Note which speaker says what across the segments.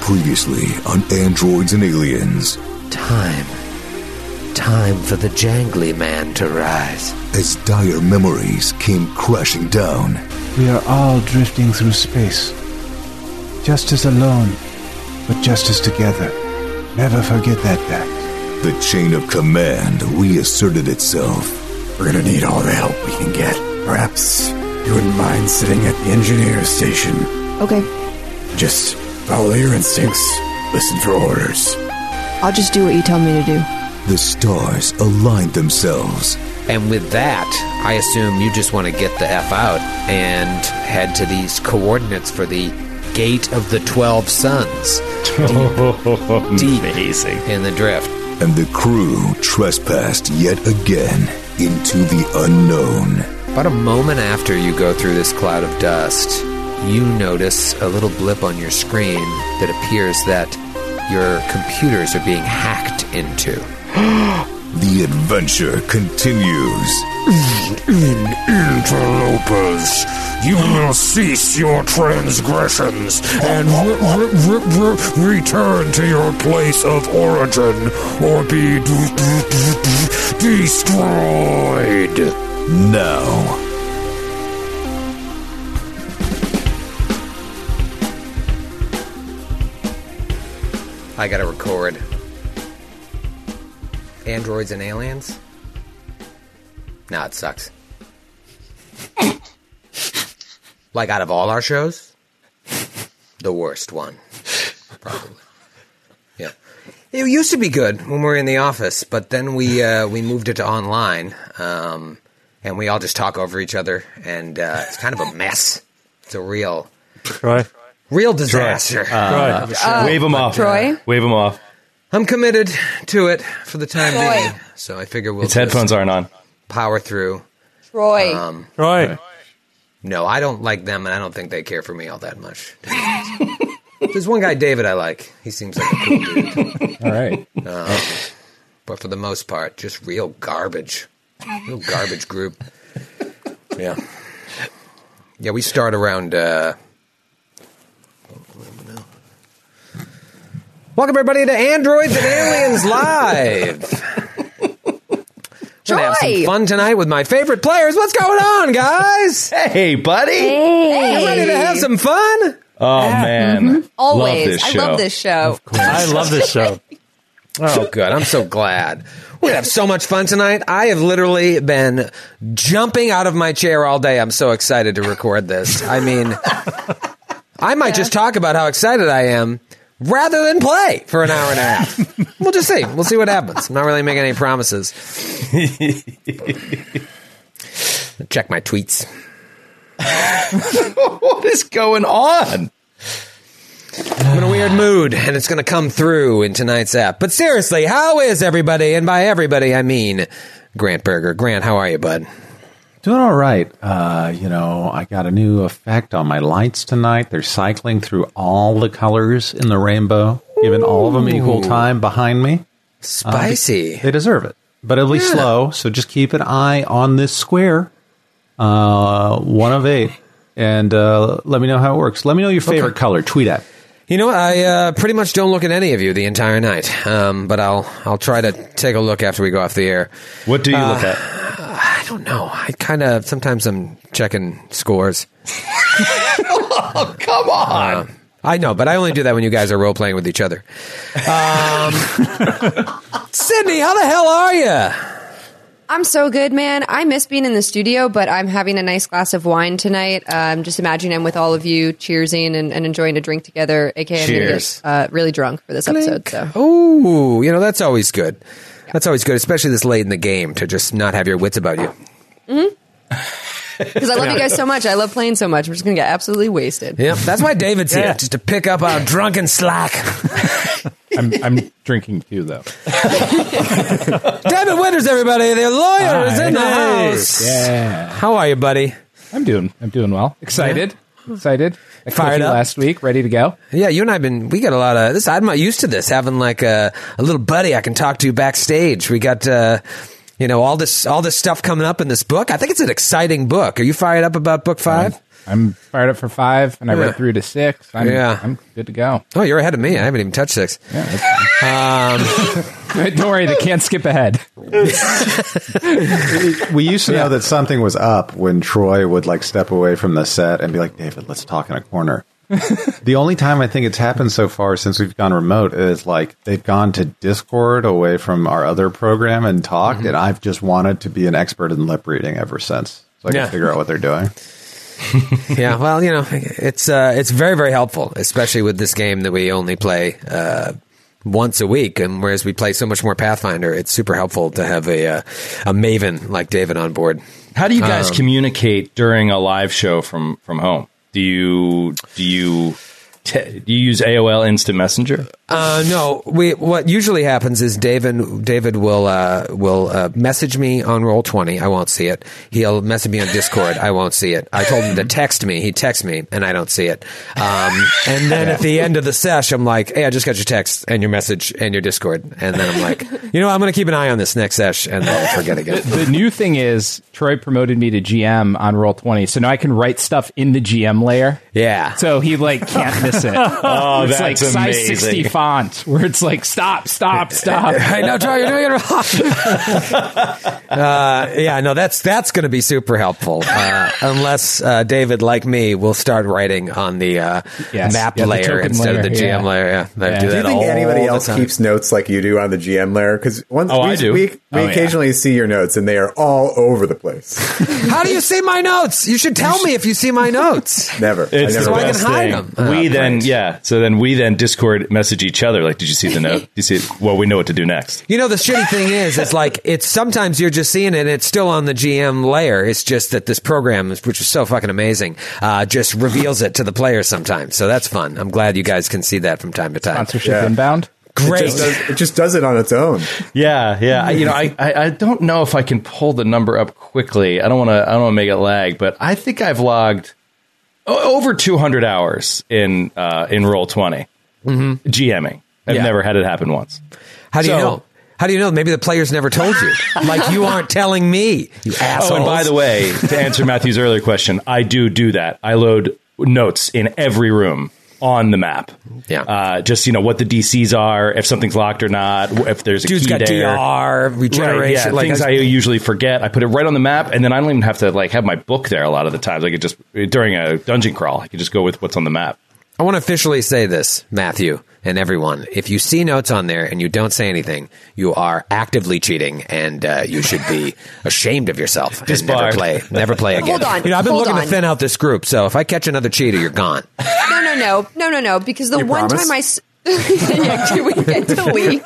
Speaker 1: Previously on Androids and Aliens,
Speaker 2: Time. Time for the jangly man to rise.
Speaker 1: as dire memories came crashing down,
Speaker 3: We are all drifting through space. Justice alone, but justice together. Never forget that fact.
Speaker 1: the chain of command reasserted itself. We're gonna need all the help we can get. Perhaps you wouldn't mind sitting at the engineer station.
Speaker 4: Okay,
Speaker 1: Just follow your instincts, listen for orders.
Speaker 4: I'll just do what you tell me to do.
Speaker 1: The stars aligned themselves.
Speaker 2: And with that, I assume you just want to get the F out and head to these coordinates for the Gate of the Twelve Suns. Deep
Speaker 5: Amazing.
Speaker 2: in the drift.
Speaker 1: and the crew trespassed yet again into the unknown.
Speaker 2: About a moment after you go through this cloud of dust, you notice a little blip on your screen that appears that your computers are being hacked into.
Speaker 1: The adventure continues.
Speaker 6: interlopers, you will cease your transgressions and re- re- re- re- return to your place of origin or be d- d- d- d- destroyed.
Speaker 1: Now,
Speaker 2: I gotta record. Androids and aliens? Nah, it sucks. like out of all our shows, the worst one. Probably. Yeah. It used to be good when we were in the office, but then we uh, we moved it to online, um, and we all just talk over each other, and uh, it's kind of a mess. It's a real,
Speaker 5: Troy. Uh,
Speaker 2: real disaster.
Speaker 5: Troy. Wave him off.
Speaker 4: Troy?
Speaker 5: Wave him off.
Speaker 2: I'm committed to it for the time
Speaker 4: Troy.
Speaker 2: being. So I figure we'll
Speaker 5: Its headphones aren't on.
Speaker 2: power through.
Speaker 4: Troy,
Speaker 2: Um,
Speaker 5: Troy.
Speaker 2: No, I don't like them, and I don't think they care for me all that much. There's one guy, David, I like. He seems like a cool dude, Um,
Speaker 7: All right.
Speaker 2: but for the most part, just real garbage, real garbage group. Yeah, yeah. We start around. Uh... Welcome everybody to Androids and Aliens Live. We're gonna have some
Speaker 4: Joy!
Speaker 2: fun tonight with my favorite players. What's going on, guys?
Speaker 5: Hey, buddy.
Speaker 2: You ready to have some fun?
Speaker 5: Oh man.
Speaker 4: Mm-hmm. always.
Speaker 5: Love this
Speaker 4: I
Speaker 5: show.
Speaker 4: love this show.
Speaker 8: I love this show.
Speaker 2: Oh, good. I'm so glad. We're going to have so much fun tonight. I have literally been jumping out of my chair all day. I'm so excited to record this. I mean, I might just talk about how excited I am rather than play for an hour and a half. we'll just see. We'll see what happens. I'm not really making any promises. Check my tweets.
Speaker 5: What is going on?
Speaker 2: I'm in a weird mood, and it's going to come through in tonight's app. But seriously, how is everybody? And by everybody, I mean Grant Berger. Grant, how are you, bud?
Speaker 7: Doing all right. Uh, you know, I got a new effect on my lights tonight. They're cycling through all the colors in the rainbow, giving all of them equal time behind me. Uh,
Speaker 2: Spicy.
Speaker 7: They deserve it, but it'll be slow. So just keep an eye on this square, uh, one of eight, and uh, let me know how it works. Let me know your favorite color. Tweet at.
Speaker 2: You know what? I uh, pretty much don't look at any of you the entire night, um, but I'll I'll try to take a look after we go off the air.
Speaker 5: What do you look at?
Speaker 2: I
Speaker 5: Oh,
Speaker 2: don't know. I kind of sometimes I'm checking scores. Oh,
Speaker 5: Come on.
Speaker 2: Uh, I know, but I only do that when you guys are role playing with each other. Um, Sydney, how the hell are you?
Speaker 4: I'm so good, man. I miss being in the studio, but I'm having a nice glass of wine tonight. Uh, I'm just imagining I'm with all of you, cheersing and, and enjoying a drink together. AKA, I'm gonna
Speaker 5: Cheers.
Speaker 4: get, uh, really drunk for this episode. So
Speaker 2: Oh, you know that's always good. That's always good, especially this late in the game, to just not have your wits about you.
Speaker 4: because I love you guys so much, I love playing so much. We're just gonna get absolutely wasted.
Speaker 2: Yep, that's why David's here, just to pick up our drunken slack.
Speaker 7: I'm, I'm drinking too, though.
Speaker 2: David Winters, everybody, the lawyer is in the
Speaker 8: Hi.
Speaker 2: house. How are you, buddy?
Speaker 8: I'm doing. I'm doing well. Excited. Excited. I
Speaker 2: Fired
Speaker 8: cookie
Speaker 2: up.
Speaker 8: last week. Ready to go.
Speaker 2: Yeah, you and I've been. We got a lot of this. I'm not used to this having like a, a little buddy I can talk to backstage. We got. Uh, you know all this all this stuff coming up in this book. I think it's an exciting book. Are you fired up about book five?
Speaker 8: I'm fired up for five, and I
Speaker 2: Yeah.
Speaker 8: read through to six. I'm,
Speaker 2: Yeah.
Speaker 8: I'm good to go.
Speaker 2: Oh, you're ahead of me. I haven't even touched six. Um,
Speaker 8: Don't worry, they can't skip ahead.
Speaker 7: We used to know that something was up when Troy would like step away from the set and be like, David, let's talk in a corner. the only time I think it's happened so far since we've gone remote is like they've gone to Discord away from our other program and talked,
Speaker 2: Mm-hmm.
Speaker 7: and I've just wanted to be an expert in lip reading ever since. So I can
Speaker 2: Yeah.
Speaker 7: figure out what they're doing.
Speaker 2: yeah, well, you know, it's uh, it's very very helpful, especially with this game that we only play uh, once a week, and whereas we play so much more Pathfinder, it's super helpful to have a uh, a maven like David on board.
Speaker 5: How do you guys communicate during a live show from from home? Do you do you te- do you use AOL Instant Messenger?
Speaker 2: Uh, no, we what usually happens is David David will uh, will uh, message me on roll twenty. I won't see it. He'll message me on Discord. I won't see it. I told him to text me. He texts me, and I don't see it. Um, and then at the end of the sesh, I'm like, "Hey, I just got your text and your message and your Discord." And then I'm like, "You know, what? I'm going to keep an eye on this next sesh, and then I'll forget again."
Speaker 8: the new thing is Troy promoted me to GM on roll twenty, so now I can write stuff in the GM layer.
Speaker 2: Yeah.
Speaker 8: So he like can't miss it. oh, it's like
Speaker 5: that's
Speaker 8: size
Speaker 5: amazing.
Speaker 8: sixty font where it's like stop, stop, stop.
Speaker 2: Hey, no, Troy, you're doing it wrong. uh, yeah, no, that's that's going to be super helpful. Uh, unless uh, David, like me, will start writing on the uh,
Speaker 8: Yes.
Speaker 2: map
Speaker 8: Yeah, the
Speaker 2: layer
Speaker 8: token
Speaker 2: instead of
Speaker 8: layer,
Speaker 2: the GM
Speaker 8: yeah.
Speaker 2: layer. Yeah, I
Speaker 8: Yeah.
Speaker 2: do
Speaker 8: Do
Speaker 2: that
Speaker 8: you
Speaker 9: Do you think
Speaker 2: all
Speaker 9: anybody
Speaker 2: the
Speaker 9: else
Speaker 2: time.
Speaker 9: keeps notes like you do on the GM layer? Because once
Speaker 5: Oh,
Speaker 9: we,
Speaker 5: I do.
Speaker 9: we, we
Speaker 5: Oh, yeah.
Speaker 9: occasionally see your notes and they are all over the place.
Speaker 2: How do you see my notes? You should tell me if you see my notes.
Speaker 9: Never.
Speaker 5: It's
Speaker 9: I
Speaker 5: the
Speaker 9: never
Speaker 2: So I
Speaker 9: will.
Speaker 2: can
Speaker 5: best
Speaker 2: hide
Speaker 5: thing.
Speaker 2: them. Uh,
Speaker 5: we then yeah. So then we then Discord message each other like, did you see the note? you see it? Well, we know what to do next.
Speaker 2: You know, the shitty thing is, it's like, it's sometimes you're just seeing it and it's still on the GM layer. It's just that this program, which is so fucking amazing, uh, just reveals it to the player sometimes. So that's fun. I'm glad you guys can see that from time to time.
Speaker 8: Sponsorship inbound.
Speaker 9: It
Speaker 2: Great.
Speaker 9: just, does, it just does it on its own.
Speaker 5: Yeah, yeah. I, you know, I, I I don't know if I can pull the number up quickly. I don't want to. I don't want to make it lag, but I think I've logged o- over 200 hours in uh, in roll 20 GMing. I've
Speaker 2: Mm-hmm. Yeah.
Speaker 5: never had it happen once.
Speaker 2: How do you
Speaker 5: So-
Speaker 2: know? How do you know? Maybe the players never told you. like you aren't telling me, you asshole.
Speaker 5: Oh, and by the way, to answer Matthew's earlier question, I do do that. I load notes in every room on the map.
Speaker 2: Yeah.
Speaker 5: Uh, just you know what the DCs are, if something's locked or not, w- if there's a
Speaker 2: dude's
Speaker 5: key
Speaker 2: got
Speaker 5: there.
Speaker 2: DR regeneration.
Speaker 5: Right, yeah,
Speaker 2: like
Speaker 5: things I, usually forget. I put it right on the map, and then I don't even have to like have my book there. A lot of the times, I could just during a dungeon crawl, I could just go with what's on the map.
Speaker 2: I want to officially say this, Matthew and everyone. If you see notes on there and you don't say anything, you are actively cheating, and uh, you should be ashamed of yourself. and never
Speaker 5: Disbarred.
Speaker 2: play, never play again.
Speaker 4: Hold on,
Speaker 2: You know, I've been
Speaker 4: hold
Speaker 2: looking
Speaker 4: on.
Speaker 2: to thin out this group, so if I catch another cheater, you're gone.
Speaker 4: No, no, no, no, no, no. Because the
Speaker 9: You
Speaker 4: one
Speaker 9: promise?
Speaker 4: time I. S- yeah, do we get to leave?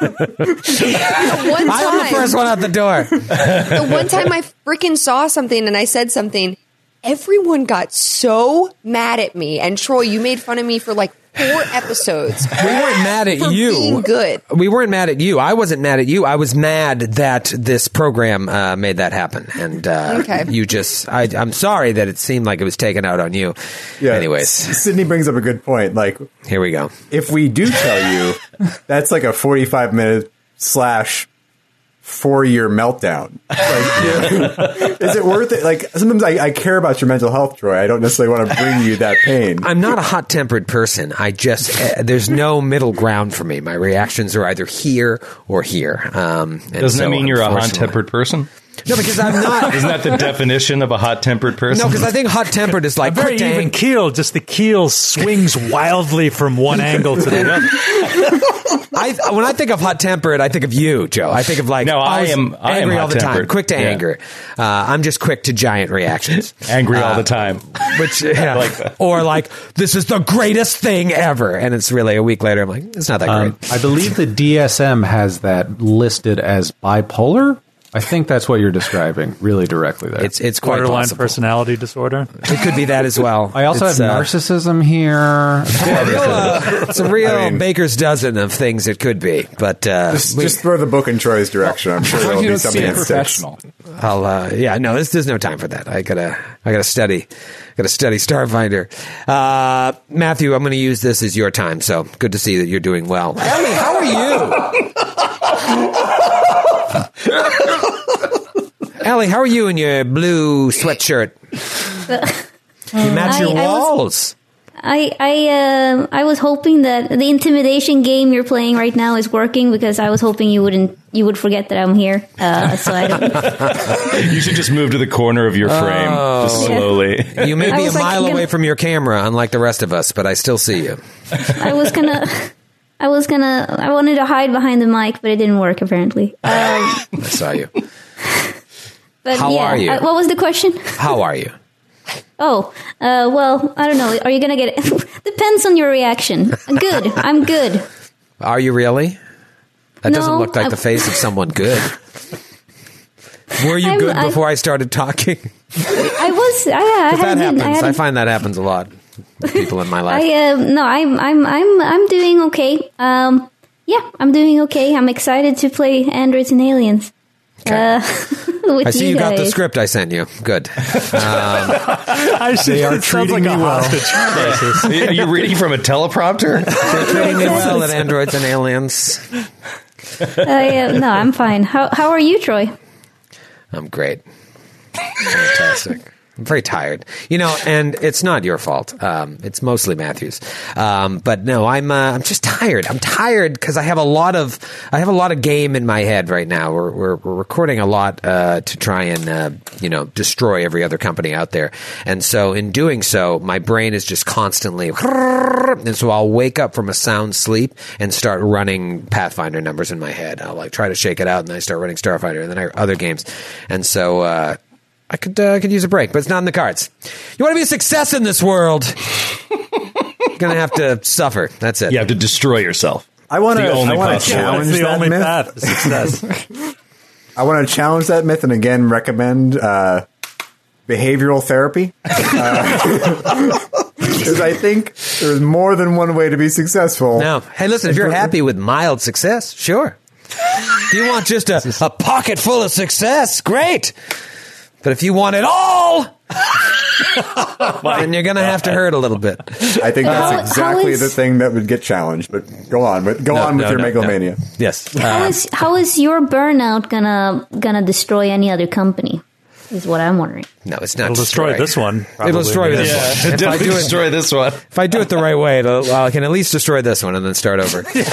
Speaker 4: the one time,
Speaker 2: I'm the first one out the door.
Speaker 4: the one time I freaking saw something and I said something, everyone got so mad at me. And Troy, you made fun of me for like four episodes.
Speaker 2: We weren't mad at
Speaker 4: For
Speaker 2: you.
Speaker 4: being good.
Speaker 2: We weren't mad at you. I wasn't mad at you. I was mad that this program uh, made that happen, and uh,
Speaker 4: Okay.
Speaker 2: you just. I, I'm sorry that it seemed like it was taken out on you. Anyways,
Speaker 9: S- Sydney brings up a good point. Like,
Speaker 2: here we go.
Speaker 9: if we do tell you, that's like a 45 minute slash four year meltdown. Like, you know, is it worth it? Like, sometimes I, I care about your mental health, Troy. I don't necessarily want to bring you that pain.
Speaker 2: I'm not a hot tempered person. I just uh, there's no middle ground for me. My reactions are either here or here. Um, and
Speaker 5: Doesn't
Speaker 2: so,
Speaker 5: that mean you're a hot
Speaker 2: unfortunately-
Speaker 5: tempered person?
Speaker 2: No, because I'm not.
Speaker 5: Isn't that the definition of a hot tempered person?
Speaker 2: No, because I think hot tempered is like
Speaker 10: Very
Speaker 2: "Quick, dang."
Speaker 10: even keel. Just the keel swings wildly from one angle to the other.
Speaker 2: I when I think of hot tempered, I think of you, Joe. I think of like
Speaker 5: No, I
Speaker 2: was
Speaker 5: am- I am
Speaker 2: angry all the time,
Speaker 5: hot-tempered.
Speaker 2: quick to
Speaker 5: Yeah.
Speaker 2: anger. Uh, I'm just quick to giant reactions,
Speaker 5: angry all the time.
Speaker 2: which yeah, or like this is the greatest thing ever, and it's really a week later. I'm like, it's not that
Speaker 7: Um,
Speaker 2: great.
Speaker 7: I believe the DSM has that listed as bipolar. I think that's what you're describing really directly there.
Speaker 2: It's it's quite
Speaker 10: Borderline
Speaker 2: possible.
Speaker 10: personality disorder.
Speaker 2: It could be that as well.
Speaker 7: I also
Speaker 2: It's,
Speaker 7: have
Speaker 2: uh,
Speaker 7: narcissism here.
Speaker 2: It's a real
Speaker 9: I mean-
Speaker 2: baker's dozen of things it could be, but uh,
Speaker 9: Just,
Speaker 2: we-
Speaker 9: just throw the book in Troy's direction. I'm sure there will
Speaker 8: you
Speaker 9: be
Speaker 8: don't
Speaker 9: something
Speaker 8: see a
Speaker 9: that sticks.
Speaker 8: professional.
Speaker 2: I'll uh, yeah no this, there's no time for that I gotta I gotta study gotta study Starfinder uh, Matthew I'm gonna use this as your time so good to see that you're doing well Ellie how are
Speaker 4: Oh,
Speaker 2: you Ellie how are you in your blue sweatshirt You match
Speaker 11: I-
Speaker 2: your
Speaker 11: Um, I was-
Speaker 2: walls.
Speaker 11: I I um I was hoping that the intimidation game you're playing right now is working because I was hoping you wouldn't you would forget that I'm here. Uh, so I don't.
Speaker 5: you should just move to the corner of your frame, just
Speaker 2: Oh.
Speaker 5: slowly.
Speaker 2: You may
Speaker 11: I
Speaker 2: be a
Speaker 11: was, like,
Speaker 2: mile
Speaker 11: gonna-
Speaker 2: away from your camera, unlike the rest of us, but I still see you.
Speaker 11: I was gonna. I was gonna. I wanted to hide behind the mic, but it didn't work apparently. Um,
Speaker 2: I saw you.
Speaker 11: but
Speaker 2: How
Speaker 11: yeah,
Speaker 2: are you?
Speaker 11: Uh, what was the question?
Speaker 2: How are you?
Speaker 11: Oh, uh, well, I don't know. Are you gonna get it? Depends on your reaction. Good. I'm good.
Speaker 2: Are you really? That doesn't
Speaker 11: No,
Speaker 2: look like
Speaker 11: I-
Speaker 2: the face of someone good. Were you
Speaker 11: I'm-
Speaker 2: good
Speaker 11: I-
Speaker 2: before I started talking?
Speaker 11: I was. I, I
Speaker 2: 'Cause that
Speaker 11: had been.
Speaker 2: happens.
Speaker 11: I
Speaker 2: I,
Speaker 11: had
Speaker 2: find that happens a lot. with People in my life.
Speaker 11: I uh, no, I'm I'm I'm I'm doing okay. Um, yeah, I'm doing okay. I'm excited to play Androids and Aliens. Uh, with
Speaker 2: I see you, got
Speaker 11: guys.
Speaker 2: the script I sent you. Good. Um,
Speaker 10: I see.
Speaker 2: They are
Speaker 10: It sounds
Speaker 2: treating
Speaker 10: like a
Speaker 2: me well.
Speaker 10: hostage crisis.
Speaker 5: Are you reading from a teleprompter?
Speaker 2: They're treating me well at Androids and Aliens.
Speaker 11: Uh, yeah, no, I'm fine. How how are you, Troy?
Speaker 2: I'm great. Fantastic. I'm very tired, you know, and it's not your fault. Um, it's mostly Matthew's, um, but no, I'm uh, I'm just tired. I'm tired because I have a lot of I have a lot of game in my head right now. We're we're, we're recording a lot uh, to try and uh, you know destroy every other company out there, and so in doing so, my brain is just constantly, and so I'll wake up from a sound sleep and start running Pathfinder numbers in my head. I'll like try to shake it out, and then I start running Starfighter, and then I, other games, and so. Uh, I could uh, I could use a break, but it's not in the cards. You want to be a success in this world? You're gonna have to suffer. That's it.
Speaker 5: You have to destroy yourself.
Speaker 9: I want to.
Speaker 5: The only
Speaker 9: I want to
Speaker 5: possible.
Speaker 9: challenge
Speaker 10: That's the
Speaker 9: that
Speaker 10: only
Speaker 9: myth.
Speaker 10: path to success.
Speaker 9: I want to challenge that myth and again recommend uh, behavioral therapy. Because I think there's more than one way to be successful.
Speaker 2: No. Hey, listen. If you're happy with mild success, sure. If you want just a, a pocket full of success, great. But if you want it all,
Speaker 5: Oh
Speaker 2: then you're gonna have to hurt a little bit.
Speaker 9: I think
Speaker 11: How- how
Speaker 9: that's exactly
Speaker 11: is-
Speaker 9: the thing that would get challenged. But go on, but go on with
Speaker 2: no,
Speaker 9: your
Speaker 2: no, no.
Speaker 9: megalomania.
Speaker 2: Yes.
Speaker 11: How
Speaker 2: Uh,
Speaker 11: is how is your burnout gonna gonna destroy any other company? Is what I'm wondering.
Speaker 2: no, it's not.
Speaker 10: It'll destroy this one.
Speaker 2: It'll destroy
Speaker 10: probably.
Speaker 2: this one. If I do it,
Speaker 5: destroy this one.
Speaker 2: if I do it the right way, it'll, I can at least destroy this one and then start over.
Speaker 10: This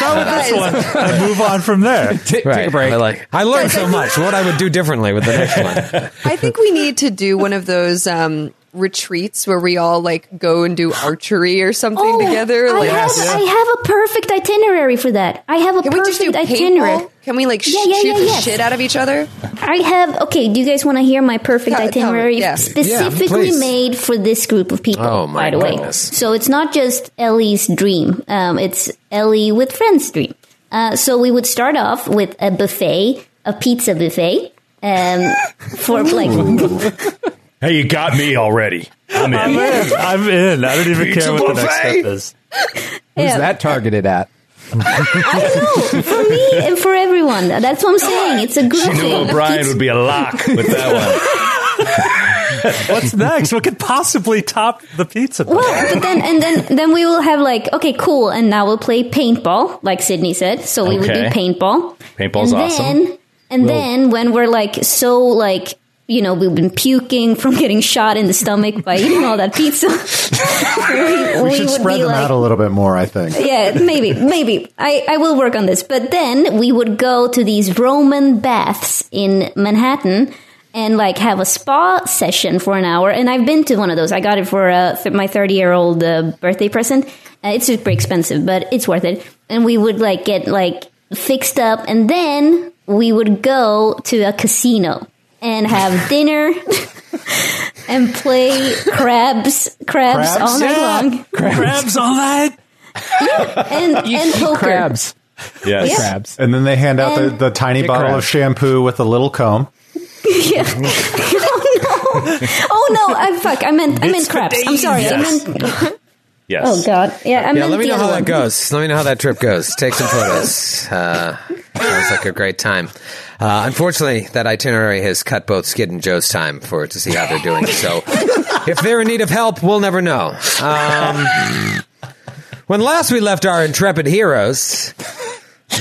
Speaker 10: one. And move on from there.
Speaker 2: Take a break. I, like, I learned so much. What I would do differently with the next one.
Speaker 4: I think we need to do one of those um, retreats where we all like go and do archery or something together.
Speaker 11: Oh, I
Speaker 4: Like,
Speaker 11: have, I have a perfect itinerary for that. I have a
Speaker 4: can we just
Speaker 11: perfect
Speaker 4: do
Speaker 11: itinerary.
Speaker 4: paintball? Can we like sh-
Speaker 11: Yeah, yeah,
Speaker 4: shoot
Speaker 11: yeah,
Speaker 4: the
Speaker 11: yes.
Speaker 4: shit out of each other?
Speaker 11: I have okay. Do you guys want to hear my perfect
Speaker 4: Tell- tell me,
Speaker 11: itinerary
Speaker 4: yeah.
Speaker 11: specifically
Speaker 2: please.
Speaker 11: made for this group of people?
Speaker 2: Oh, my
Speaker 11: by the way,
Speaker 2: goodness.
Speaker 11: so it's not just Ellie's dream. Um, it's Ellie with friends' dream. Uh, so we would start off with a buffet, a pizza buffet, um, for like
Speaker 5: Hey, you got me already. I'm
Speaker 10: I'm
Speaker 5: in.
Speaker 10: in. I'm in. I don't even
Speaker 5: Pizza
Speaker 10: care what the next
Speaker 5: buffet?
Speaker 10: step is.
Speaker 8: Who's
Speaker 11: Yeah.
Speaker 8: that targeted at?
Speaker 11: I don't know for me and for everyone. That's what I'm saying. It's a group
Speaker 5: She knew
Speaker 11: thing.
Speaker 5: O'Brien would be a lock with that
Speaker 10: What's next? What could possibly top the pizza?
Speaker 11: Well, but then and then then we will have like okay, cool, and now we'll play paintball, like Sydney said. So we would do
Speaker 5: Okay.
Speaker 11: paintball.
Speaker 5: Paintball's
Speaker 11: and
Speaker 5: awesome.
Speaker 11: Then, and then when we're like so like you know we've been puking from getting shot in the stomach by eating all that pizza. we,
Speaker 7: We should spread them out a little bit more, I think.
Speaker 11: yeah, maybe, maybe. I, I will work on this. But then we would go to these Roman baths in Manhattan and like have a spa session for an hour. And I've been to one of those. I got it for uh, th- my 30 year old uh, birthday present. Uh, it's super expensive, but it's worth it. And we would like get like fixed up and then we would go to a casino and have dinner. And play crabs, crabs, all night long,
Speaker 10: Crabs all night.
Speaker 11: and and poker.
Speaker 8: Crabs.
Speaker 5: one. Yes.
Speaker 8: Crabs.
Speaker 7: And then they hand out the,
Speaker 11: And-
Speaker 7: the tiny bottle
Speaker 8: crab.
Speaker 7: of shampoo with a little comb.
Speaker 11: Yeah. oh no! Oh no! I fuck. I meant I meant crabs. I'm sorry.
Speaker 10: Yes.
Speaker 11: I meant.
Speaker 5: Yes.
Speaker 11: Oh god. Yeah.
Speaker 2: Yeah,
Speaker 11: I meant
Speaker 2: let me
Speaker 11: the
Speaker 2: know
Speaker 11: other
Speaker 2: how
Speaker 11: one.
Speaker 2: that goes. Let me know how that trip goes. Take some photos. Uh, sounds like a great time. Uh, unfortunately, that itinerary has cut both Skid and Joe's time for to see how they're doing. So, if they're in need of help, we'll never know. Um, when last we left our intrepid heroes,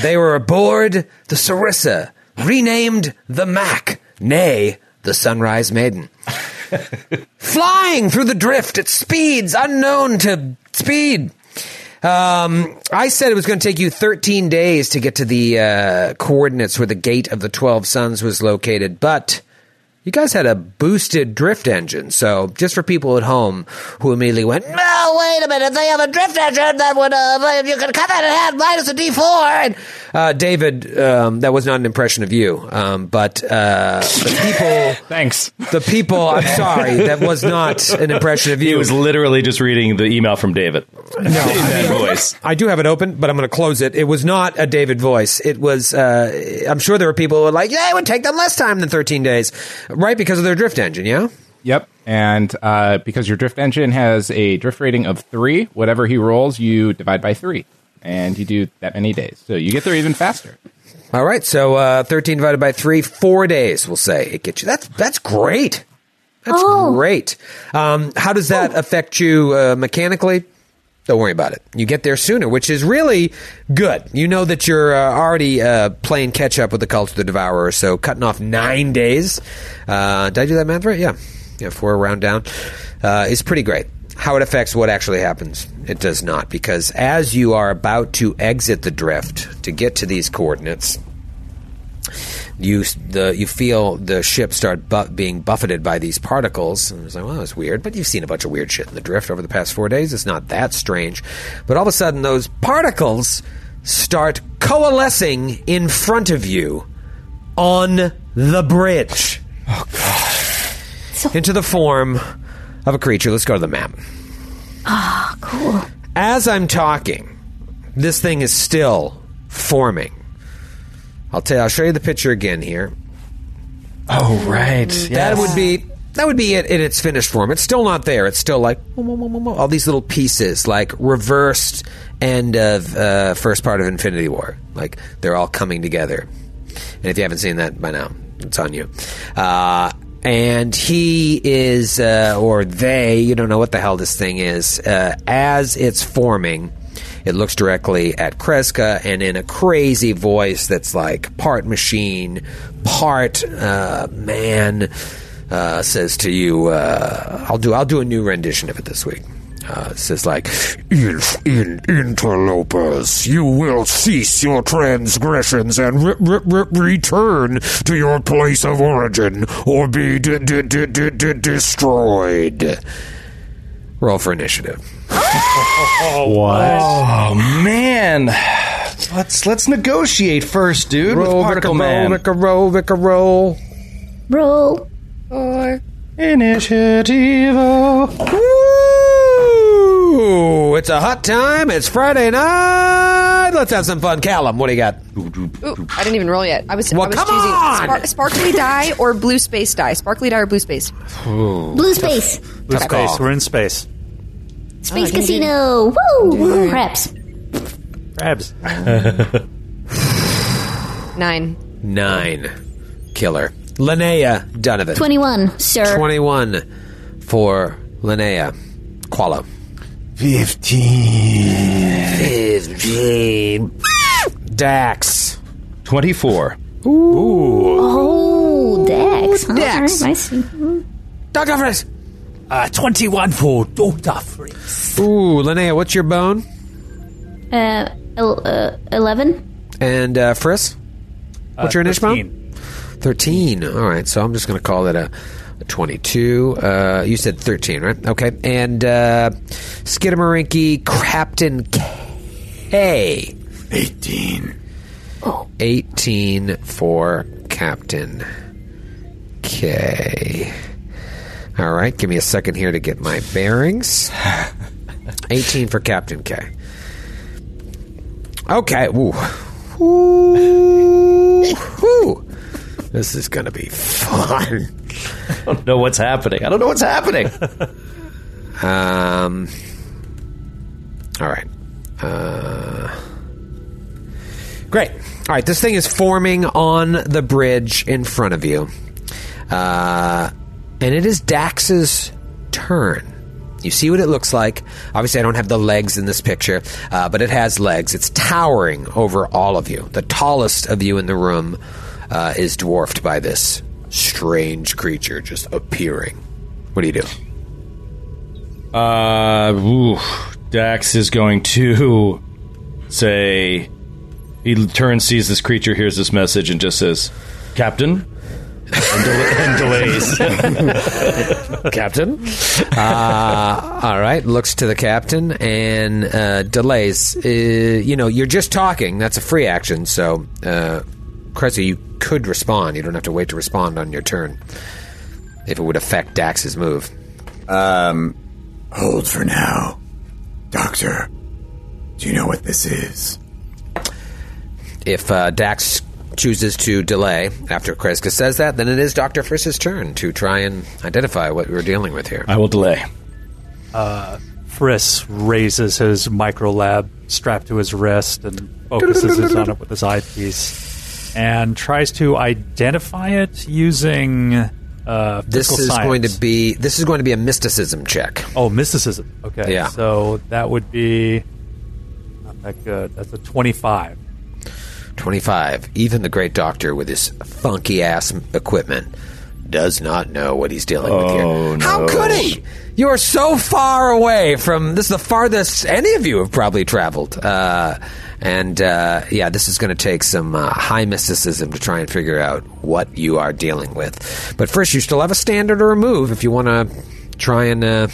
Speaker 2: they were aboard the Sarissa, renamed the Mac, nay, the Sunrise Maiden. Flying through the drift at speeds unknown to speed. Um, I said it was going to take you 13 days to get to the uh, coordinates where the Gate of the Twelve Suns was located, but you guys had a boosted drift engine. So, just for people at home who immediately went,
Speaker 12: No, wait a minute. They have a drift engine that would, uh, you can cut that in half minus a D4 and
Speaker 2: Uh, David, um, that was not an impression of you, um, but uh, the people.
Speaker 8: Thanks.
Speaker 2: The people. I'm sorry, that was not an impression of you.
Speaker 5: He was literally just reading the email from David.
Speaker 2: No, I voice. I do have it open, but I'm going to close it. It was not a David voice. It was. Uh, I'm sure there were people who were like, "Yeah, it would take them less time than 13 days, right?" Because of their drift engine. Yeah.
Speaker 8: Yep. And uh, because your drift engine has a drift rating of three, whatever he rolls, you divide by three, and you do that many days. So you get there even faster.
Speaker 2: All right. So uh, 13 divided by three, four days. We'll say it gets you. That's that's great. That's great. Um, how does that affect you uh, mechanically? Don't worry about it. You get there sooner, which is really good. You know that you're uh, already uh, playing catch up with the Cult of the Devourer, so cutting off nine days. Uh, did I do that math right? Yeah. Yeah, four round down uh, is pretty great. How it affects what actually happens, it does not, because as you are about to exit the drift to get to these coordinates, you the you feel the ship start bu- being buffeted by these particles, and it's like, well, that's weird. But you've seen a bunch of weird shit in the drift over the past four days. It's not that strange. But all of a sudden, those particles start coalescing in front of you on the bridge. Oh god! Into the form of a creature. Let's go to the map.
Speaker 12: Ah, cool.
Speaker 2: As I'm talking, this thing is still forming. I'll tell. I'll show you the picture again here. Oh right, that
Speaker 12: yes.
Speaker 2: would be that would be it in its finished form. It's still not there. It's still like all these little pieces, like reversed end of uh, first part of Infinity War. Like they're all coming together. And if you haven't seen that by now, it's on you. Uh, and he is, uh, or they, you don't know what the hell this thing is. Uh, as it's forming, it looks directly at Kreska and in a crazy voice that's like part machine, part uh, man, uh, says to you, uh, "I'll do. I'll do a new rendition of it this week." Uh, it says like,
Speaker 6: If in interlopers you will cease your transgressions and re- re- re- return to your place of origin or be d- d- d- d- d- destroyed.
Speaker 2: Roll for initiative.
Speaker 5: Oh, what? Oh man. Let's let's negotiate first, dude.
Speaker 2: Roll,
Speaker 5: with Particle
Speaker 2: Vicar, roll,
Speaker 5: Man.
Speaker 2: Vicar, roll, Vicar, roll.
Speaker 11: Roll.
Speaker 2: Or
Speaker 5: initiative.
Speaker 2: Woo! It's a hot time. It's Friday night. Let's have some fun. Callum, what do you got?
Speaker 4: Ooh, I didn't even roll yet. I was,
Speaker 2: Well,
Speaker 4: I was
Speaker 2: come
Speaker 4: choosing
Speaker 2: on!
Speaker 4: spar- sparkly die or blue space die. Sparkly die or blue space.
Speaker 11: Blue space.
Speaker 10: Blue
Speaker 4: Tough
Speaker 10: space.
Speaker 4: call.
Speaker 10: We're in space.
Speaker 4: Ah,
Speaker 11: Space casino. Woo! Craps.
Speaker 10: Crabs.
Speaker 4: Nine.
Speaker 2: Nine. Killer. Linnea Donovan.
Speaker 11: 21, sir.
Speaker 2: 21 for Linnea. Qualo.
Speaker 1: 15.
Speaker 2: 15. Uh, Dax.
Speaker 5: 24.
Speaker 11: Oh, Dex. huh?
Speaker 12: Dex.
Speaker 11: Alright, I see.
Speaker 2: Dr. Freeze.
Speaker 10: Uh, 21 for Dr. Freeze.
Speaker 2: Ooh, Linnea, what's your bone?
Speaker 11: Uh, el- uh, 11?
Speaker 2: And uh, Friss? What's
Speaker 10: Uh,
Speaker 2: your initial? bone? 13. All right, so I'm just going to call that a, a 22. Uh, you said 13, right? Okay. And uh, Skidamarinky Crapton K. 18. 18 for Captain K. All right, give me a second here to get my bearings. 18 for Captain K. Okay. Ooh. Ooh. This is going to be fun.
Speaker 5: I don't know what's happening. I don't know what's happening.
Speaker 2: Um. All right. Uh, great. All right. This thing is forming on the bridge in front of you, uh, and it is Dax's turn. You see what it looks like. Obviously, I don't have the legs in this picture, uh, but it has legs. It's towering over all of you. The tallest of you in the room uh, is dwarfed by this strange creature just appearing What do you do?
Speaker 5: Uh, ooh, Dax is going to say he turns, sees this creature, hears this message, and just says, "Captain," and, del- and delays.
Speaker 2: captain. Uh, all right, looks to the captain and uh, delays. Uh, you know, you're just talking. That's a free action. So, uh, Cressy, you could respond. You don't have to wait to respond on your turn if it would affect Dax's move.
Speaker 9: Um, hold for now. Doctor, do you know what this is?
Speaker 2: If uh, Dax chooses to delay after Kreska says that, then it is Dr. Friss's turn to try and identify what we're dealing with here.
Speaker 5: I will delay.
Speaker 10: Uh, Friss raises his micro lab strapped to his wrist and focuses it on it with his eyepiece and tries to identify it using uh,
Speaker 2: This
Speaker 10: physical
Speaker 2: is
Speaker 10: science.
Speaker 2: going to be this is going to be a mysticism check.
Speaker 10: Oh, mysticism. Okay.
Speaker 2: Yeah.
Speaker 10: So that would be not that good. That's a 25.
Speaker 2: 25. Even the great doctor with his funky ass m- equipment does not know what he's dealing with here. How could he? You're so far away from this is the farthest any of you have probably traveled. Uh, and uh, yeah, this is going to take some uh, high mysticism to try and figure out what you are dealing with. But first, you still have a standard or a move if you want to try and uh,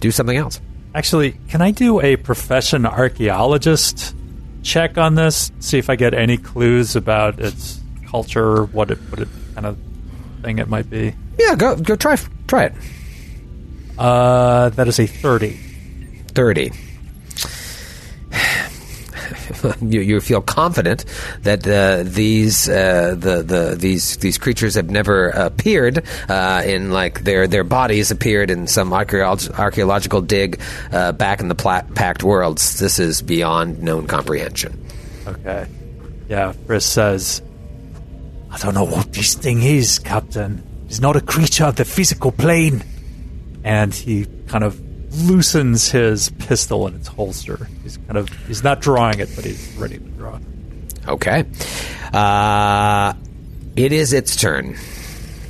Speaker 2: do something else.
Speaker 10: Actually, can I do a profession archaeologist check on this? See if I get any clues about its culture, what it, what it kind of thing it might be.
Speaker 2: Yeah, go go try try it.
Speaker 10: Uh, that is a thirty.
Speaker 2: Thirty. you, you feel confident that uh, these uh, the the these these creatures have never appeared uh, in like their their bodies appeared in some archaeolog- archaeological dig uh, back in the pla- packed worlds. This is beyond known comprehension.
Speaker 10: Okay. Yeah, Friss says, I don't know what this thing is, Captain. It's not a creature of the physical plane. And he kind of loosens his pistol in its holster. He's kind of, he's not drawing it, but he's ready to draw.
Speaker 2: Okay, uh, it is its turn.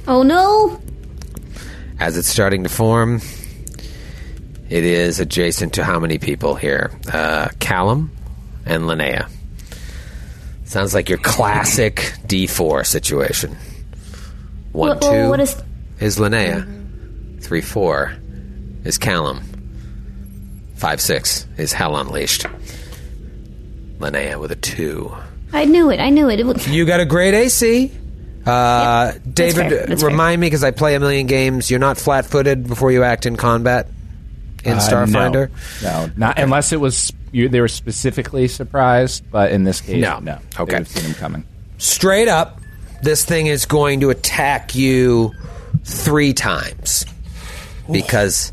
Speaker 11: Oh no!
Speaker 2: as it's starting to form. It is adjacent to how many people here? Uh, Callum and Linnea. Sounds like your classic D4 situation. One,
Speaker 11: Wh- wh-
Speaker 2: two
Speaker 11: what is- Mm-hmm.
Speaker 2: is Linnea. Three, four is Callum. Five, six is Hell Unleashed. Linnea with a two.
Speaker 11: I knew it. I knew it. it would,
Speaker 2: You got a great AC. Uh, David,
Speaker 11: fair, that's
Speaker 2: remind me because I play a million games. You're not flat-footed before you act in combat in
Speaker 8: Uh,
Speaker 2: Starfinder.
Speaker 8: No, no, not unless it was you, they were specifically surprised, but in this case,
Speaker 2: No.
Speaker 8: no,
Speaker 2: Okay.
Speaker 8: They've seen him coming.
Speaker 2: Straight up, this thing is going to attack you three times because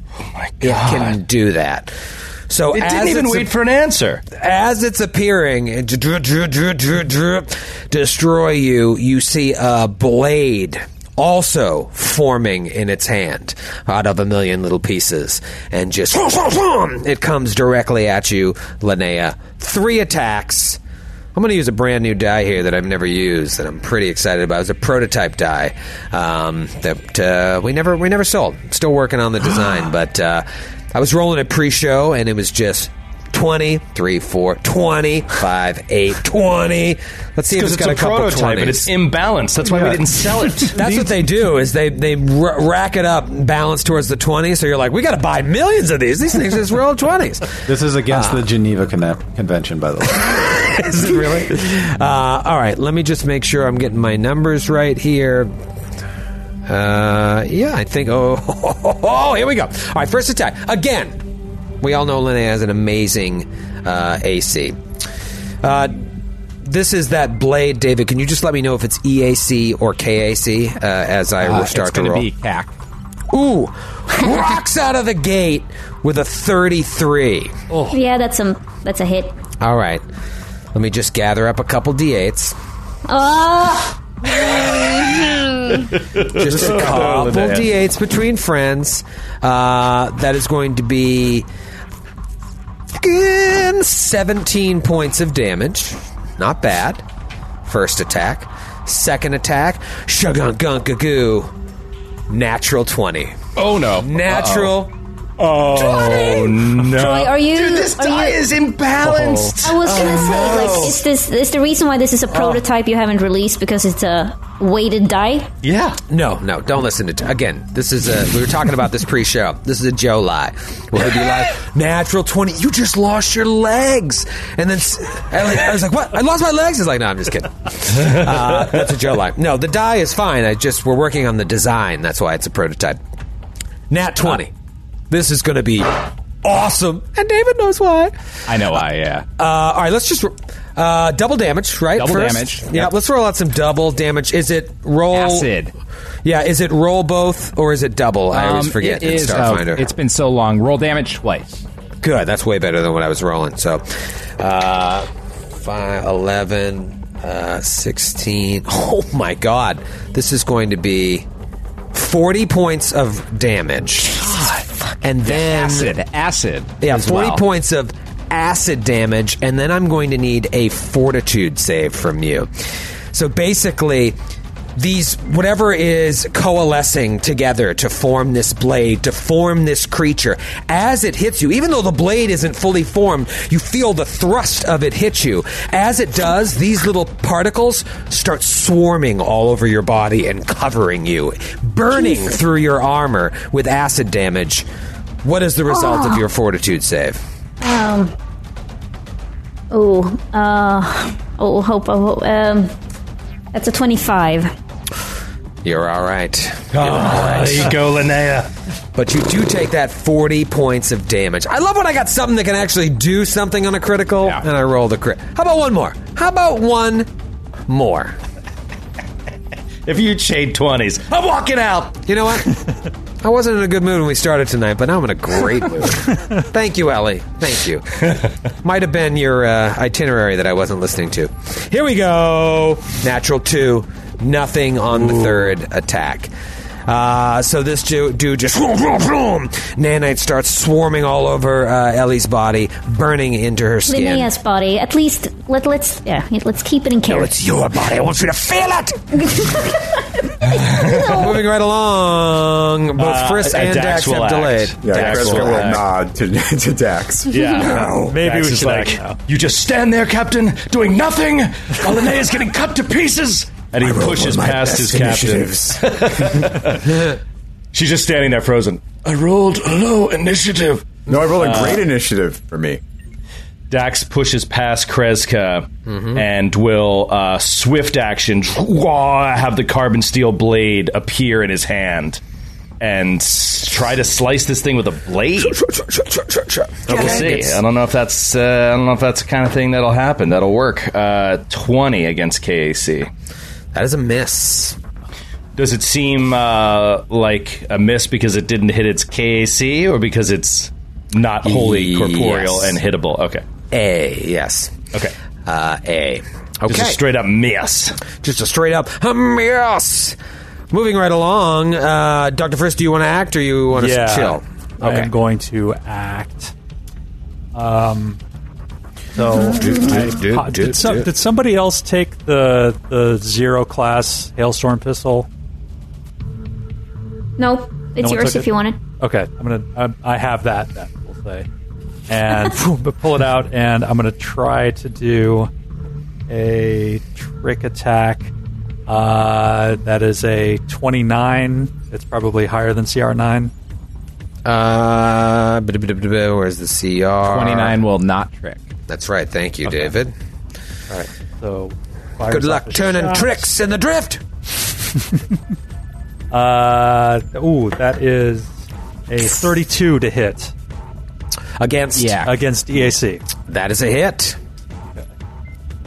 Speaker 2: it can do that. So
Speaker 5: Oh It
Speaker 2: as
Speaker 5: didn't even
Speaker 2: it's a-
Speaker 5: wait for an answer.
Speaker 2: as it's appearing, it dr- dr- dr- dr- dr- destroy you. You see a blade also forming in its hand out of a million little pieces, and just it comes directly at you, Linnea. Three attacks. I'm going to use a brand new die here that I've never used that I'm pretty excited about. It's a prototype die um, that uh, we never we never sold. Still working on the design, but uh, I was rolling a pre-show and it was just 20, 3, 4, 20, 5, 8 20. Let's see if it's
Speaker 5: Because it's
Speaker 2: got
Speaker 5: a
Speaker 2: a couple
Speaker 5: prototype
Speaker 2: 20s.
Speaker 5: and it's imbalanced. That's why we didn't sell it.
Speaker 2: That's what they do is they they r- rack it up, and balance towards the 20. So you're like, we got to buy millions of these. These things just roll 20s.
Speaker 7: This is against
Speaker 2: Ah.
Speaker 7: the Geneva Conne- Convention, by the way.
Speaker 2: is it really? Uh, all right, let me just make sure I'm getting my numbers right here. Uh, yeah, I think. Oh, here we go. All right, first attack again. We all know Linnea has an amazing uh, AC. Uh, this is that blade, David. Can you just let me know if it's EAC or KAC uh, as I
Speaker 8: Uh,
Speaker 2: start
Speaker 8: it's
Speaker 2: to
Speaker 8: gonna
Speaker 2: roll?
Speaker 8: be cack.
Speaker 2: Ooh, rocks out of the gate with a 33.
Speaker 8: Oh,
Speaker 11: Yeah, that's a that's a hit.
Speaker 2: All right, let me just gather up a couple d8s.
Speaker 11: Oh. Mm.
Speaker 2: just a couple d8s between friends. Uh, that is going to be fucking 17 points of damage. Not bad. First attack. Second attack. Shagun gunk goo. Natural 20.
Speaker 8: Oh no!
Speaker 2: Natural.
Speaker 8: Oh no!
Speaker 11: Troy, are you?
Speaker 5: Dude, this
Speaker 11: are
Speaker 5: die
Speaker 11: you-
Speaker 5: is imbalanced.
Speaker 11: I was
Speaker 5: Oh,
Speaker 11: gonna say,
Speaker 5: no.
Speaker 11: like, is this is the reason why this is a prototype you haven't released because it's a weighted die?
Speaker 2: Yeah. No, no, don't listen to. Again, this is a. We were talking about this pre show. This is a Joe lie. Where he'd be like, natural 20, you just lost your legs. And then s- I was like- I was like, what? I lost my legs? He's like, no, I'm just kidding. Uh, that's a Joe lie. No, the die is fine. I just, we're working on the design. That's why it's a prototype. Nat 20. This is going to be awesome. And David knows why.
Speaker 8: I know why. Yeah.
Speaker 2: Uh, all right, let's just uh, double damage, right?
Speaker 8: Double
Speaker 2: first?
Speaker 8: damage.
Speaker 2: Yeah, let's roll out some double damage. Is it roll
Speaker 8: Acid.
Speaker 2: Yeah, is it roll both or is it double? I always
Speaker 8: Um,
Speaker 2: forget.
Speaker 8: it
Speaker 2: in
Speaker 8: is-
Speaker 2: Starfinder. Oh,
Speaker 8: oh, it's been so long. Roll damage twice.
Speaker 2: Good. That's way better than what I was rolling. So, uh, 5, 11, uh, 16. Oh my god. This is going to be 40 points of damage. and then.
Speaker 8: Acid. Acid.
Speaker 2: Yeah,
Speaker 8: as
Speaker 2: 40
Speaker 8: well.
Speaker 2: points of acid damage, and then I'm going to need a fortitude save from you. So basically, these whatever is coalescing together to form this blade, to form this creature, as it hits you, even though the blade isn't fully formed, you feel the thrust of it hit you. As it does, these little particles start swarming all over your body and covering you, burning through your armor with acid damage. What is the result of
Speaker 11: Ah.
Speaker 2: your fortitude save?
Speaker 11: Um. Oh. Uh. Oh. Hope. Oh, um. That's a twenty-five.
Speaker 2: You're all right.
Speaker 5: Ah, there you
Speaker 2: go, Linnea. But you do take that 40 points of damage. I love when I got something that can actually do something on a critical, and I roll the crit. How about one more? How about one more?
Speaker 5: If you chain 20s, I'm walking out.
Speaker 2: You know what? I wasn't in a good mood when we started tonight, but now I'm in a great mood. Thank you, Ellie. Thank you. Might have been your uh, itinerary that I wasn't listening to. Here we go. Natural two. Nothing on the third attack. Uh, so this ju- dude just vroom, vroom, vroom. nanite starts swarming all over uh, Ellie's body, burning into her skin.
Speaker 11: Linnea's body. At least let let's yeah let's keep it in care.
Speaker 2: it's your body. I want you to feel Moving right along, both
Speaker 9: Uh,
Speaker 2: Frisk
Speaker 9: uh,
Speaker 2: and
Speaker 9: Dax
Speaker 2: Dax,
Speaker 9: will
Speaker 2: have
Speaker 9: act.
Speaker 2: delayed.
Speaker 9: Yeah, Frisk will nod to, to Dax. No.
Speaker 5: Maybe we should like,
Speaker 9: uh,
Speaker 5: you just stand there, Captain, doing nothing. While Linnea's getting cut to pieces, and he
Speaker 6: I rolled
Speaker 5: pushes
Speaker 6: one of my
Speaker 5: past his
Speaker 6: best
Speaker 5: captain. She's just standing there, frozen. I rolled a low initiative.
Speaker 9: No, I rolled a
Speaker 5: Uh,
Speaker 9: great initiative for me.
Speaker 5: Dax pushes past Kreska and will uh, swift action wah, have the carbon steel blade appear in his hand and s- try to slice this thing with a blade. But we'll see. I don't know if that's uh, I don't know if that's the kind of thing that'll happen. That'll work. Uh, Twenty against KAC.
Speaker 2: That is a miss.
Speaker 5: Does it seem uh, like a miss because it didn't hit its KAC or because it's not wholly corporeal
Speaker 2: E, Yes.
Speaker 5: and hittable? Okay.
Speaker 2: A yes.
Speaker 5: Okay.
Speaker 2: Uh, a. Okay.
Speaker 5: Just a straight up miss.
Speaker 2: Just a straight up miss. Moving right along, uh, Doctor Frisk, do you want to act or you want to chill?
Speaker 10: I am going to act. Um. So
Speaker 2: Do, do,
Speaker 10: I-
Speaker 2: do,
Speaker 10: uh,
Speaker 2: do,
Speaker 10: did, some,
Speaker 2: do.
Speaker 10: did somebody else take the the zero class hailstorm pistol?
Speaker 11: Nope, it's
Speaker 10: No one
Speaker 11: yours
Speaker 10: took
Speaker 11: if
Speaker 10: it?
Speaker 11: you want it.
Speaker 10: Okay, I'm gonna. I, I have that. Then we'll say, and boom, but pull it out, and I'm gonna try to do a trick attack. Uh, that is a 29. It's probably higher than CR9.
Speaker 2: Uh, blah, blah, blah, blah, where's the CR?
Speaker 10: 29
Speaker 8: will not trick.
Speaker 2: That's right. Thank you, David.
Speaker 10: All right. So,
Speaker 2: Good
Speaker 10: fires off
Speaker 2: luck
Speaker 10: a
Speaker 2: turning
Speaker 10: shot.
Speaker 2: tricks in the drift.
Speaker 10: Uh, ooh, that is a 32 to hit
Speaker 2: against
Speaker 5: Yeah.
Speaker 10: against E EAC.
Speaker 2: That is a hit.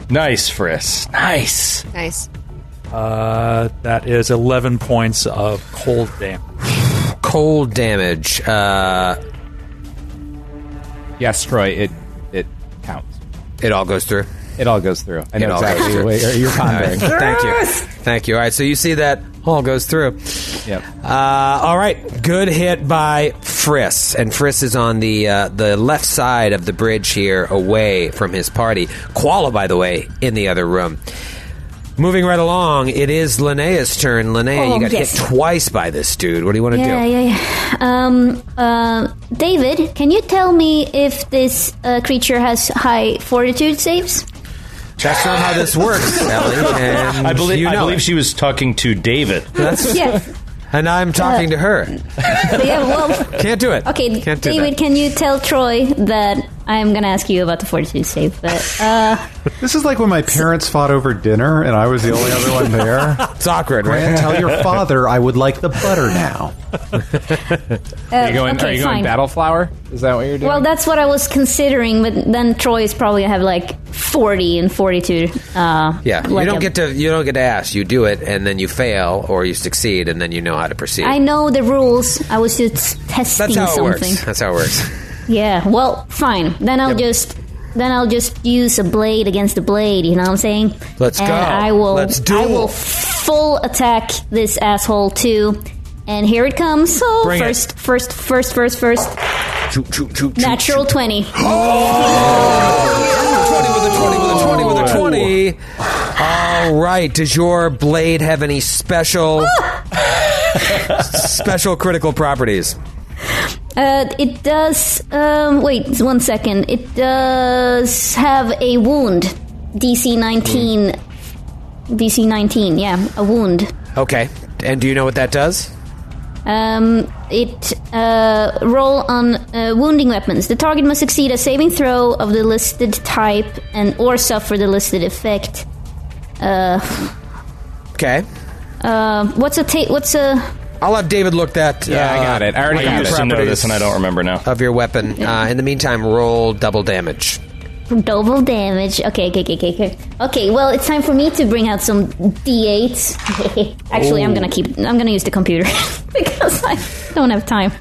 Speaker 5: Nice, Frisk. Nice.
Speaker 4: Nice.
Speaker 10: Uh, that is 11 points of cold damage.
Speaker 2: Cold damage. Uh,
Speaker 8: yes, Troy. It it counts.
Speaker 2: It all goes through.
Speaker 8: It all goes through. I
Speaker 2: It
Speaker 8: know
Speaker 2: all goes
Speaker 8: exactly
Speaker 2: through.
Speaker 8: what you're- you're
Speaker 2: All right,
Speaker 8: pondering.
Speaker 2: Thank you. Thank you. All right. So you see that all goes through.
Speaker 8: Yep.
Speaker 2: Uh, all right. Good hit by Friss, and Friss is on the uh, the left side of the bridge here, away from his party. Koala, by the way, in the other room. Moving right along, it is Linnea's turn. Linnea,
Speaker 11: Oh,
Speaker 2: you got
Speaker 11: yes.
Speaker 2: hit twice by this dude. What do you want to
Speaker 11: yeah,
Speaker 2: do?
Speaker 11: yeah, yeah. Um, uh, David, can you tell me if this uh, creature has high fortitude saves?
Speaker 2: That's not how this works, Ellie. And
Speaker 5: I believe
Speaker 2: you
Speaker 5: I
Speaker 2: know
Speaker 5: believe
Speaker 2: it.
Speaker 5: she was talking to David.
Speaker 2: That's-
Speaker 11: Yeah.
Speaker 2: And I'm talking to her.
Speaker 11: Uh, yeah, well,
Speaker 2: Can't do it.
Speaker 11: Okay,
Speaker 2: Can't do
Speaker 11: David,
Speaker 2: that.
Speaker 11: can you tell Troy that I'm gonna ask you about the fortitude save? But uh,
Speaker 7: This is like when my parents fought over dinner and I was the only other one there.
Speaker 2: It's awkward, right?
Speaker 7: Grant, tell your father I would like the butter now.
Speaker 11: Are
Speaker 8: you going?
Speaker 11: uh, Oh, okay,
Speaker 8: are you going
Speaker 11: fine.
Speaker 8: battle flower? Is that what you're doing?
Speaker 11: well, that's what I was considering. But then Troy is probably gonna have like forty and fortitude. Uh,
Speaker 2: Yeah, you
Speaker 11: like
Speaker 2: don't
Speaker 11: a-
Speaker 2: get to you don't get to ask. You do it, and then you fail, or you succeed, and then you know how to proceed.
Speaker 11: I know the rules. I was just
Speaker 2: That's
Speaker 11: testing
Speaker 2: how it
Speaker 11: something.
Speaker 2: works. That's how it works.
Speaker 11: Yeah. Well, fine. Then I'll just then I'll just use a blade against the blade. You know what I'm saying?
Speaker 2: Let's
Speaker 11: and
Speaker 2: go.
Speaker 11: I will.
Speaker 2: Let's
Speaker 11: I
Speaker 2: duel.
Speaker 11: will full attack this asshole too. And here it comes. So
Speaker 2: Bring it.
Speaker 11: first, first, first, first, first.
Speaker 2: Choop, choop, choop, choop.
Speaker 11: Natural twenty.
Speaker 2: Oh, With a 20 with a 20. All right. Does your blade have any special special critical properties?
Speaker 11: Uh, it does. Um, wait one second. It does have a wound. DC nineteen. DC nineteen. Yeah, a wound.
Speaker 2: Okay. And do you know what that does?
Speaker 11: Um, it uh, roll on uh, wounding weapons. The target must succeed a saving throw of the listed type and or suffer the listed effect. Uh,
Speaker 2: Okay.
Speaker 11: uh, what's a ta- what's a
Speaker 2: I'll have David look that.
Speaker 5: Yeah, I got it. I already
Speaker 2: got
Speaker 5: used to know this, and I don't remember now.
Speaker 2: Of your weapon. Uh, in the meantime, roll double damage.
Speaker 11: double damage? Okay, okay, okay, okay, okay. Okay, well, it's time for me to bring out some d8s. Actually, I'm
Speaker 2: Ooh.
Speaker 11: gonna keep. I'm gonna use the computer because I don't have time.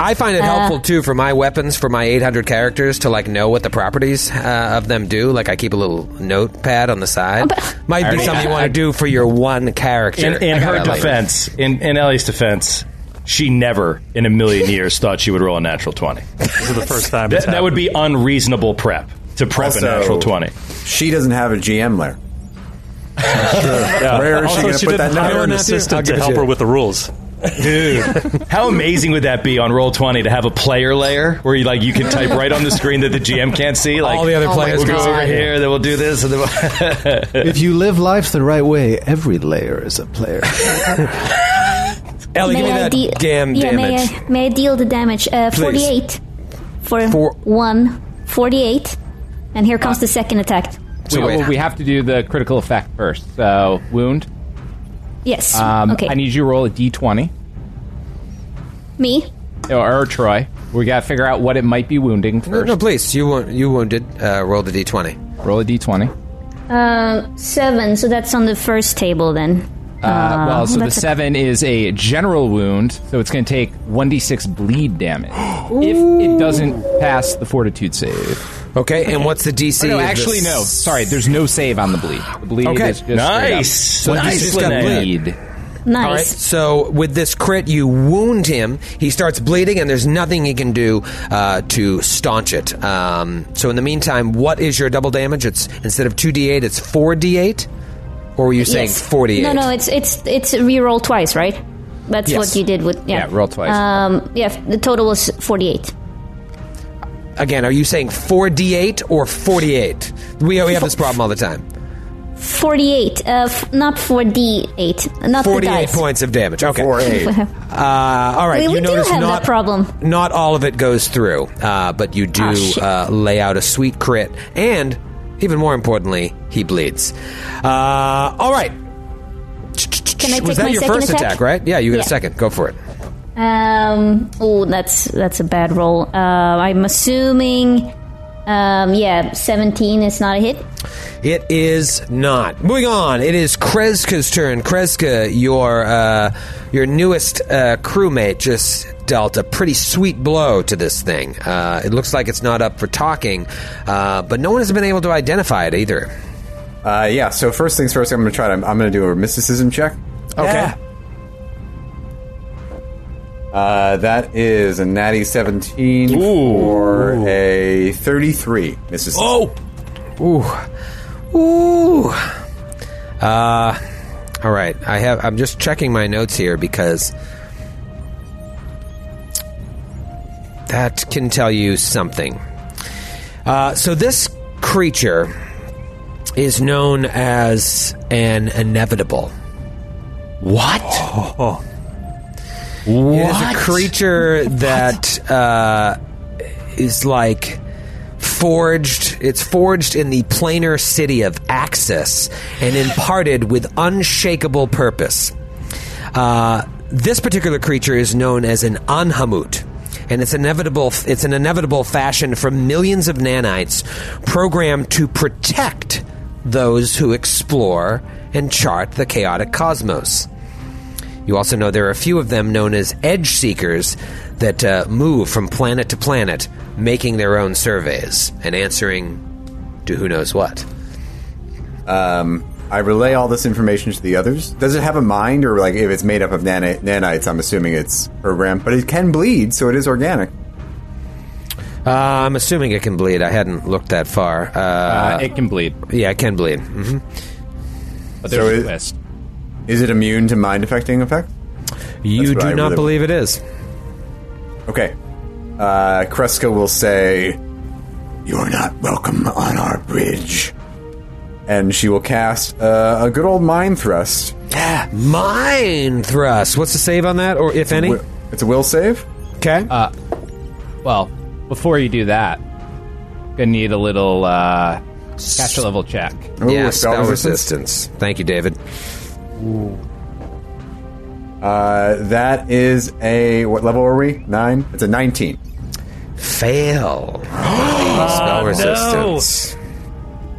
Speaker 2: I find it
Speaker 11: Uh,
Speaker 2: helpful too for my weapons for my 800 characters to like know what the properties uh, of them do. Like I keep a little notepad on the
Speaker 11: Oh,
Speaker 2: side. Might be
Speaker 5: already-
Speaker 2: something you
Speaker 5: I-
Speaker 2: want to do for your one character.
Speaker 5: In, in
Speaker 2: I got
Speaker 5: her
Speaker 2: that later.
Speaker 5: defense, in, in Ellie's defense, she never in a million years thought she would roll a natural 20. This
Speaker 10: is the first time
Speaker 5: That,
Speaker 10: it's
Speaker 5: that would be unreasonable prep to prep
Speaker 9: Also,
Speaker 5: a natural 20.
Speaker 9: She doesn't have a GM layer.
Speaker 10: Yeah.
Speaker 9: Where is she
Speaker 10: Also,
Speaker 9: going
Speaker 10: she
Speaker 9: to put that
Speaker 10: didn't hire
Speaker 9: number
Speaker 10: an assistant to help her with the rules?
Speaker 5: Dude, how amazing would that be on roll twenty to have a player layer where you like you can type right on the screen that the GM can't see? Like
Speaker 2: All the other
Speaker 5: "Oh my
Speaker 2: players
Speaker 5: we'll
Speaker 2: can
Speaker 5: go
Speaker 2: see
Speaker 5: over
Speaker 2: it."
Speaker 5: here, then we'll do this. And then we'll
Speaker 7: If you live life the right way, every layer is a player.
Speaker 2: Ellie, give me
Speaker 11: May I
Speaker 2: that
Speaker 11: de-
Speaker 2: damn
Speaker 11: yeah,
Speaker 2: damage.
Speaker 11: May I, may I deal the damage? Uh,
Speaker 2: Please.
Speaker 11: 48. For one, 48. And here comes the second attack.
Speaker 8: we, well, Uh, we have to do the critical effect first. So wound.
Speaker 11: Yes.
Speaker 8: Um,
Speaker 11: okay.
Speaker 8: I need you to roll a d20
Speaker 11: Me?
Speaker 8: or, or Troy. We got to figure out what it might be wounding
Speaker 2: No,
Speaker 8: first.
Speaker 2: no, please. You wound, you wounded. Uh, roll the d20.
Speaker 8: Roll a d20.
Speaker 11: Uh, seven. So that's on the first table then. Oh,
Speaker 8: Uh, well, so the
Speaker 11: that's a-
Speaker 8: seven is a general wound, so it's going to take one d six bleed damage if it doesn't pass the fortitude save. Oh,
Speaker 2: Okay, and what's the DC?
Speaker 8: no,
Speaker 2: of
Speaker 8: actually,
Speaker 2: this?
Speaker 8: no. Sorry, there's no save on the bleed. The bleed
Speaker 2: Okay.
Speaker 8: is just
Speaker 2: Nice.
Speaker 8: straight up.
Speaker 2: Nice,
Speaker 8: 1d6
Speaker 2: Lynette.
Speaker 8: bleed.
Speaker 11: Nice.
Speaker 2: All right. So with this crit, you wound him. He starts bleeding, and there's nothing he can do uh, to staunch it. Um, so in the meantime, what is your double damage? It's instead of two d8, it's four d8. Or were you saying
Speaker 11: Yes.
Speaker 2: forty-eight?
Speaker 11: No, no, it's it's it's re-roll twice, right? That's
Speaker 2: Yes.
Speaker 11: what you did with yeah.
Speaker 2: Yeah, roll twice.
Speaker 11: Um, yeah, the total was forty-eight.
Speaker 2: Again, are you saying four d8 or forty-eight? We we have this problem all the time.
Speaker 11: Forty-eight, uh, f- not forty-eight, not the
Speaker 2: Forty-eight
Speaker 11: dice.
Speaker 2: points of damage. Okay. Uh, all right.
Speaker 11: we
Speaker 2: you
Speaker 11: we do
Speaker 2: notice
Speaker 11: have
Speaker 2: not
Speaker 11: that problem. Ah,
Speaker 2: not all of it goes through, uh, but you do uh, lay out a sweet crit, and even more importantly, he bleeds. Uh, all right.
Speaker 11: Can I
Speaker 2: Was
Speaker 11: take
Speaker 2: that
Speaker 11: my
Speaker 2: your
Speaker 11: second
Speaker 2: first attack? right? Yeah, you get
Speaker 11: Yeah.
Speaker 2: a second. Go for it.
Speaker 11: Um. Oh, that's that's a bad roll. Uh, I'm assuming. Um. Yeah, seventeen is not a hit.
Speaker 2: It is not. Moving on, it is Kreska's turn. Kreska, your uh, your newest uh, crewmate just dealt a pretty sweet blow to this thing. Uh, it looks like it's not up for talking, uh, but no one has been able to identify it either.
Speaker 9: Uh, yeah. So first things first, I'm going to try to. I'm going to do a mysticism check.
Speaker 2: Okay.
Speaker 9: Uh, that is a natty 17 or a
Speaker 6: Oh,
Speaker 9: 33 mysticism.
Speaker 2: Oh. Ooh. Ooh. Uh, all right. I have. I'm just checking my notes here because that can tell you something. Uh, so this creature is known as an inevitable. What? It is a creature that uh, is like forged. It's forged in the planar city of Axis and imparted with unshakable purpose. Uh, this particular creature is known as an Anhamut. And it's inevitable. It's an inevitable fashion from millions of nanites programmed to protect those who explore and chart the chaotic cosmos. You also know there are a few of them known as edge seekers that uh, move from planet to planet, making their own surveys and answering to who knows what.
Speaker 9: Um, I relay all this information to the others. Does it have a mind, or like if it's made up of nani- nanites? I'm assuming it's programmed, but it can bleed, so it is organic.
Speaker 2: Uh, I'm assuming it can bleed. I hadn't looked that far. Uh,
Speaker 9: it
Speaker 8: can bleed.
Speaker 2: Yeah, it can bleed. hmm
Speaker 8: But
Speaker 9: so it, Is it immune to mind affecting effect?
Speaker 2: You do not believe it is.
Speaker 9: Okay. Uh, Kreska will say, You're not welcome on our bridge. And she will cast uh, a good old mind thrust.
Speaker 2: Yeah, mind thrust. What's the save on that, or if any?
Speaker 9: It's a will save.
Speaker 2: Okay.
Speaker 8: Uh, well, Oh, before you do that, gonna need a little uh, catch level check.
Speaker 2: yeah, spell, resistance. Thank you, David.
Speaker 9: Uh, that is a. What level are we? Nine? It's a 19.
Speaker 2: Fail.
Speaker 5: Ah,
Speaker 2: spell resistance.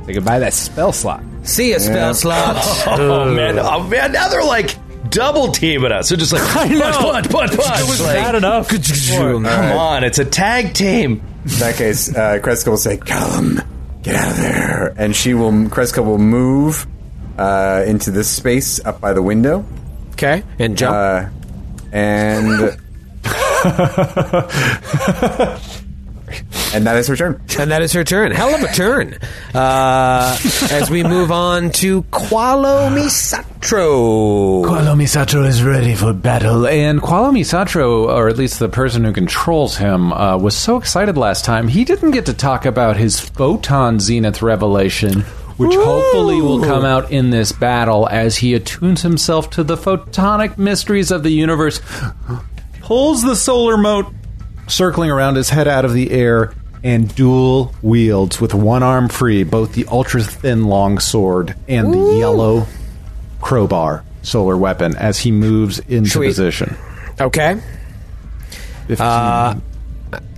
Speaker 8: Say goodbye to that spell slot.
Speaker 2: See ya, spell
Speaker 5: Yeah.
Speaker 2: slots.
Speaker 5: Oh man! Oh man! Now they're like double teaming us. They're just like punch, punch, punch, punch, punch.
Speaker 10: was
Speaker 5: Like,
Speaker 10: bad enough.
Speaker 5: Come on, it's a tag team.
Speaker 9: In that case, uh, Kreska will say, Callum, get out of there. And she will. Kreska will move uh, into this space up by the window.
Speaker 2: Okay. And jump.
Speaker 9: Uh, and. and that is her turn.
Speaker 2: And that is her turn. Hell of a turn. Uh, as we move on to Qualo Misatro.
Speaker 7: Kualomisatro is ready for battle. And Kualomisatro, or at least the person who controls him, uh, was so excited last time. He didn't get to talk about his photon zenith revelation, which hopefully will come out in this battle as he attunes himself to the photonic mysteries of the universe, pulls the solar moat circling around his head out of the air. And dual wields with one arm free both the ultra thin long sword and the yellow crowbar solar weapon as he moves into
Speaker 2: Sweet.
Speaker 7: position.
Speaker 2: Okay. Uh,
Speaker 7: Can I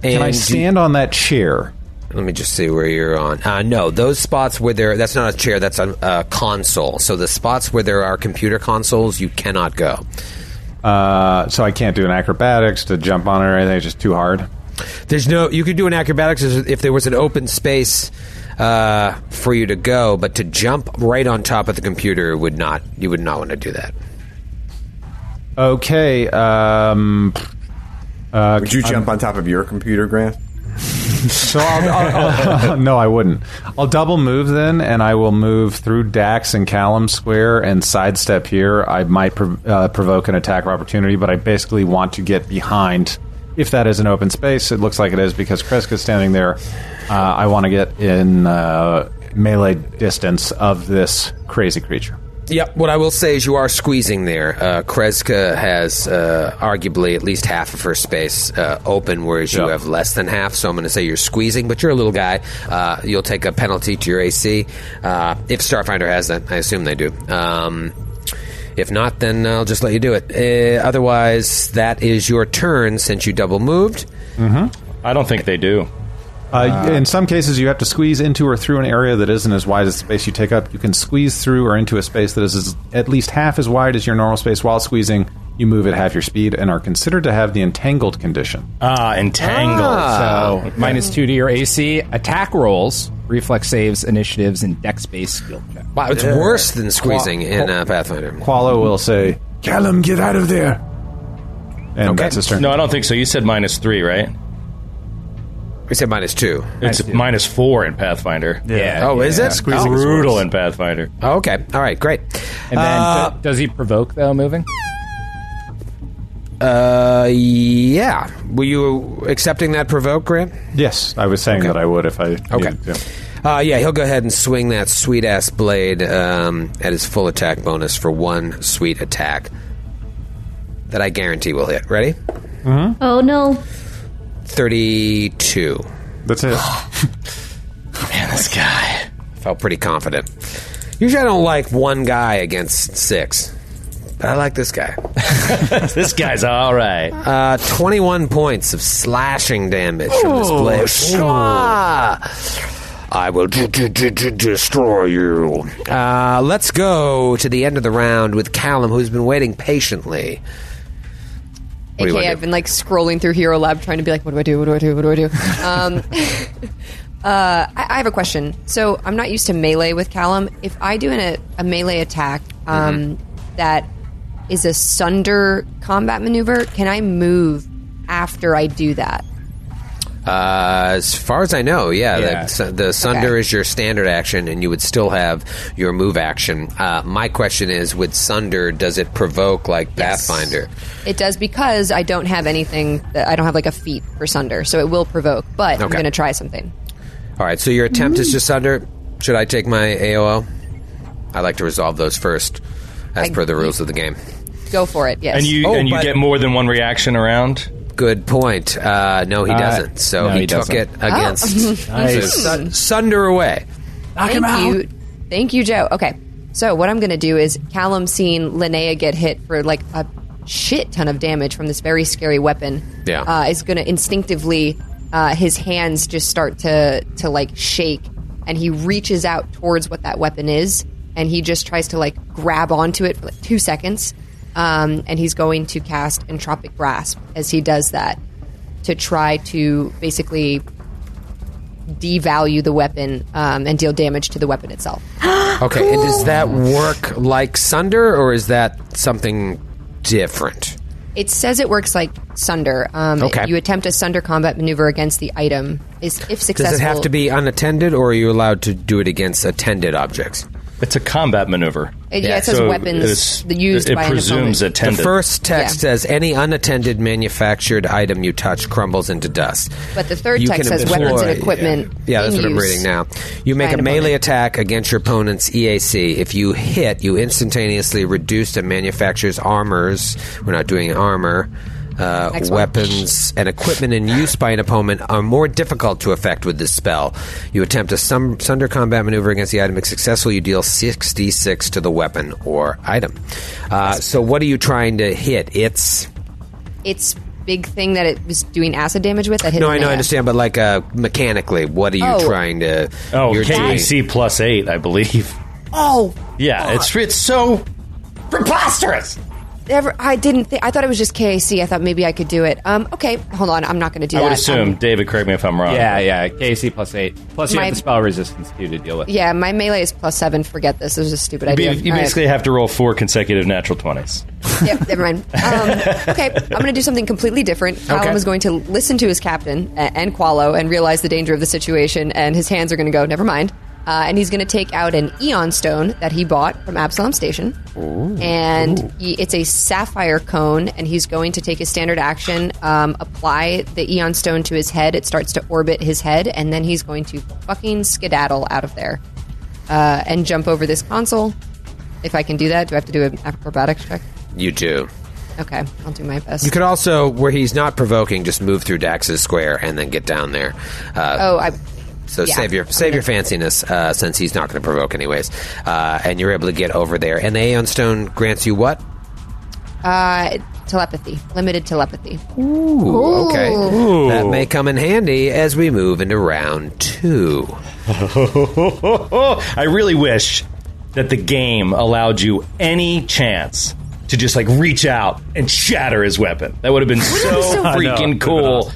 Speaker 2: and do-
Speaker 7: stand on that chair?
Speaker 2: Let me just see where you're on. Uh, no, those spots where there, that's not a chair, that's a, a console. So the spots where there are computer consoles, you cannot go.
Speaker 7: Uh, so I can't do an acrobatics to jump on it or anything. It's just too hard.
Speaker 2: There's no, you could do an acrobatics if if there was an open space uh, for you to go, but to jump right on top of the computer would not, you would not want to do that.
Speaker 7: Okay. Um, uh,
Speaker 9: Would you jump on top of your computer, Grant?
Speaker 7: so I'll, I'll- I'll- no, I wouldn't. I'll double move then, and I will move through Dax and Callum Square and sidestep here. I might prov- uh, provoke an attack of opportunity, but I basically want to get behind. If that is an open space, it looks like it is because Kreska's standing there. Uh, I want to get in uh, melee distance of this crazy creature.
Speaker 2: Yep. What I will say is you are squeezing there. Uh, Kreska has uh, arguably at least half of her space uh, open, whereas you have less than half. So I'm going to say you're squeezing, but you're a little guy. Uh, you'll take a penalty to your AC uh, if Starfinder has that. I assume they do. Um, if not, then I'll just let you do it. Uh, otherwise, that is your turn since you double moved.
Speaker 7: Mm-hmm.
Speaker 5: I don't think they do.
Speaker 7: Uh, in some cases, you have to squeeze into or through an area that isn't as wide as the space you take up. You can squeeze through or into a space that is as, at least half as wide as your normal space while squeezing. You move at half your speed and are considered to have the entangled condition.
Speaker 5: Ah, entangled.
Speaker 7: Ah.
Speaker 8: So minus two to your AC, attack rolls, reflex saves, initiatives, and dex-based skill check.
Speaker 2: Wow, it's
Speaker 8: Yeah.
Speaker 2: worse than squeezing in uh, Pathfinder.
Speaker 7: Qualo will say, Callum, get out of there. And that's his turn.
Speaker 5: No, I don't think so. You said minus three, right?
Speaker 2: We said minus two.
Speaker 5: It's minus four in Pathfinder.
Speaker 2: Yeah. Oh, is it?
Speaker 5: Squeezing
Speaker 2: Oh.
Speaker 5: is brutal in Pathfinder.
Speaker 2: Oh, okay. All right. Great.
Speaker 5: And then
Speaker 2: Uh,
Speaker 8: does he provoke though moving?
Speaker 2: Uh, yeah. Were you accepting that provoke, Grant?
Speaker 7: Yes, I was saying that I would if I. Okay.
Speaker 2: Uh, yeah, he'll go ahead and swing that sweet ass blade um, at his full attack bonus for one sweet attack that I guarantee will hit. Ready?
Speaker 11: Oh no.
Speaker 2: 32.
Speaker 7: That's it.
Speaker 2: Man, this guy. Felt pretty confident. Usually I don't like one guy against six, but I like this guy. this
Speaker 5: guy's all right.
Speaker 2: Uh, 21 points of slashing damage from this
Speaker 6: Oh,
Speaker 2: blade.
Speaker 6: sure.
Speaker 2: I will d- d- d- d- destroy you. Uh, let's go to the end of the round with Callum, who's been waiting patiently. What do you
Speaker 4: Okay,
Speaker 2: wanna
Speaker 4: I've been like scrolling through Hero Lab trying to be like, what do I do? What do I do? What do I do? Um, uh, I, I have a question. So I'm not used to melee with Callum. If I do an, a, a melee attack um,
Speaker 2: Mm-hmm.
Speaker 4: that is a sunder combat maneuver, can I move after I do that?
Speaker 2: Uh, as far as I know, yeah,
Speaker 4: Yeah.
Speaker 2: The, the sunder is your standard action, and you would still have your move action. Uh, my question is, with sunder, does it provoke like Pathfinder?
Speaker 4: It does because I don't have anything that I don't have like a feat for sunder, so it will provoke. But I'm
Speaker 2: Okay.
Speaker 4: going to try something.
Speaker 2: All right, so your attempt
Speaker 4: Mm.
Speaker 2: is to sunder. Should I take my AOL? I like to resolve those first, as
Speaker 4: I-
Speaker 2: per the rules of the game.
Speaker 4: Go for it. Yes.
Speaker 5: And you and you get more than one reaction around.
Speaker 2: Oh, Good point. Uh, no, he
Speaker 5: Uh,
Speaker 2: doesn't. So
Speaker 5: no,
Speaker 2: he,
Speaker 5: he
Speaker 2: took
Speaker 5: doesn't.
Speaker 2: it
Speaker 5: Oh.
Speaker 2: against
Speaker 5: Nice.
Speaker 2: Sun- sunder away.
Speaker 4: Thank you. Thank you, Joe. Okay. So what I'm going to do is Callum seeing Linnea get hit for like a shit ton of damage from this very scary weapon.
Speaker 2: Yeah.
Speaker 4: Uh, is going to instinctively, uh, his hands just start to to like shake, and he reaches out towards what that weapon is, and he just tries to like grab onto it for like two seconds, um, and he's going to cast Entropic Grasp as he does that to try to basically devalue the weapon um, and deal damage to the weapon itself.
Speaker 2: Okay, and does that work like Sunder, or is that something different?
Speaker 4: It says it works like Sunder. Um,
Speaker 2: Okay.
Speaker 4: You attempt a Sunder combat maneuver against the item. Is if successful.
Speaker 2: Does it have to be unattended, or are you allowed to do it against attended objects?
Speaker 5: It's a combat maneuver.
Speaker 4: It- yeah, it says weapons that used
Speaker 5: it,
Speaker 4: by an
Speaker 5: presumes
Speaker 4: opponent.
Speaker 5: attended.
Speaker 2: The first text says any unattended manufactured item you touch crumbles into dust.
Speaker 4: But the third
Speaker 2: You
Speaker 4: text
Speaker 2: can
Speaker 4: says weapons and
Speaker 2: employ-
Speaker 4: equipment.
Speaker 2: Yeah, that's
Speaker 4: in
Speaker 2: what I'm
Speaker 4: use.
Speaker 2: reading now. You make
Speaker 4: By an
Speaker 2: a melee attack against your opponent's EAC. If you hit, you instantaneously reduce the manufacturer's armors. We're not doing armor. Uh,
Speaker 4: Next one.
Speaker 2: weapons and equipment in use by an opponent are more difficult to affect with this spell. You attempt a sum- sunder combat maneuver against the item. If successful, you deal 66 to the weapon or item. Uh, so, what are you trying to hit? It's.
Speaker 4: It's big thing that it was doing acid damage with that hit.
Speaker 2: No, I know, I
Speaker 4: Linnea.
Speaker 2: understand, but like uh, mechanically, what are you
Speaker 4: Oh.
Speaker 2: trying to?
Speaker 5: Oh,
Speaker 2: you're
Speaker 5: KAC plus eight, I believe.
Speaker 4: Oh,
Speaker 5: Yeah, it's it's so preposterous.
Speaker 4: ever, I didn't. Th- I thought it was just KAC. I thought maybe I could do it. Um, okay, hold on. I'm not going to do
Speaker 5: I
Speaker 4: that.
Speaker 5: would assume.
Speaker 4: Um,
Speaker 5: David, correct me if I'm wrong.
Speaker 8: Yeah, yeah. KC plus eight. Plus you
Speaker 4: My-
Speaker 8: have the spell resistance too to deal with.
Speaker 4: Um, yeah, my melee is plus seven. Forget this. This is a stupid
Speaker 5: You, be-
Speaker 4: idea.
Speaker 5: you
Speaker 4: All right.
Speaker 5: basically have to roll four consecutive natural twenties.
Speaker 4: yep, never mind. Um, okay, I'm going to do something completely different. Callum
Speaker 5: Okay.
Speaker 4: is going to listen to his captain a- and Qualo and realize the danger of the situation, and his hands are going to go, never mind. Uh, and he's going to take out an Eon Stone that he bought from Absalom Station. And he, it's a sapphire cone, and he's going to take his standard action, um, apply the Eon Stone to his head. It starts to orbit his head, and then he's going to fucking skedaddle out of there uh, and jump over this console. If I can do that, do I have to do an acrobatics check?
Speaker 2: You do.
Speaker 4: Okay, I'll do my best.
Speaker 2: You could also, where he's not provoking, just move through Dax's square and then get down there. Uh,
Speaker 4: oh, I.
Speaker 2: So
Speaker 4: yeah.
Speaker 2: save your save your fanciness, uh, since he's not going to provoke anyways, uh, and you're able to get over there. And the Aeon Stone grants you what?
Speaker 4: Uh, telepathy, limited telepathy.
Speaker 2: Ooh, okay,
Speaker 4: Ooh.
Speaker 2: that may come in handy as we move into round two.
Speaker 5: Oh, I really wish that the game allowed you any chance to just like reach out and shatter his weapon. That would have been so
Speaker 6: so- I know,
Speaker 5: freaking
Speaker 6: it would've been
Speaker 5: cool.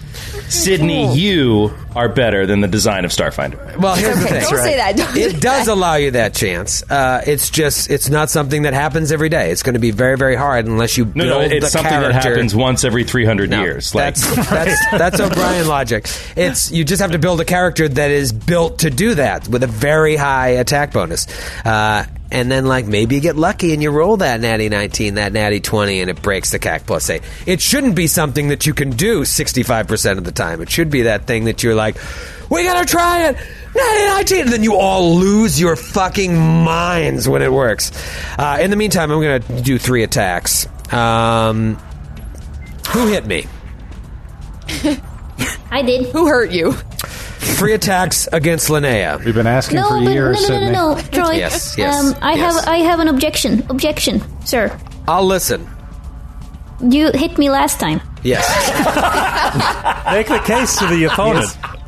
Speaker 5: Sydney, you are better than the design of Starfinder.
Speaker 2: Well, here's the thing.
Speaker 4: Don't say that. Don't
Speaker 2: it does allow you that chance. Uh, it's just it's not something that happens every day. It's going to be very very hard unless you
Speaker 5: No,
Speaker 2: build
Speaker 5: no,
Speaker 2: the
Speaker 5: it's something
Speaker 2: character.
Speaker 5: that happens once every 300 years. Like,
Speaker 2: that's that's that's O'Brien logic. It's you just have to build a character that is built to do that with a very high attack bonus, uh, and then like maybe you get lucky and you roll that natty nineteen, that natty twenty, and it breaks the CAC plus eight. It shouldn't be something that you can do sixty five percent of the time. It should be that thing that you're like, we gotta try it. Natty 19! And then you all lose your fucking minds when it works. Uh, in the meantime, I'm going to do three attacks. Um, who hit me?
Speaker 11: I did.
Speaker 4: Who hurt you?
Speaker 2: Three attacks against Linnea.
Speaker 7: We've been asking
Speaker 11: No, but no, no, no, no, no, Troy.
Speaker 2: Yes, yes.
Speaker 11: Um, I
Speaker 2: yes.
Speaker 11: have, I have an objection. Objection, sir.
Speaker 2: I'll listen.
Speaker 11: You hit me last time.
Speaker 2: Yes.
Speaker 10: Make the case to the opponent.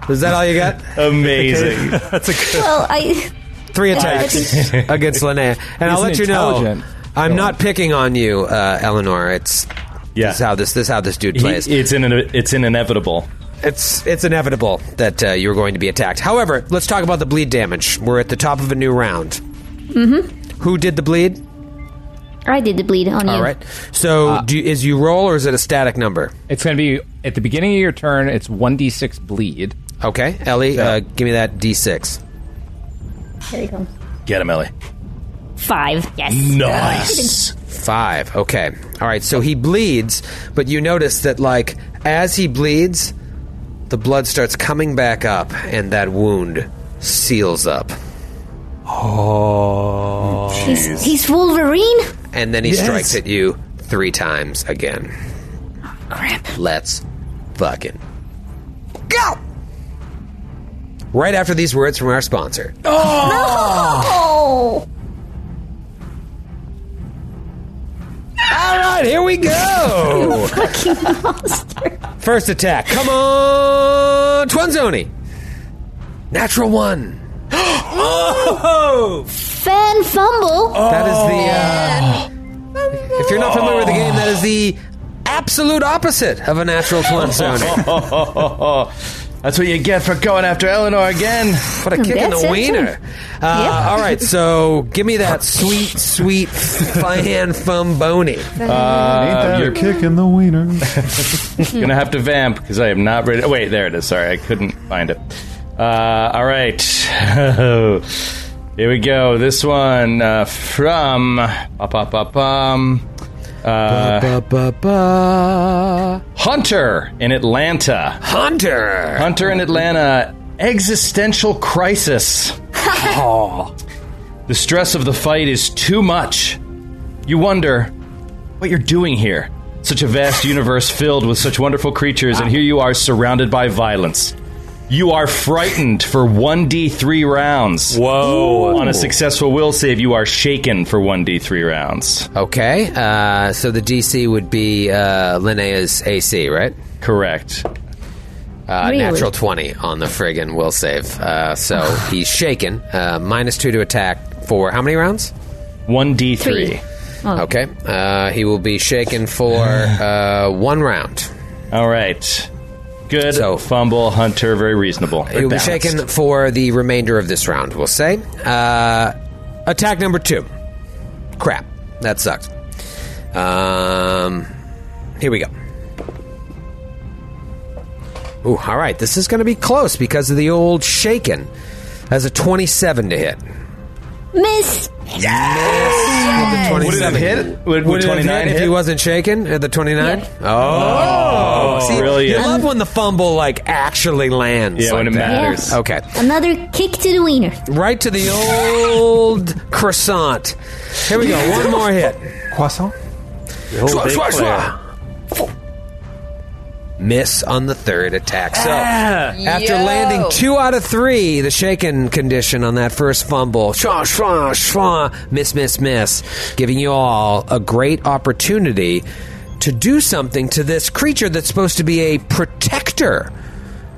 Speaker 2: Is that all you got?
Speaker 5: Amazing.
Speaker 10: That's a good.
Speaker 11: Well, I. Uh,
Speaker 2: Three attacks against Linnea. And I'll
Speaker 5: He's
Speaker 2: let you
Speaker 5: an
Speaker 2: know.
Speaker 5: intelligent
Speaker 2: I'm not picking on you, uh, Eleanor. It's
Speaker 5: Yeah.
Speaker 2: this is how this this is how this dude
Speaker 5: He-
Speaker 2: plays.
Speaker 5: it's in an, it's an inevitable.
Speaker 2: It's it's inevitable that uh, you're going to be attacked. However, let's talk about the bleed damage. We're at the top of a new round.
Speaker 11: Mm-hmm.
Speaker 2: Who did the bleed?
Speaker 11: I did the bleed on you.
Speaker 2: All right. So, do you, is you roll or is it a static number?
Speaker 8: Uh, It's going to be at the beginning of your turn. It's one d six bleed.
Speaker 2: Okay, Ellie, uh, give me that d6.
Speaker 11: Here you go.
Speaker 5: Get him, Ellie.
Speaker 11: Five. Yes.
Speaker 5: Nice.
Speaker 2: Five. Okay. All right. So he bleeds, but you notice that, like, as he bleeds, the blood starts coming back up, and that wound seals up. Oh.
Speaker 11: He's, he's Wolverine.
Speaker 2: And then he
Speaker 11: Yes.
Speaker 2: strikes at you three times again.
Speaker 11: crap.
Speaker 2: Let's fucking go! Right after these words from our sponsor.
Speaker 11: Oh.
Speaker 2: All right, here we go!
Speaker 11: Fucking monster.
Speaker 2: Oh. First attack. Come on, Twinzoni. Natural one. oh!
Speaker 11: Fan fumble.
Speaker 2: That is
Speaker 5: Oh.
Speaker 2: the. Uh, if you're not familiar with the game, that is the absolute opposite of a natural Twinzoni. oh,
Speaker 5: That's what you get for going after Eleanor again.
Speaker 2: What a kick in the wiener. Uh, All right, so give me that sweet, sweet fan fumboni.
Speaker 5: Uh,
Speaker 7: you're
Speaker 5: you're
Speaker 7: kicking the wiener.
Speaker 5: gonna have to vamp because I am not ready. Oh, wait, there it is. Sorry, I couldn't find it. Uh, all right, here we go. This one uh, from ba ba ba bum. Uh, Hunter in Atlanta.
Speaker 2: Hunter.
Speaker 5: Hunter in Atlanta. Existential crisis. Oh. The stress of the fight is too much. You wonder what you're doing here. Such a vast universe filled with such wonderful creatures, and here you are surrounded by violence. You are frightened for 1d3 rounds. Whoa. On a successful will save, you are shaken for 1d3 rounds.
Speaker 2: Okay, uh, so the DC would be uh, Linnea's AC, right?
Speaker 5: Correct.
Speaker 2: Uh,
Speaker 5: Really?
Speaker 2: Natural 20 on the friggin' will save. Uh, so he's shaken. Uh, minus 2 to attack for how many rounds?
Speaker 5: 1d3.
Speaker 2: Three. Okay. Uh, he will be shaken for uh, one round.
Speaker 5: All right. Good fumble, Hunter. Very reasonable.
Speaker 2: He will be
Speaker 5: Balanced.
Speaker 2: shaken for the remainder of this round, we'll say. Uh, attack number 2. Crap. That sucked. Um, here we go. Ooh, all right. This is going to be close because of the old shaken. Has a 27 to hit.
Speaker 11: Miss.
Speaker 2: Yes.
Speaker 5: Would it have hit? Would- would
Speaker 2: it have
Speaker 5: 29
Speaker 2: hit if
Speaker 5: hit?
Speaker 2: he wasn't shaken at the 29? Oh.
Speaker 5: Oh,
Speaker 2: See,
Speaker 5: brilliant.
Speaker 2: You love when the fumble like ah. actually lands.
Speaker 5: Yeah,
Speaker 2: like
Speaker 5: when it
Speaker 2: that.
Speaker 5: matters. Yeah.
Speaker 2: Okay.
Speaker 11: Another kick to the wiener.
Speaker 2: Right to the old croissant. Here we go. One more hit.
Speaker 3: Croissant?
Speaker 2: Swah, swah, swah. Miss on the third attack. So after
Speaker 12: Yo.
Speaker 2: landing two out of three, the shaken condition on that first fumble, shwa, shwa, shwa, miss, miss, miss, giving you all a great opportunity to do something to this creature that's supposed to be a protector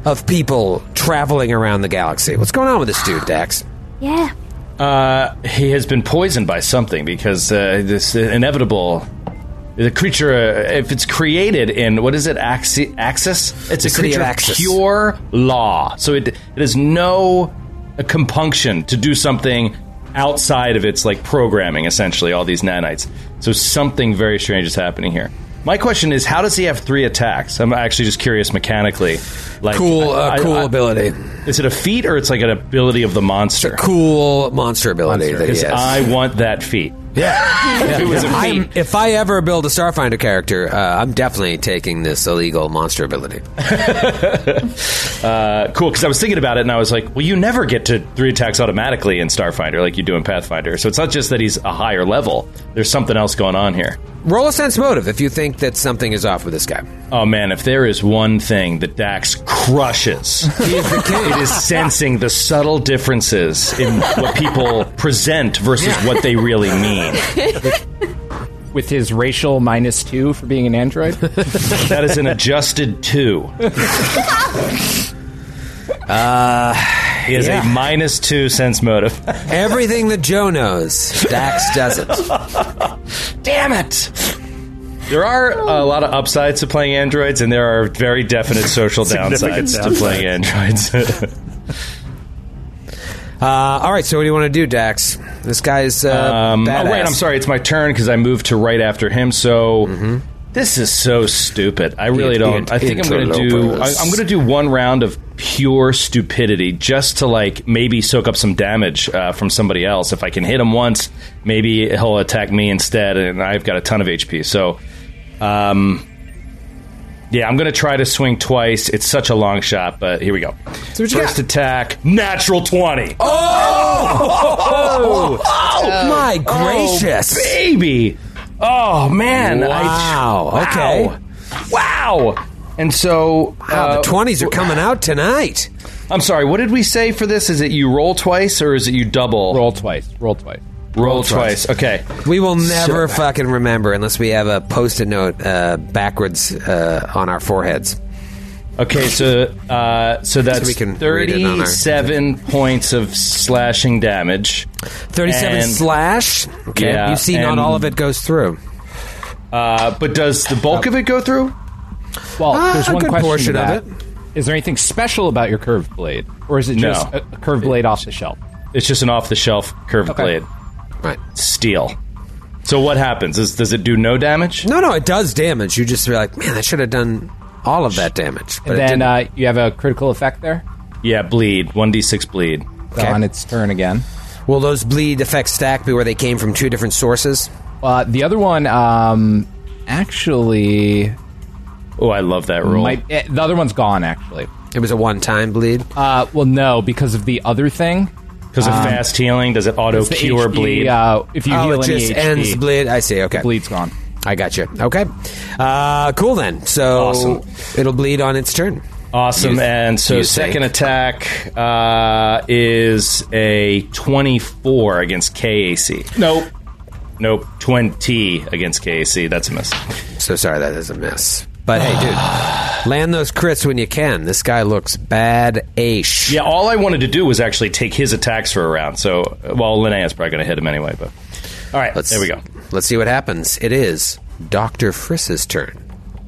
Speaker 2: of people traveling around the galaxy. What's going on with this dude, Dax?
Speaker 11: Yeah.
Speaker 5: Uh, he has been poisoned by something because uh, this inevitable The creature, uh, if it's created in what is it, axi- Axis? It's
Speaker 2: The
Speaker 5: a
Speaker 2: city of
Speaker 5: creature of
Speaker 2: Axis.
Speaker 5: pure law, so it it has no uh, compunction to do something outside of its like programming. Essentially, all these nanites. So something very strange is happening here. My question is, how does he have three attacks? I'm actually just curious mechanically. Like,
Speaker 2: Cool, uh, cool ability.
Speaker 5: Is it a feat or it's like an ability of the monster?
Speaker 2: cool monster ability that he
Speaker 5: Because
Speaker 2: has.
Speaker 5: I want that feat.
Speaker 2: Yeah.
Speaker 5: If it was a
Speaker 2: I'm- if I ever build a Starfinder character, uh, I'm definitely taking this illegal monster ability.
Speaker 5: Uh, cool, because I was thinking about it and I was like, well, you never get to three attacks automatically in Starfinder like you do in Pathfinder. So it's not just that he's a higher level, there's something else going on here.
Speaker 2: Roll a sense motive if you think that something is off with this guy.
Speaker 5: Oh man, if there is one thing that Dax crushes, it is sensing the subtle differences in what people present versus what they really mean.
Speaker 8: With his racial minus two for being an android?
Speaker 5: That is an adjusted two. Uh, he has
Speaker 2: yeah.
Speaker 5: a minus two sense motive.
Speaker 2: Everything that Joe knows, Dax doesn't.
Speaker 5: Damn it! There are a lot of upsides to playing androids, and there are very definite social
Speaker 2: Significant
Speaker 5: downsides to playing androids.
Speaker 2: Uh, all right, so what do you want to do, Dax? This guy's uh,
Speaker 5: um, oh,
Speaker 2: badass.
Speaker 5: wait, I'm sorry. It's my turn because I moved to right after him. So
Speaker 2: Mm-hmm.
Speaker 5: this is so stupid. I really
Speaker 2: It-
Speaker 5: don't.
Speaker 2: it-
Speaker 5: I think I'm going to do. I,
Speaker 2: interlopers.
Speaker 5: I'm going to do one round of pure stupidity just to like maybe soak up some damage uh, from somebody else. If I can hit him once, maybe he'll attack me instead, and I've got a ton of HP. So. Um, yeah, I'm going to try to swing twice. It's such a long shot, but here we go. First attack, natural 20.
Speaker 2: Oh!
Speaker 5: Oh,
Speaker 2: my
Speaker 5: Oh,
Speaker 2: gracious.
Speaker 5: baby! Oh man!
Speaker 2: Wow, okay.
Speaker 5: Wow! And so, uh,
Speaker 2: Wow, the 20s are coming out tonight.
Speaker 5: I'm sorry. What did we say for this? Is it you roll twice or is it you double? Roll
Speaker 8: twice. Roll twice.
Speaker 5: Roll, twice. Okay.
Speaker 2: We will never fucking remember unless we have a post-it note uh, backwards uh, on our foreheads.
Speaker 5: Okay, so uh, so that's
Speaker 2: we can read it on our-
Speaker 5: 37 points of slashing damage.
Speaker 2: 37 slash? Okay, you see not all of it goes through. Oh.
Speaker 5: Uh, but does the bulk of it go through?
Speaker 8: Well,
Speaker 2: Ah,
Speaker 8: Oh, there's
Speaker 2: a
Speaker 8: one
Speaker 2: good
Speaker 8: question
Speaker 2: portion
Speaker 8: to
Speaker 2: of
Speaker 8: that. Is there anything special about your curved blade, or is it
Speaker 5: No.
Speaker 8: just a, a curved blade off the shelf?
Speaker 5: It's just an off-the-shelf curved blade.
Speaker 2: Right.
Speaker 5: Steel. So what happens? Is, does it do no damage?
Speaker 2: No, no, it does damage. You just be like, man, I should have done all of that damage. But
Speaker 8: And
Speaker 2: it
Speaker 8: then
Speaker 2: didn't.
Speaker 8: uh, you have a critical effect there.
Speaker 5: Yeah, bleed. 1d6 bleed.
Speaker 8: So On its turn again.
Speaker 2: Will those bleed effects stack be where they came from two different sources?
Speaker 8: Uh, the other one, um, actually.
Speaker 5: Oh, I love that roll.
Speaker 8: Might, eh, the other one's gone, actually.
Speaker 2: It was a one time bleed?
Speaker 8: Uh, well, no, because of the other thing. Um,
Speaker 5: Because of fast healing, does it auto
Speaker 8: it's the
Speaker 5: cure
Speaker 8: HP,
Speaker 5: bleed?
Speaker 8: Uh, if you
Speaker 2: oh,
Speaker 8: heal
Speaker 2: it
Speaker 8: any
Speaker 2: just
Speaker 8: HP,
Speaker 2: ends bleed. I see. Okay,
Speaker 8: bleed's gone.
Speaker 2: I got you. Okay, uh, cool then. So
Speaker 5: Awesome.
Speaker 2: it'll bleed on its turn.
Speaker 5: Awesome.
Speaker 2: You-
Speaker 5: and so
Speaker 2: you
Speaker 5: second
Speaker 2: think.
Speaker 5: attack uh, is a 24 against KAC. Nope. Nope. 20 against KAC. That's a miss.
Speaker 2: So sorry, that is a miss. But hey, dude, land those crits when you can. This guy looks bad ash.
Speaker 5: Yeah, all I wanted to do was actually take his attacks for a round. So, well, Linnea's probably going to hit him anyway, but. All right, there we go.
Speaker 2: Let's see what happens. It is Doctor Friss's turn.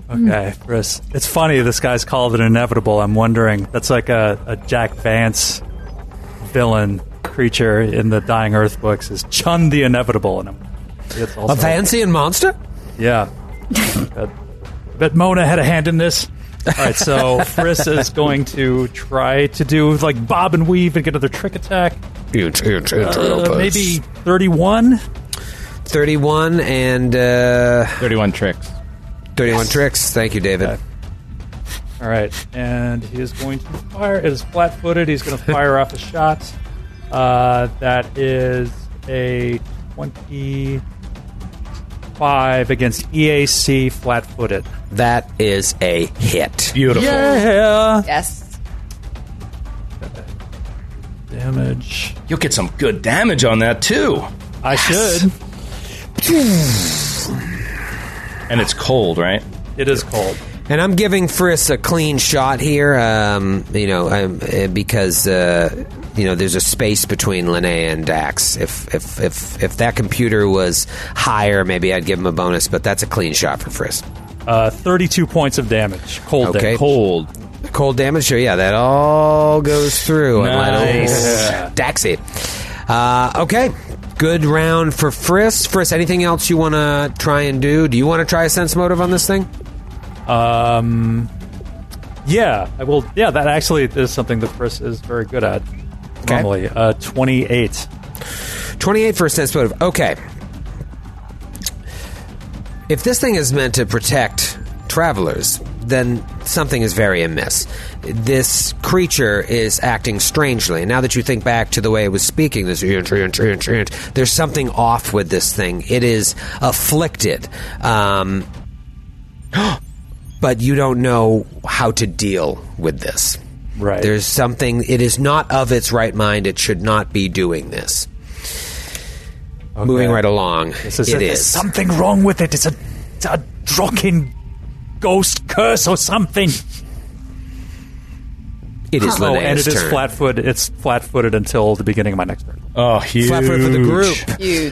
Speaker 10: Okay, Chris. It's funny this guy's called an inevitable. I'm wondering that's like a, a Jack Vance villain creature in the Dying Earth books is Chun the Inevitable, and I'm, it's also
Speaker 2: A Vancian monster?
Speaker 10: yeah. I bet Mona had a hand in this. All right, so Friss is going to try to do like bob and weave and get another trick attack. Uh, maybe 31.
Speaker 2: 31 and uh,
Speaker 8: 31 tricks.
Speaker 2: 31 tricks. Thank you, David.
Speaker 10: All right, and he is going to fire. It is flat-footed. He's going to fire off a shot. Uh, that is a twenty-five against EAC flat-footed.
Speaker 2: That is a hit.
Speaker 5: Beautiful.
Speaker 10: Yeah,
Speaker 4: Yes.
Speaker 10: damage.
Speaker 5: You'll get some good damage on that, too.
Speaker 10: I should.
Speaker 5: And it's cold, right?
Speaker 10: It is cold.
Speaker 2: And I'm giving Friss a clean shot here, um, you know, um, uh, because uh, you know there's a space between Linnea and Dax. If if if if that computer was higher, maybe I'd give him a bonus, but that's a clean shot for Friss.
Speaker 10: Uh, 32 points of damage. Cold
Speaker 2: Okay.
Speaker 10: damage.
Speaker 2: Cold. Cold damage. Sure, yeah, that all goes through. and let
Speaker 10: Nice.
Speaker 2: old Daxy. Uh, okay. Good round for Friss. Friss, anything else you want to try and do? Do you want to try a sense motive on this thing?
Speaker 10: Um, yeah, I will. Yeah, that actually is something that Chris is very good at. Normally, uh, twenty-eight.
Speaker 2: 28 for a sense motive. Okay. If this thing is meant to protect travelers, then something is very amiss. This creature is acting strangely. Now that you think back to the way it was speaking, this "Inch, inch, inch, inch," there's something off with this thing. It is afflicted. Um, but you don't know how to deal with this.
Speaker 10: Right.
Speaker 2: There's something, it is not of its right mind. It should not be doing this. Moving right along. it
Speaker 10: There's
Speaker 2: is.
Speaker 10: something wrong with it. It's a, it's a drunken ghost curse or something.
Speaker 2: It is
Speaker 10: Oh, and
Speaker 2: Linnea's
Speaker 10: it is
Speaker 2: turn.
Speaker 10: flat-footed. It's flat-footed until the beginning of my next turn.
Speaker 5: Oh,
Speaker 2: Flatfoot for the group.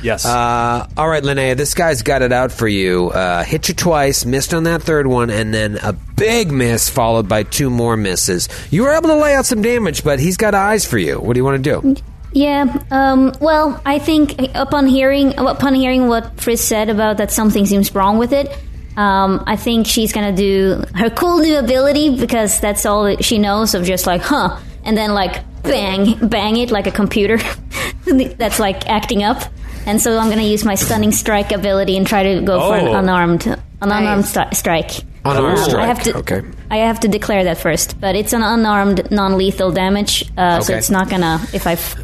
Speaker 10: Yes.
Speaker 2: Uh, all right, Linnea, this guy's got it out for you. Uh, hit you twice, missed on that third one, and then a big miss followed by two more misses. You were able to lay out some damage, but he's got eyes for you. What do you want to do?
Speaker 11: Yeah. Um, well, I think upon hearing upon hearing what Fritz said about that something seems wrong with it, um, I think she's gonna do her cool new ability because that's all that she knows of just like huh, and then like bang bang it like a computer that's like acting up. And so I'm gonna use my stunning strike ability and try to go for an
Speaker 2: Oh.
Speaker 11: unarmed an unarmed stri- strike.
Speaker 2: Unarmed
Speaker 11: Um,
Speaker 2: strike.
Speaker 11: I have to
Speaker 2: okay.
Speaker 11: I have to declare that first, but it's an unarmed, non-lethal damage, uh, so
Speaker 2: Okay.
Speaker 11: it's not gonna. If I, f-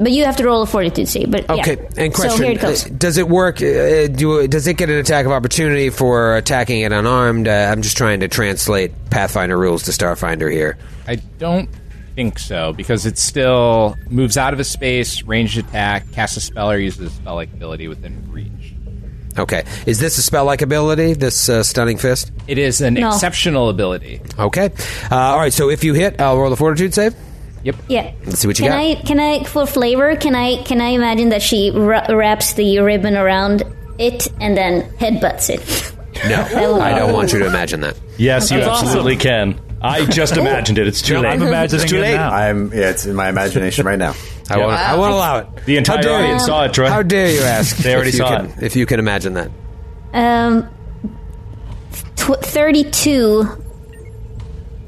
Speaker 11: but you have to roll a fortitude save. But yeah.
Speaker 2: Okay, and question:
Speaker 11: So here it goes.
Speaker 2: uh, Does it work? Uh, do, does it get an attack of opportunity for attacking it unarmed? Uh, I'm just trying to translate Pathfinder rules to Starfinder here.
Speaker 8: I don't think so because it still moves out of a space, ranged attack, casts a spell, or uses a spell-like ability within reach.
Speaker 2: Okay, is this a spell-like ability? This uh, stunning fist?
Speaker 8: It is an
Speaker 11: No.
Speaker 8: exceptional ability.
Speaker 2: Okay. Uh, all right. So if you hit, I'll roll a fortitude save.
Speaker 8: Yep.
Speaker 11: Yeah.
Speaker 2: Let's see what you
Speaker 11: Can
Speaker 2: got.
Speaker 11: I? Can I for flavor? Can I? Can I imagine that she ra- wraps the ribbon around it and then headbutts it?
Speaker 2: No, I don't want you to imagine that.
Speaker 5: Yes, you
Speaker 11: That's awesome.
Speaker 5: absolutely can. I just imagined it. It's too
Speaker 9: No,
Speaker 5: late.
Speaker 9: I'm imagining
Speaker 5: it's too
Speaker 9: it
Speaker 5: late.
Speaker 9: now. I'm yeah, it's in my imagination right now.
Speaker 2: I won't- I won't allow it.
Speaker 5: The entire
Speaker 2: How dare
Speaker 5: audience
Speaker 2: you.
Speaker 5: saw it, Troy.
Speaker 2: How dare you ask?
Speaker 5: They already
Speaker 2: if you
Speaker 5: saw
Speaker 2: can, it. If you can imagine that.
Speaker 11: Um, tw- thirty-two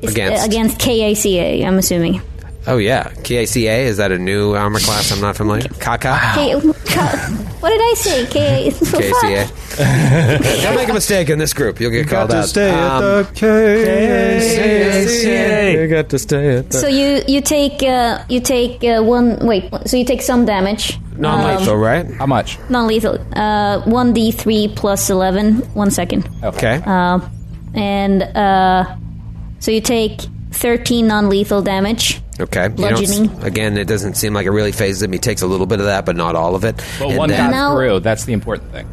Speaker 11: is, uh,
Speaker 2: Against.
Speaker 11: against KACA. I'm assuming.
Speaker 2: Oh yeah, KACA is that a new armor class? I'm not familiar. Kaka.
Speaker 11: K- what did I say? K.
Speaker 2: KACA. don't make a mistake in this group. You'll get called out. Um,
Speaker 7: E.
Speaker 2: E. You got to stay at
Speaker 11: So you you take uh, you take uh, one wait so you take some damage
Speaker 2: non-lethal, right? How
Speaker 8: Um, much?
Speaker 11: non lethal uh one d three plus eleven one second
Speaker 2: Okay.
Speaker 11: uh, and uh so you take thirteen non lethal damage
Speaker 2: Okay. You don't s-
Speaker 11: Bludgeoning.
Speaker 2: again, it doesn't seem like it really phases him. He takes a little bit of that, but not all of it.
Speaker 11: But one got Now-
Speaker 8: through. That's the important thing.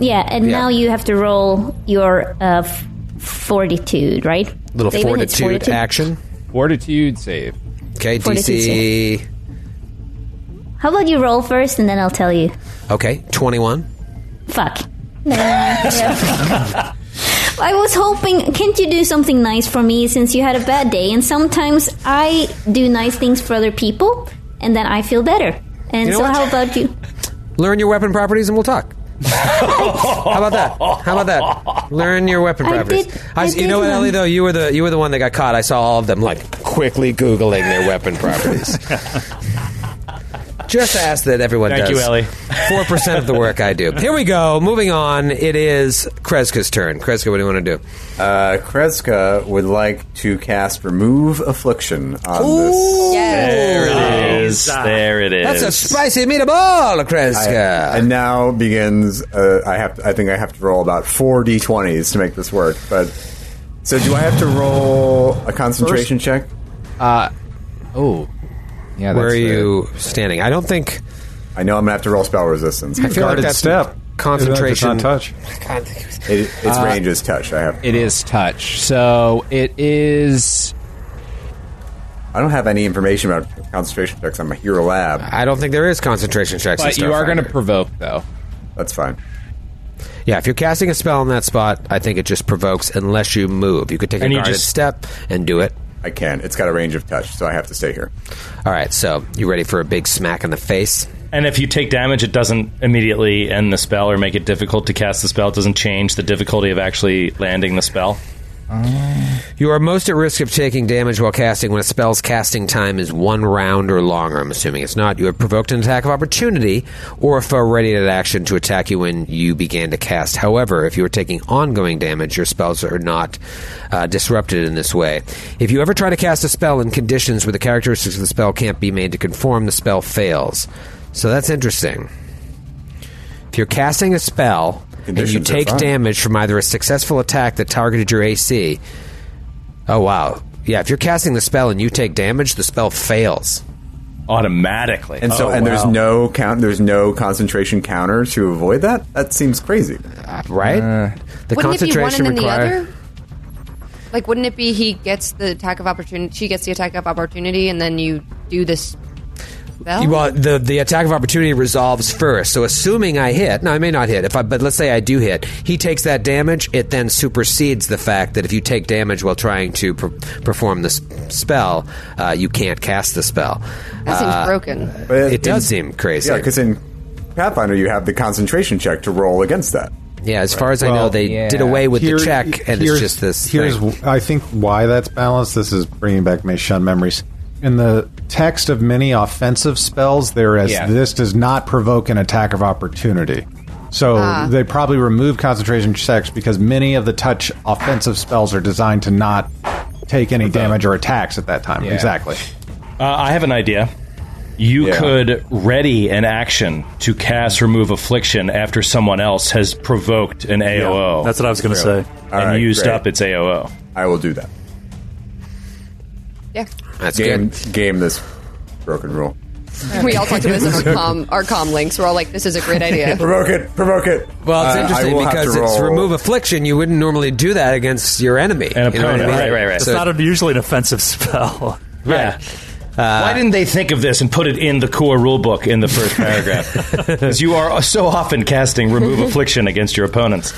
Speaker 11: yeah and
Speaker 2: Yeah.
Speaker 11: now you have to roll your uh f- fortitude right
Speaker 2: Little
Speaker 11: David,
Speaker 2: fortitude,
Speaker 11: it's
Speaker 2: action.
Speaker 8: Fortitude save.
Speaker 2: Okay,
Speaker 11: Fortitude
Speaker 2: DC.
Speaker 11: how about you roll first and then I'll tell you
Speaker 2: Okay, 21.
Speaker 11: fuck. I was hoping, can't you do something nice for me since you had a bad day? And sometimes I do nice things for other people, and then I feel better. And
Speaker 2: You know
Speaker 11: so,
Speaker 2: what?
Speaker 11: how about you?
Speaker 2: Learn your weapon properties and we'll talk. How about that? How about that? Learn your weapon
Speaker 11: I
Speaker 2: properties.
Speaker 11: did-
Speaker 2: I
Speaker 11: I
Speaker 2: s- you
Speaker 11: did
Speaker 2: know what,
Speaker 11: one.
Speaker 2: Ellie? Though you were the you were the one that got caught. I saw all of them like quickly googling their weapon properties. Just ask that everyone
Speaker 5: Thank
Speaker 2: does.
Speaker 5: you, Ellie.
Speaker 2: Four percent of the work I do. Here we go. Moving on. It is Kreska's turn. Kreska, what do you want to do?
Speaker 9: Uh, Kreska would like to cast Remove Affliction on this.
Speaker 5: There it is. There it is.
Speaker 2: That's a spicy meatball, Kreska.
Speaker 9: and now begins. Uh, I have. I think I have to roll about four d20s to make this work. But so, do I have to roll a concentration check?
Speaker 8: Uh, oh, yeah.
Speaker 2: Where are you standing? I don't think.
Speaker 9: I know I'm gonna have to roll spell resistance.
Speaker 2: I feel like that's
Speaker 9: step.
Speaker 2: concentration. God.
Speaker 9: It, its
Speaker 8: Uh,
Speaker 9: range is touch. I have.
Speaker 8: It is touch. So it is.
Speaker 9: I don't have any information about concentration checks on my hero lab.
Speaker 2: I don't think there is concentration checks. in
Speaker 9: But you are
Speaker 2: Starfinder.
Speaker 9: gonna
Speaker 8: provoke, though.
Speaker 9: That's fine.
Speaker 2: Yeah, if you're casting a spell in that spot, I think it just provokes unless you move. You could take
Speaker 9: And
Speaker 2: a
Speaker 9: you
Speaker 2: guarded
Speaker 9: just-
Speaker 2: step and do it.
Speaker 9: I can. It's got a range of touch, so I have to stay here.
Speaker 2: All right, so you ready for a big smack in the face?
Speaker 5: And if you take damage, it doesn't immediately end the spell or make it difficult to cast the spell. It doesn't change the difficulty of actually landing the spell.
Speaker 2: You are most at risk of taking damage while casting when a spell's casting time is one round or longer. I'm assuming it's not. You have provoked an attack of opportunity or a foe ready at action to attack you when you began to cast. However, if you are taking ongoing damage, your spells are not uh, disrupted in this way. If you ever try to cast a spell in conditions where the characteristics of the spell can't be made to conform, the spell fails. So that's interesting. If you're casting a spell and you
Speaker 13: Conditions are
Speaker 2: take
Speaker 13: fine.
Speaker 2: damage from either a successful attack that targeted your AC, oh wow, yeah. If you're casting the spell and you take damage, the spell fails
Speaker 5: automatically.
Speaker 9: And
Speaker 8: Oh,
Speaker 13: Oh,
Speaker 9: so, and there's no count. There's no concentration counter to avoid that. That seems crazy,
Speaker 8: Uh,
Speaker 2: right?
Speaker 9: the
Speaker 4: wouldn't it be one and then
Speaker 9: required.
Speaker 4: the other? Like, wouldn't it be he gets the attack of opportunity, she gets the attack of opportunity, and then you do this spell?
Speaker 2: Well, the the attack of opportunity resolves first. So assuming I hit, no, I may not hit. If I, but let's say I do hit, he takes that damage. It then supersedes the fact that if you take damage while trying to per- perform this spell, uh, you can't cast the spell.
Speaker 4: that seems
Speaker 2: Uh,
Speaker 4: broken.
Speaker 9: But
Speaker 2: It does seem crazy.
Speaker 9: Yeah, because in Pathfinder you have the concentration check to roll against that.
Speaker 2: Yeah, as far as I know, they did away with the check, and it's
Speaker 7: here's-
Speaker 2: just this.
Speaker 7: Here's,
Speaker 2: thing.
Speaker 7: I think, why that's balanced. This is bringing back my shun memories. In the text of many offensive spells, there is
Speaker 8: Yeah.
Speaker 7: this does not provoke an attack of opportunity. So
Speaker 8: Ah.
Speaker 7: they probably remove concentration checks because many of the touch offensive spells are designed to not take any damage or attacks at that time.
Speaker 5: Yeah.
Speaker 7: Exactly.
Speaker 5: Uh, I have an idea. You could ready an action to cast remove affliction after someone else has provoked an AOO.
Speaker 10: that's what I was gonna say.
Speaker 5: And
Speaker 10: All right,
Speaker 5: used
Speaker 10: great.
Speaker 5: up its AOO.
Speaker 9: I will do that.
Speaker 4: Yeah.
Speaker 2: That's
Speaker 9: game, Game this broken rule.
Speaker 4: We all talked about this in our com, our com links. We're all like, this is a great idea.
Speaker 9: provoke it. Provoke it.
Speaker 2: Well, it's
Speaker 9: Uh, I
Speaker 2: interesting
Speaker 9: will have
Speaker 2: because
Speaker 9: to
Speaker 2: it's
Speaker 9: roll.
Speaker 2: remove affliction. You wouldn't normally do that against your enemy. An
Speaker 5: opponent, right, right, right.
Speaker 10: It's
Speaker 2: uh,
Speaker 10: not unusually an offensive spell.
Speaker 5: Yeah.
Speaker 2: Uh,
Speaker 5: Why didn't they think of this and put it in the core rulebook in the first paragraph? Because you are so often casting remove affliction against your opponents.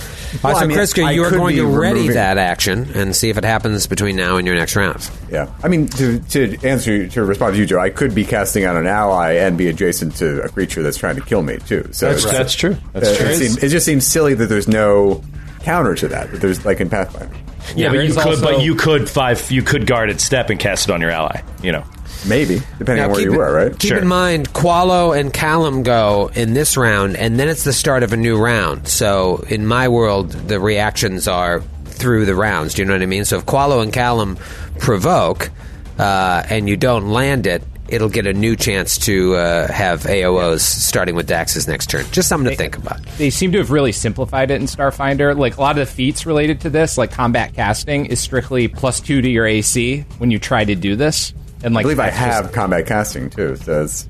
Speaker 2: All right, so, Kriska, you are going to ready that action and see if it happens between now and your next round.
Speaker 9: Yeah, I mean to to answer to respond to you, Joe, I could be casting on an ally and be adjacent to a creature that's trying to kill me too. So
Speaker 5: That's-
Speaker 9: it's- uh,
Speaker 5: that's true. That's
Speaker 9: it,
Speaker 5: true.
Speaker 9: It, seem- it just seems silly that there's no counter to that. That there's like in Pathfinder.
Speaker 5: Yeah, but you could, but you could five, you could guard its step and cast it on your ally. You know,
Speaker 9: maybe depending
Speaker 2: Now, keep, Keep in mind, Qualo and Callum go in this round, and then it's the start of a new round. So in my world, the reactions are through the rounds. Do you know what I mean? So if Qualo and Callum provoke uh, and you don't land it, it'll get a new chance to uh, have AOOs starting with Dax's next turn. Just something to think about.
Speaker 8: They seem to have really simplified it in Starfinder. Like a lot of the feats related to this, like combat casting, is strictly plus two to your AC when you try to do this. And like
Speaker 9: I believe I
Speaker 8: that's just-
Speaker 9: have combat casting too. So it's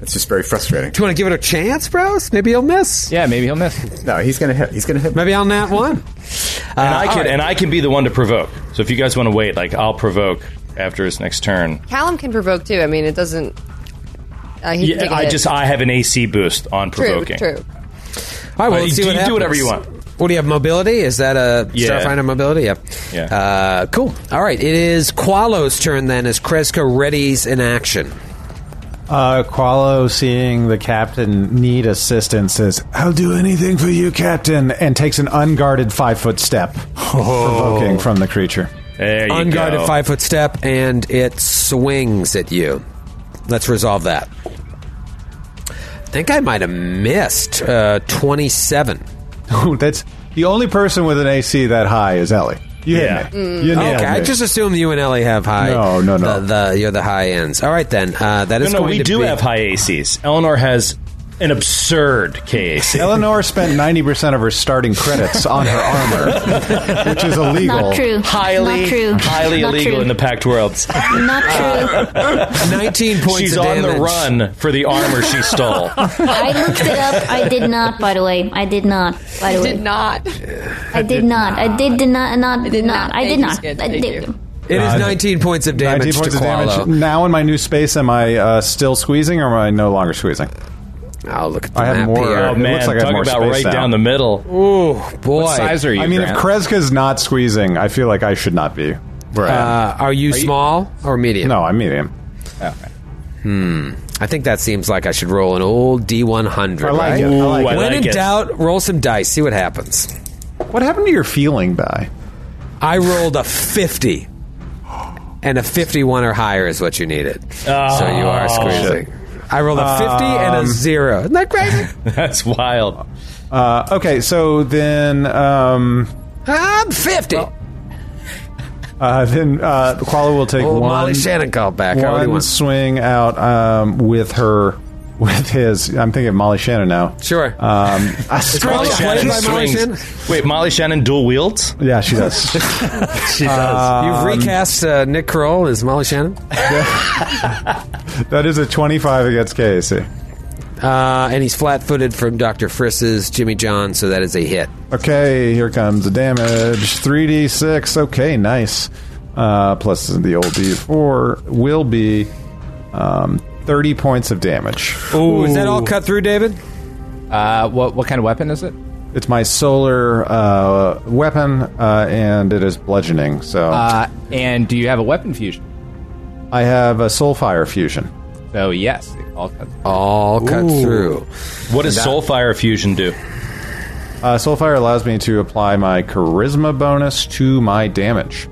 Speaker 9: it's just very frustrating.
Speaker 2: Do you want to give it a chance, bros? Maybe he'll miss.
Speaker 8: Yeah, maybe he'll miss.
Speaker 9: No, he's gonna hit. He's gonna hit.
Speaker 2: Maybe on that one.
Speaker 5: and I
Speaker 2: Uh, all
Speaker 5: can
Speaker 2: right.
Speaker 5: and I can be the one to provoke. So if you guys want to wait, like I'll provoke after his next turn.
Speaker 4: Callum can provoke too. I mean, it doesn't. Uh, he can take
Speaker 5: Yeah,
Speaker 4: a
Speaker 5: I
Speaker 4: hit.
Speaker 5: just I have an AC boost on
Speaker 4: true,
Speaker 5: provoking.
Speaker 4: true.
Speaker 2: All right, well,
Speaker 5: Uh,
Speaker 2: let's
Speaker 5: do
Speaker 2: see what
Speaker 5: you- do whatever
Speaker 2: happens.
Speaker 5: you want.
Speaker 2: What do you have? Mobility? Is that a
Speaker 5: Yeah.
Speaker 2: Starfinder mobility? Yep. Yeah. Uh, cool. All right. It is Qualo's turn then as Kreska readies in action.
Speaker 7: Uh, Qualo, seeing the captain need assistance, says, I'll do anything for you, captain, and takes an unguarded five foot step,
Speaker 2: Oh.
Speaker 7: provoking from the creature.
Speaker 5: There you
Speaker 2: Unguarded
Speaker 5: go.
Speaker 2: five foot step, and it swings at you. Let's resolve that. I think I might have missed uh, 27.
Speaker 7: That's the only person with an AC that high is Ellie. You
Speaker 2: yeah.
Speaker 7: hit me. You nailed
Speaker 2: okay, I
Speaker 7: me.
Speaker 2: just assume you and Ellie have high.
Speaker 7: No, no, no.
Speaker 2: The, the, you're the high ends. All right, then. Uh, that
Speaker 5: no,
Speaker 2: is
Speaker 5: no,
Speaker 2: going
Speaker 5: we
Speaker 2: to
Speaker 5: do
Speaker 2: be-
Speaker 5: have high ACs. Eleanor has an absurd case.
Speaker 7: Eleanor spent 90% of her starting credits on her armor, which is illegal.
Speaker 11: Not true.
Speaker 5: Highly,
Speaker 11: Not true.
Speaker 5: highly
Speaker 11: Not
Speaker 5: illegal
Speaker 11: true.
Speaker 5: in the packed worlds.
Speaker 11: Not true.
Speaker 2: 19 points
Speaker 5: She's
Speaker 2: of
Speaker 5: on the
Speaker 2: damage.
Speaker 5: run for the armor she stole.
Speaker 11: I looked it up. I did not, by the way. I did not, by the
Speaker 4: I
Speaker 11: way.
Speaker 4: did not.
Speaker 11: I did not. I did, did not, not, did not. I did
Speaker 4: Thank you,
Speaker 11: not.
Speaker 4: Skid.
Speaker 11: I
Speaker 4: Thank
Speaker 11: did-
Speaker 4: you.
Speaker 2: It is 19 points of damage
Speaker 7: 19 Uh, points
Speaker 2: to
Speaker 7: of damage. Mm.
Speaker 2: Qualo.
Speaker 7: Now in my new space, am I uh, still squeezing or am I no longer squeezing?
Speaker 2: I'll look at
Speaker 7: I have
Speaker 2: map
Speaker 7: more.
Speaker 2: here. Oh,
Speaker 7: it
Speaker 5: Man,
Speaker 7: looks like I have
Speaker 5: talk
Speaker 7: more
Speaker 5: about
Speaker 7: space
Speaker 5: right
Speaker 7: now.
Speaker 5: down the middle.
Speaker 2: Ooh, boy.
Speaker 8: What size are you?
Speaker 7: I mean,
Speaker 8: Grant?
Speaker 7: if Kreska's not squeezing, I feel like I should not be. Where I am.
Speaker 2: Uh, are you small or medium?
Speaker 7: no, I'm medium.
Speaker 2: I think that seems like I should roll an old D100.
Speaker 7: I like
Speaker 2: right?
Speaker 7: it. I like
Speaker 5: Ooh, I
Speaker 2: When
Speaker 7: it.
Speaker 5: like
Speaker 2: in
Speaker 5: it.
Speaker 2: doubt, roll some dice. See what happens.
Speaker 7: What happened to your feeling, by?
Speaker 2: I rolled a 50. And a 51 or higher is what you needed. so you are squeezing. I rolled a 50 and
Speaker 7: Um,
Speaker 2: a 0. Isn't that crazy?
Speaker 5: That's wild.
Speaker 7: Uh, okay, so then, um,
Speaker 2: I'm 50.
Speaker 7: uh, then uh, Qualo will take
Speaker 2: Old
Speaker 7: one,
Speaker 2: Molly Shannon called back. I already
Speaker 7: one
Speaker 2: won.
Speaker 7: swing out um, with her, with his. I'm thinking of Molly Shannon now.
Speaker 2: Sure.
Speaker 7: Um, I-
Speaker 2: Molly Shannon by Molly Shannon?
Speaker 5: Wait, Molly Shannon dual wields?
Speaker 7: yeah, she does. Um,
Speaker 5: She does.
Speaker 2: You've recast uh, Nick Kroll as Molly Shannon.
Speaker 7: that is a 25 against KAC.
Speaker 2: Uh, and he's flat footed from Dr. Friss's Jimmy John, so that is a hit.
Speaker 7: Okay, here comes the damage. 3d6. Okay, nice. Uh, plus the old d4 will be um, 30 points of damage.
Speaker 2: Ooh, is that all cut through, David?
Speaker 8: Uh, what what kind of weapon is it?
Speaker 7: It's my solar uh, weapon, uh, and it is bludgeoning. So
Speaker 2: Oh.
Speaker 8: Uh, and do you have a weapon fusion?
Speaker 7: I have a soulfire fusion.
Speaker 8: So yes, it all cuts.
Speaker 2: All cut through.
Speaker 5: What does Soulfire Fusion do?
Speaker 7: Uh, soulfire allows me to apply my charisma bonus to my damage.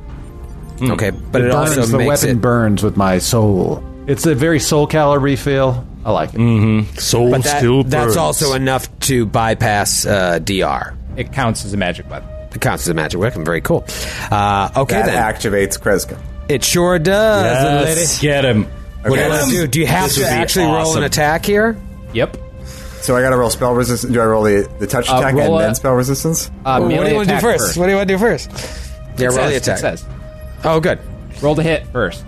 Speaker 2: Okay, but it,
Speaker 7: burns,
Speaker 2: also
Speaker 7: the
Speaker 2: makes
Speaker 7: weapon
Speaker 2: it
Speaker 7: burns with my soul. It's a very soul caliber feel. I like it.
Speaker 6: Soul
Speaker 2: But that-
Speaker 6: still
Speaker 2: that's
Speaker 6: burns.
Speaker 2: also enough to bypass uh, DR.
Speaker 8: It counts as a magic weapon.
Speaker 2: It counts as a magic weapon. Very cool. Uh, okay,
Speaker 9: That
Speaker 2: then.
Speaker 9: activates Kreska.
Speaker 2: It sure does, little lady.
Speaker 5: Get him.
Speaker 2: What
Speaker 9: Okay.
Speaker 2: do I
Speaker 9: Yes.
Speaker 2: do? Do you have
Speaker 5: This
Speaker 2: to
Speaker 5: would be
Speaker 2: actually roll an
Speaker 5: awesome.
Speaker 2: attack here?
Speaker 8: Yep.
Speaker 9: So I got to roll spell resistance. Do I roll the, the touch
Speaker 8: Uh,
Speaker 9: attack and
Speaker 8: roll a-
Speaker 9: then spell resistance?
Speaker 8: Uh,
Speaker 2: Ooh,
Speaker 8: melee
Speaker 2: what do you want to do
Speaker 8: attack
Speaker 2: first? What do you want to do first? Yeah, roll the
Speaker 8: Success,
Speaker 2: attack.
Speaker 8: success.
Speaker 2: Oh, good.
Speaker 8: Roll to hit first.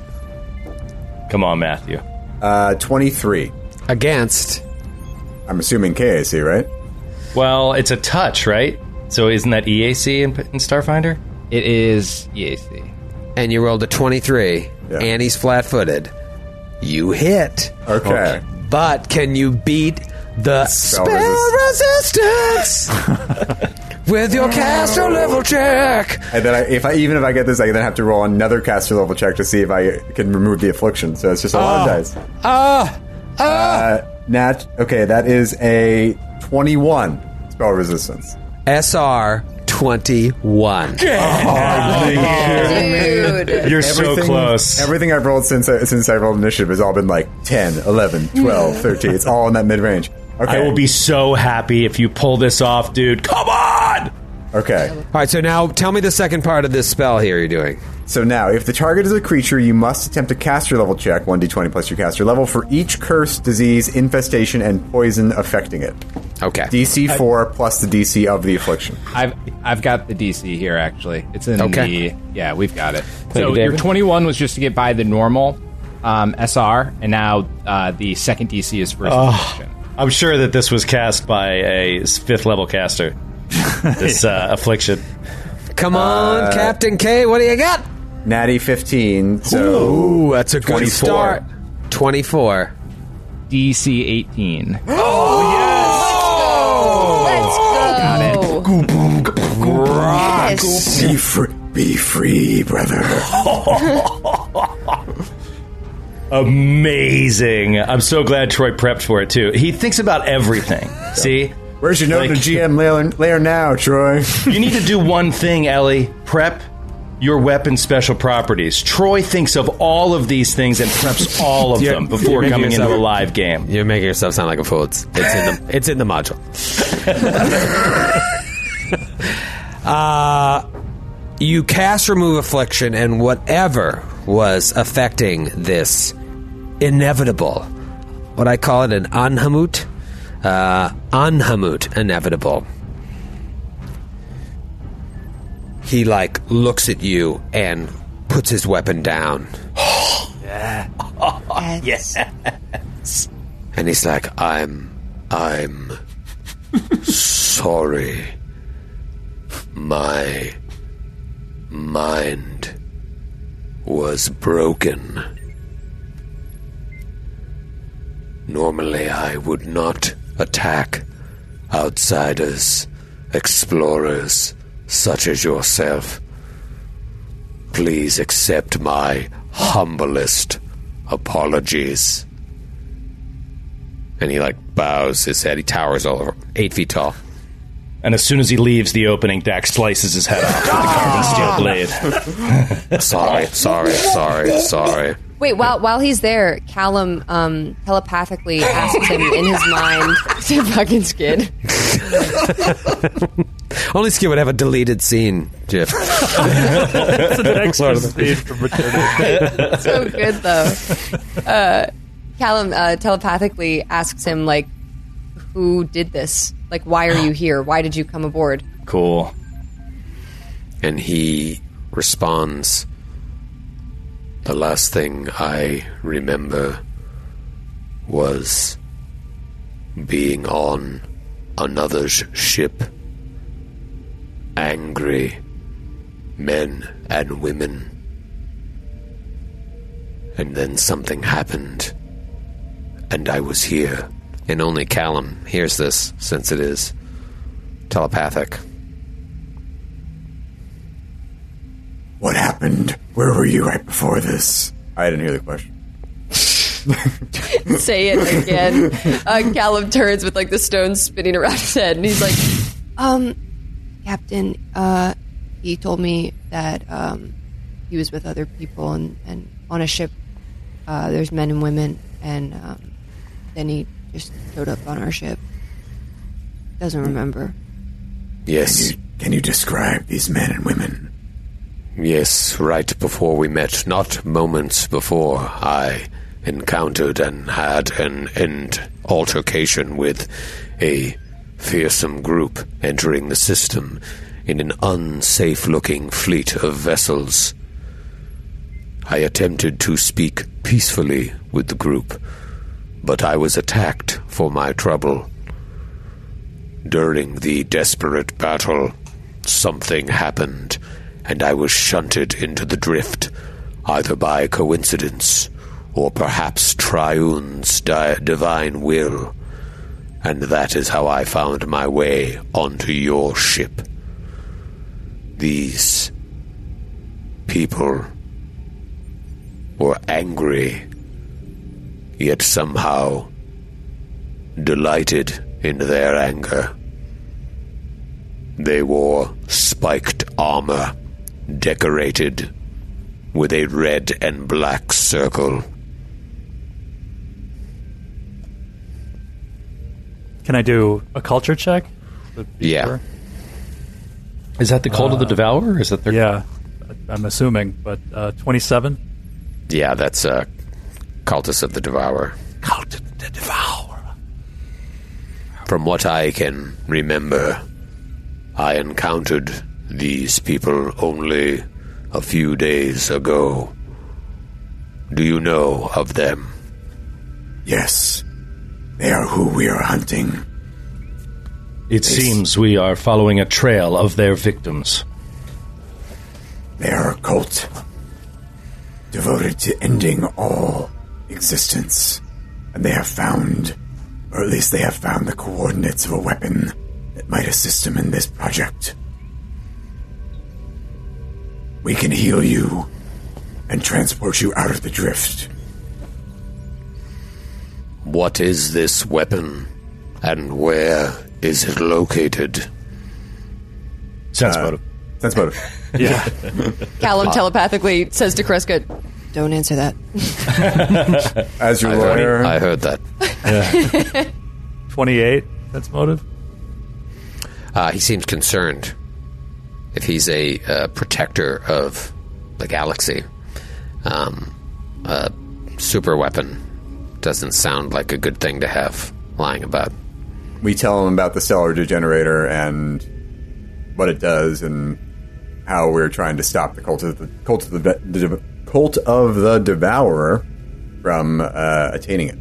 Speaker 5: Come on, Matthew.
Speaker 9: Uh, Twenty three.
Speaker 2: Against.
Speaker 9: I'm assuming KAC, right?
Speaker 5: Well, it's a touch, right? So isn't that E EAC in, in Starfinder?
Speaker 8: It is EAC.
Speaker 2: And you rolled a 23,
Speaker 9: Yeah.
Speaker 2: and he's flat footed. You hit.
Speaker 9: Okay.
Speaker 2: But can you beat the spell,
Speaker 9: Spell
Speaker 2: resistance with your caster level check?
Speaker 9: And then I, if I even if I get this, I then have to roll another caster level check to see if I can remove the affliction. So it's just a lot of dice.
Speaker 2: Oh. Ah,
Speaker 9: Uh, Nat. Okay, that is a twenty-one spell resistance.
Speaker 2: SR 21.
Speaker 4: Dude.
Speaker 5: You're so close.
Speaker 9: Everything I've rolled since I, since I rolled initiative has all been like 10, 11, 12, 13. It's all in that mid range. Okay.
Speaker 5: I will be so happy if you pull this off, dude. Come on!
Speaker 9: Okay.
Speaker 2: All right, so now tell me the second part of this spell here you're doing.
Speaker 9: So now, if the target is a creature, you must attempt a caster level check, 1d20 plus your caster level, for each curse, disease, infestation, and poison affecting it.
Speaker 2: Okay.
Speaker 9: DC 4 plus the DC of the affliction.
Speaker 8: I've I've got the DC here actually. It's in
Speaker 2: Okay.
Speaker 8: the yeah we've got it.
Speaker 5: you,
Speaker 8: so your
Speaker 5: David.
Speaker 8: 21 was just to get by the normal um, SR, and now uh, the second DC is for affliction.
Speaker 5: I'm sure that this was cast by a fifth level caster. This uh, affliction.
Speaker 2: Come on,
Speaker 9: Uh,
Speaker 2: Captain K, what do you got?
Speaker 9: Natty 15, so.
Speaker 2: Ooh, that's a good
Speaker 9: 24.
Speaker 2: start. 24.
Speaker 8: DC 18.
Speaker 4: Let's go. Yes.
Speaker 6: Be free, be free, brother.
Speaker 5: Amazing. I'm so glad Troy prepped for it, too. He thinks about everything. See?
Speaker 9: Where's your note
Speaker 5: Like-
Speaker 9: to GM layer, layer now, Troy?
Speaker 5: You need to do one thing, Ellie. Prep your weapon special properties. Troy thinks of all of these things and preps all of
Speaker 2: You're-
Speaker 5: them before
Speaker 2: you're
Speaker 5: coming
Speaker 2: making
Speaker 5: into a
Speaker 2: yourself-
Speaker 5: live game.
Speaker 2: You're making yourself sound like a fool. It's, it's in the it's in the module. uh, you cast remove affliction, and whatever was affecting this inevitable, what I call it an anhamut,
Speaker 13: Uh, Anhamut, inevitable. He like looks at you and puts his weapon down,
Speaker 6: Yeah.
Speaker 5: yes.
Speaker 13: and he's like, "I'm, I'm sorry. My mind was broken. Normally, I would not attack outsiders, explorers such as yourself. Please accept my humblest apologies.
Speaker 5: And he like bows his head. He towers over eight feet tall. And as soon as he leaves the opening, Dak slices his head off with the carbon steel blade.
Speaker 13: sorry, sorry, sorry, sorry.
Speaker 4: Wait, while while he's there, Callum um, telepathically asks him in his mind to fucking skid.
Speaker 13: Only Skid would have a deleted scene, Jeff.
Speaker 10: That's an extra scene from
Speaker 13: maternity.
Speaker 4: so good though. Uh, Callum uh, telepathically asks him like, "Who did this? Like, why are you here? Why did you come aboard?"
Speaker 5: Cool.
Speaker 13: And he responds The last thing I remember was being on another's ship. Angry men and women. And then something happened. And I was here. And only Callum hears this since it is telepathic.
Speaker 9: What happened? Where were you right before this? I didn't hear the question.
Speaker 4: Say it again. Uh, Callum turns with like the stone spinning around his head, and he's like, "Um, Captain, uh, he told me that um, he was with other people and, and on a ship. Uh, there's men and women, and um, then he just showed up on our ship. Doesn't remember.
Speaker 13: Yes.
Speaker 9: Can you describe these men and women?
Speaker 13: Yes, right before we met, not moments before, I encountered and had an end altercation with a fearsome group entering the system in an unsafe looking fleet of vessels. I attempted to speak peacefully with the group, but I was attacked for my trouble. During the desperate battle, something happened, and I was shunted into the drift, either by coincidence or perhaps Triune's di- divine will. And that is how I found my way onto your ship. These people were angry, yet somehow delighted in their anger. They wore spiked armor, decorated with a red and black circle.
Speaker 10: Can I do a culture check?
Speaker 13: Yeah.
Speaker 5: Is that the cult of the
Speaker 10: Uh,
Speaker 5: devourer? Is that their
Speaker 10: yeah? I'm assuming, but uh, 27.
Speaker 13: Yeah, that's a uh, cultist of the devourer.
Speaker 10: Cult of the devourer.
Speaker 13: From what I can remember, I encountered these people only a few days ago. Do you know of them?
Speaker 9: Yes. They are who we are hunting.
Speaker 5: It seems we are following a trail of their victims.
Speaker 9: They are a cult devoted to ending all existence. And they have found, or at least they have found, the coordinates of a weapon that might assist them in this project. We can heal you and transport you out of the drift.
Speaker 13: What is this weapon? And where is it located?
Speaker 5: Sense
Speaker 13: motive.
Speaker 9: Sense motive.
Speaker 13: yeah.
Speaker 4: Callum telepathically says to Crescott, "Don't answer that."
Speaker 9: As your
Speaker 13: I
Speaker 10: lawyer.
Speaker 13: Heard, I heard that.
Speaker 10: 28. That's motive.
Speaker 13: Uh, he seems concerned. If he's a uh, protector of the galaxy, um, a super weapon doesn't sound like a good thing to have lying about.
Speaker 9: we tell him about the cellar degenerator and what it does and how we're trying to stop the cult of the cult of the, ve- the dev- cult of the devourer from uh, attaining it.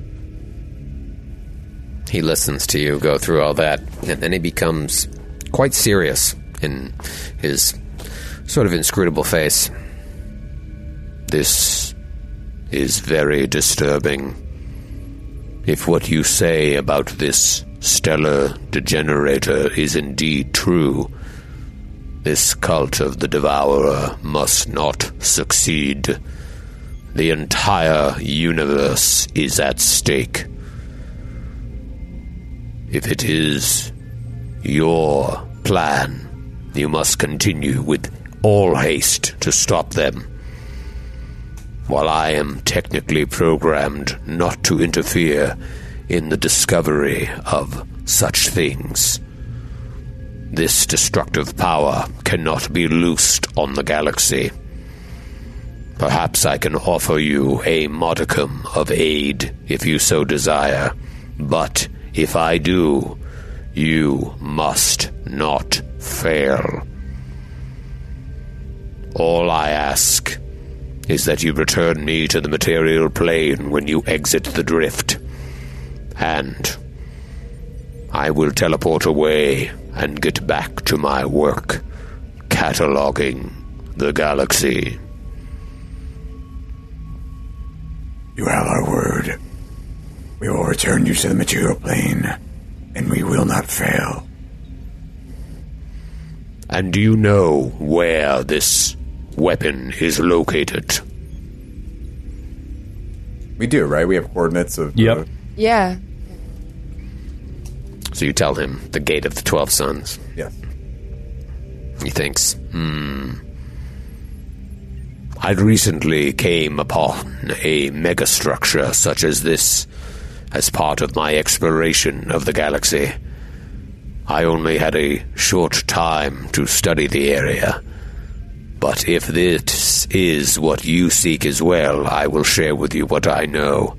Speaker 2: He listens to you go through all that, and then he becomes quite serious in his sort of inscrutable face.
Speaker 13: This is very disturbing. If what you say about this stellar degenerator is indeed true, this cult of the devourer must not succeed. The entire universe is at stake. If it is your plan, you must continue with all haste to stop them. While I am technically programmed not to interfere in the discovery of such things, this destructive power cannot be loosed on the galaxy. Perhaps I can offer you a modicum of aid if you so desire, but if I do, you must not fail. All I ask is that you return me to the material plane when you exit the drift, and I will teleport away and get back to my work cataloging the galaxy.
Speaker 6: You have our word. We will return you to the material plane, and we will not fail.
Speaker 13: And do you know where this weapon is located?
Speaker 9: We do, right? We have coordinates of.
Speaker 13: Yep.
Speaker 4: Yeah.
Speaker 2: So you tell him the gate of the twelve sons.
Speaker 9: Yes.
Speaker 2: He thinks,
Speaker 13: Hmm. I recently came upon a megastructure such as this as part of my exploration of the galaxy. I only had a short time to study the area. But if this is what you seek as well, I will share with you what I know.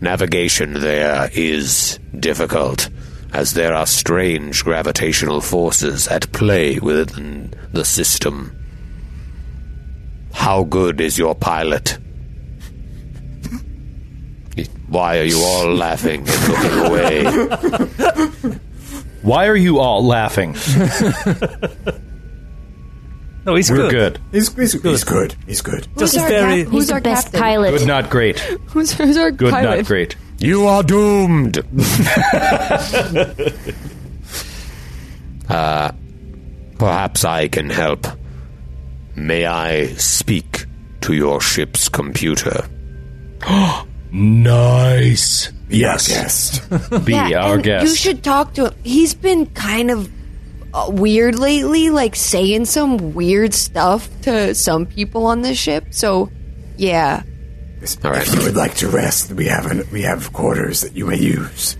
Speaker 13: Navigation there is difficult, as there are strange gravitational forces at play within the system. How good is your pilot? Why are you all laughing and looking away?
Speaker 5: Why are you all laughing?
Speaker 10: no, he's
Speaker 5: We're
Speaker 10: good.
Speaker 5: good.
Speaker 9: He's, he's, good. he's good. He's good.
Speaker 10: Just
Speaker 4: Who's our
Speaker 10: very.
Speaker 4: cap- who's our captain?
Speaker 5: Good, not great.
Speaker 4: Who's, who's our
Speaker 5: Good,
Speaker 4: pilot?
Speaker 5: not great.
Speaker 13: You are doomed.
Speaker 2: uh,
Speaker 13: Perhaps I can help. May I speak to your ship's computer? nice. Yes.
Speaker 5: Be our
Speaker 4: and
Speaker 5: guest.
Speaker 4: You should talk to him. He's been kind of uh, weird lately, like saying some weird stuff to some people on the ship. So, yeah.
Speaker 6: If you would like to rest, we have an, we have quarters that you may use.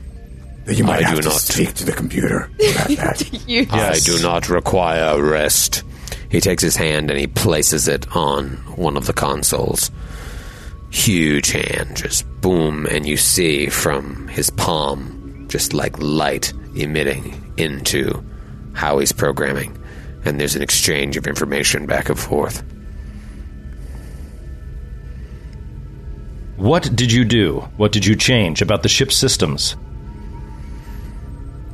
Speaker 6: That you might
Speaker 13: I
Speaker 6: have
Speaker 13: do
Speaker 6: to
Speaker 13: not.
Speaker 6: speak to the computer.
Speaker 4: you
Speaker 13: Yes.
Speaker 2: I do not require rest. He takes his hand and he places it on one of the consoles. Huge hand, just boom, and you see from his palm, just like light emitting into how he's programming. And there's an exchange of information back and forth.
Speaker 5: What did you do? What did you change about the ship's systems?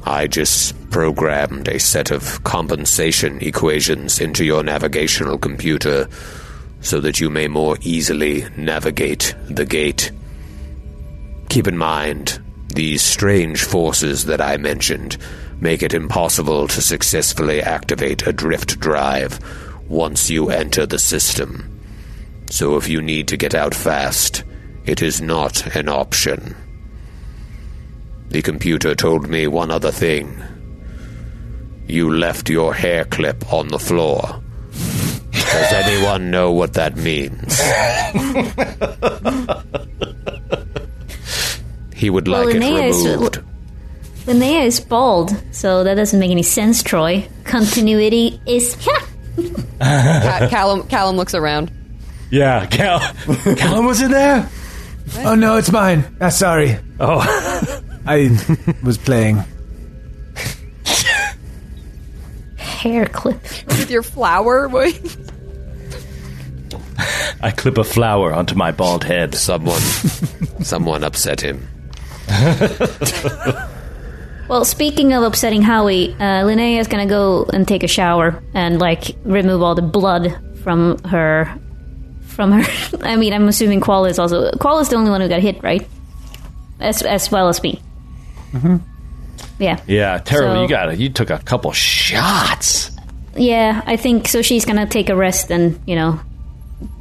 Speaker 13: I just programmed a set of compensation equations into your navigational computer so that you may more easily navigate the gate. Keep in mind, these strange forces that I mentioned make it impossible to successfully activate a drift drive once you enter the system. So if you need to get out fast, it is not an option. The computer told me one other thing. You left your hair clip on the floor. Does anyone know what that means? he would like it removed.
Speaker 11: uh, Linnea is bald, so that doesn't make any sense, Troy. Continuity is.
Speaker 4: Ca- Callum, Callum looks around.
Speaker 5: Yeah, Cal.
Speaker 3: Callum was in there? Oh no, it's mine. Ah, sorry.
Speaker 10: Oh.
Speaker 3: I was playing.
Speaker 11: Hair clip.
Speaker 4: With your flower, boy.
Speaker 5: I clip a flower onto my bald head.
Speaker 13: Someone, someone upset him.
Speaker 11: Well, speaking of upsetting Howie, uh, Linnea is gonna go and take a shower and like remove all the blood from her. From her, I mean, I'm assuming Koala is also Koala is the only one who got hit, right? As as well as me.
Speaker 5: Mhm.
Speaker 11: Yeah,
Speaker 5: Yeah, terrible.
Speaker 11: So-
Speaker 5: you got it. You took a couple shots.
Speaker 11: yeah. I think so. She's gonna take a rest and you know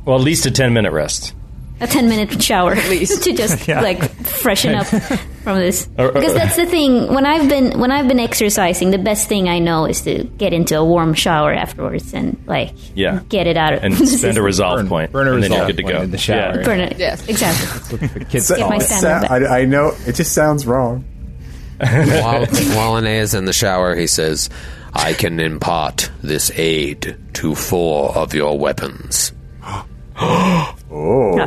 Speaker 5: Well, at least a ten minute rest.
Speaker 11: a 10 minute shower at least to just
Speaker 5: Yeah.
Speaker 11: like freshen up from this
Speaker 5: Or- or-
Speaker 11: because that's the thing when i've been when i've been exercising the best thing i know is to get into a warm shower afterwards and like
Speaker 5: Yeah,
Speaker 11: get it out of
Speaker 5: and spend a resolve point.
Speaker 8: burn a
Speaker 5: and then
Speaker 8: resolve
Speaker 5: you're good to
Speaker 8: point
Speaker 5: go
Speaker 8: in the shower.
Speaker 5: Yeah.
Speaker 11: burn it yes exactly
Speaker 8: Kids
Speaker 11: Get my stamina
Speaker 9: I, I know it just sounds wrong.
Speaker 13: while, while Ine is in the shower, he says, I can impart this aid to four of your weapons. oh.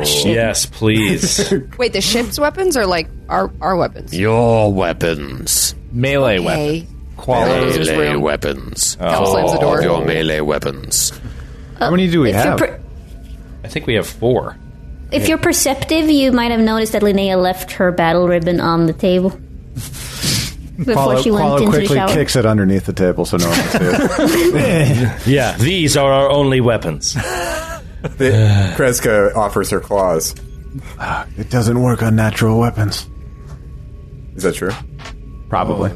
Speaker 4: shit.
Speaker 5: Yes, please.
Speaker 4: Wait, the ship's weapons are like our our weapons.
Speaker 13: your weapons.
Speaker 8: Melee
Speaker 4: Okay.
Speaker 13: Quality
Speaker 4: Closes his
Speaker 13: melee
Speaker 4: room.
Speaker 13: weapons.
Speaker 4: Cal slams the
Speaker 13: Four of
Speaker 4: door.
Speaker 13: your melee weapons.
Speaker 11: How many do we if you're have? per-
Speaker 5: I think we have four.
Speaker 11: if you're perceptive you might have noticed that linnea left her battle ribbon on the table before
Speaker 7: Qualo,
Speaker 11: she went
Speaker 7: Qualo
Speaker 11: into the
Speaker 7: quickly
Speaker 11: shower
Speaker 7: kicks it underneath the table so no one can see it.
Speaker 5: yeah, these are our only weapons.
Speaker 9: The, Kreska offers her claws.
Speaker 3: It doesn't work on natural weapons.
Speaker 9: Is that true?
Speaker 8: Probably.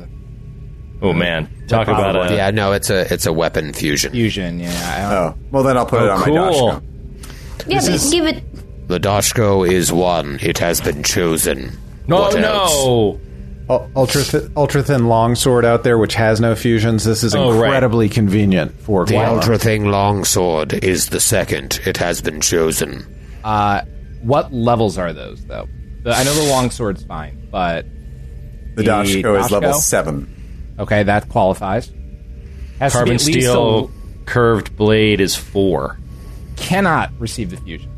Speaker 5: Oh man, talk
Speaker 13: Probably.
Speaker 5: about a
Speaker 13: yeah. No, it's a it's a weapon fusion.
Speaker 8: Fusion, yeah.
Speaker 9: Oh, well then I'll put
Speaker 13: it on my dashko.
Speaker 11: yeah but
Speaker 13: is-
Speaker 11: give it
Speaker 13: The Doshko is one. It has been chosen.
Speaker 5: No,
Speaker 13: What
Speaker 5: Oh, no.
Speaker 13: else?
Speaker 7: U- Ultra, th- ultra thin longsword out there, which has no fusions. This is
Speaker 13: Oh, right.
Speaker 7: incredibly convenient for
Speaker 13: The
Speaker 7: Qualo.
Speaker 13: Ultra Thing Longsword is the second. It has been chosen.
Speaker 8: Uh, what levels are those, though? The, I know the longsword's fine, but
Speaker 9: The Dashko is level seven.
Speaker 8: Okay, that qualifies. Has to be
Speaker 5: carbon
Speaker 8: at least
Speaker 5: steel curved blade is four.
Speaker 8: a- cannot receive the fusion.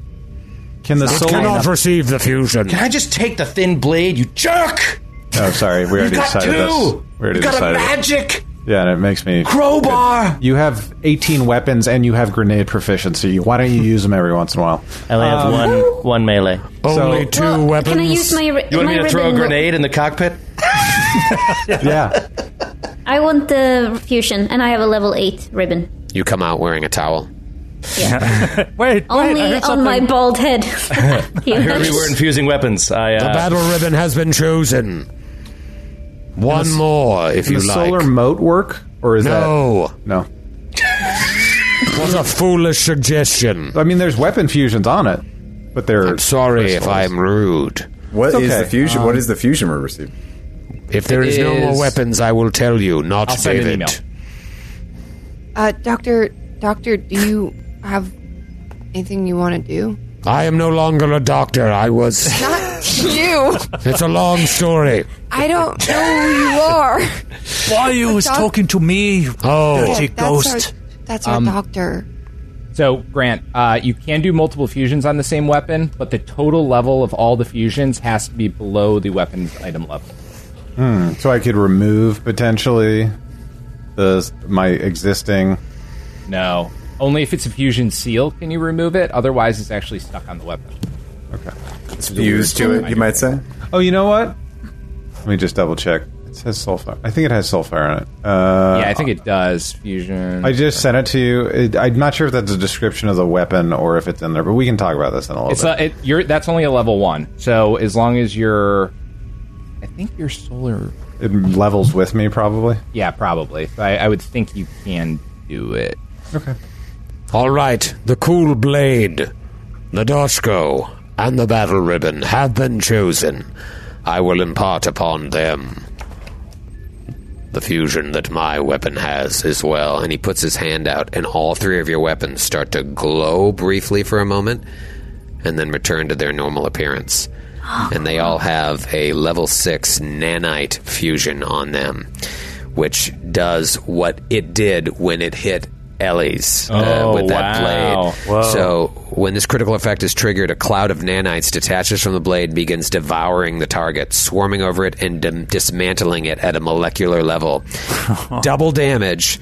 Speaker 7: Can the
Speaker 8: It's
Speaker 7: soul
Speaker 8: not cannot
Speaker 5: receive the fusion. Can I just take the thin blade, you jerk?
Speaker 7: Oh, sorry, we already
Speaker 5: got
Speaker 7: decided
Speaker 5: two!
Speaker 7: this. We already
Speaker 5: You got a
Speaker 7: decided. it.
Speaker 5: magic
Speaker 7: Yeah, and it makes me
Speaker 5: crowbar!
Speaker 7: You have 18 weapons and you have grenade proficiency. Why don't you use them every once in a while? Um,
Speaker 5: I only have one one melee.
Speaker 7: Only two weapons.
Speaker 11: can i use my ri-
Speaker 5: You want
Speaker 11: my
Speaker 5: me to
Speaker 11: ribbon
Speaker 5: throw a
Speaker 11: will-
Speaker 5: grenade in the cockpit?
Speaker 7: yeah.
Speaker 11: I want the fusion, and I have a level eight ribbon.
Speaker 13: You come out wearing a towel.
Speaker 10: wait,
Speaker 5: Oh,
Speaker 11: Only
Speaker 10: I heard
Speaker 11: on
Speaker 10: something.
Speaker 11: my bald head.
Speaker 5: I heard we were infusing weapons. I, uh,
Speaker 13: The battle ribbon has been chosen. One more, if
Speaker 7: Can
Speaker 13: you
Speaker 7: the
Speaker 13: like.
Speaker 7: solar moat work, or is
Speaker 13: No.
Speaker 7: that no?
Speaker 13: What a foolish suggestion.
Speaker 7: I mean, there's weapon fusions on it, but they're. I'm
Speaker 13: sorry if I'm rude.
Speaker 9: What is
Speaker 7: It's okay.
Speaker 9: the fusion? what
Speaker 7: Um,
Speaker 9: is the fusion we're receiving?
Speaker 13: If there is, no more weapons, I will tell you, not
Speaker 9: I'll send an
Speaker 13: David.
Speaker 4: Uh, doctor, doctor, do you have anything you want to do?
Speaker 13: I am no longer a doctor. I was.
Speaker 4: you.
Speaker 13: it's a long story.
Speaker 4: I don't know who you are.
Speaker 10: Why you
Speaker 4: The
Speaker 10: was
Speaker 4: doc-
Speaker 10: talking to me?
Speaker 13: Oh,
Speaker 10: dirty ghost.
Speaker 4: Our, that's our
Speaker 8: Um,
Speaker 4: doctor.
Speaker 8: So, Grant, uh, you can do multiple fusions on the same weapon, but the total level of all the fusions has to be below the weapon's item level.
Speaker 7: Hmm, so I could remove potentially the my existing.
Speaker 8: No. Only if it's a fusion seal can you remove it. Otherwise, it's actually stuck on the weapon.
Speaker 7: Okay.
Speaker 8: It's
Speaker 9: Fused to it, you might say.
Speaker 7: Oh, you know what? Let me just double check. It says sulfur. I think it has sulfur on it. Uh,
Speaker 8: yeah, I think it does. Fusion.
Speaker 7: I just sent it to you. It, I'm not sure if that's a description of the weapon or if it's in there, but we can talk about this in a little
Speaker 8: It's
Speaker 7: bit.
Speaker 8: not, it, you're, that's only a level one. So as long as you're, I think you're solar.
Speaker 7: it levels with me, probably.
Speaker 8: Yeah, probably. So I, I would think you can do it.
Speaker 7: Okay.
Speaker 13: All right, the cool blade, the Doshko, and the battle ribbon have been chosen. I will impart upon them the fusion that my weapon has as well. And he puts his hand out, and all three of your weapons start to glow briefly for a moment and then return to their normal appearance. And they all have a level 6 nanite fusion on them, which does what it did when it hit Ellie's uh,
Speaker 5: Oh,
Speaker 13: with that
Speaker 5: wow.
Speaker 13: blade.
Speaker 5: Whoa.
Speaker 13: So
Speaker 2: When this critical effect is triggered, a cloud of nanites detaches from the blade and begins devouring the target, swarming over it and dim- dismantling it at a molecular level. Double damage,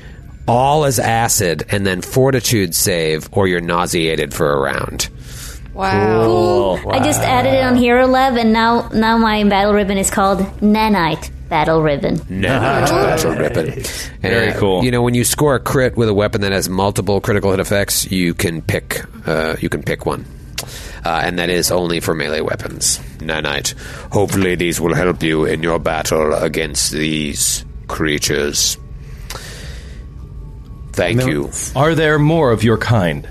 Speaker 2: all as acid, and then fortitude save, or you're nauseated for a round.
Speaker 11: Wow. Cool. I just added it on Hero Lab, and now now my battle ribbon is called Nanite Battle Ribbon.
Speaker 2: Mm. Nanite Battle Ribbon. Very cool. You know, when you score a crit with a weapon that has multiple critical hit effects, you can pick uh, you can pick one.
Speaker 13: Uh, and that is only for melee weapons. Nanite, hopefully these will help you in your battle against these creatures. Thank you.
Speaker 5: Are there more of your kind?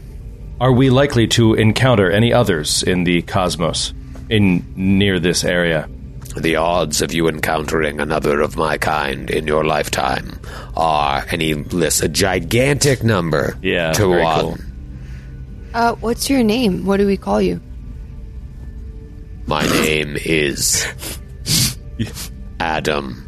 Speaker 5: Are we likely to encounter any others in the cosmos in near this area?
Speaker 13: The odds of you encountering another of my kind in your lifetime are any list a gigantic number. Yeah, to
Speaker 5: very
Speaker 13: one.
Speaker 5: cool.
Speaker 4: Uh, what's your name? What do we call you?
Speaker 13: My name is Adam.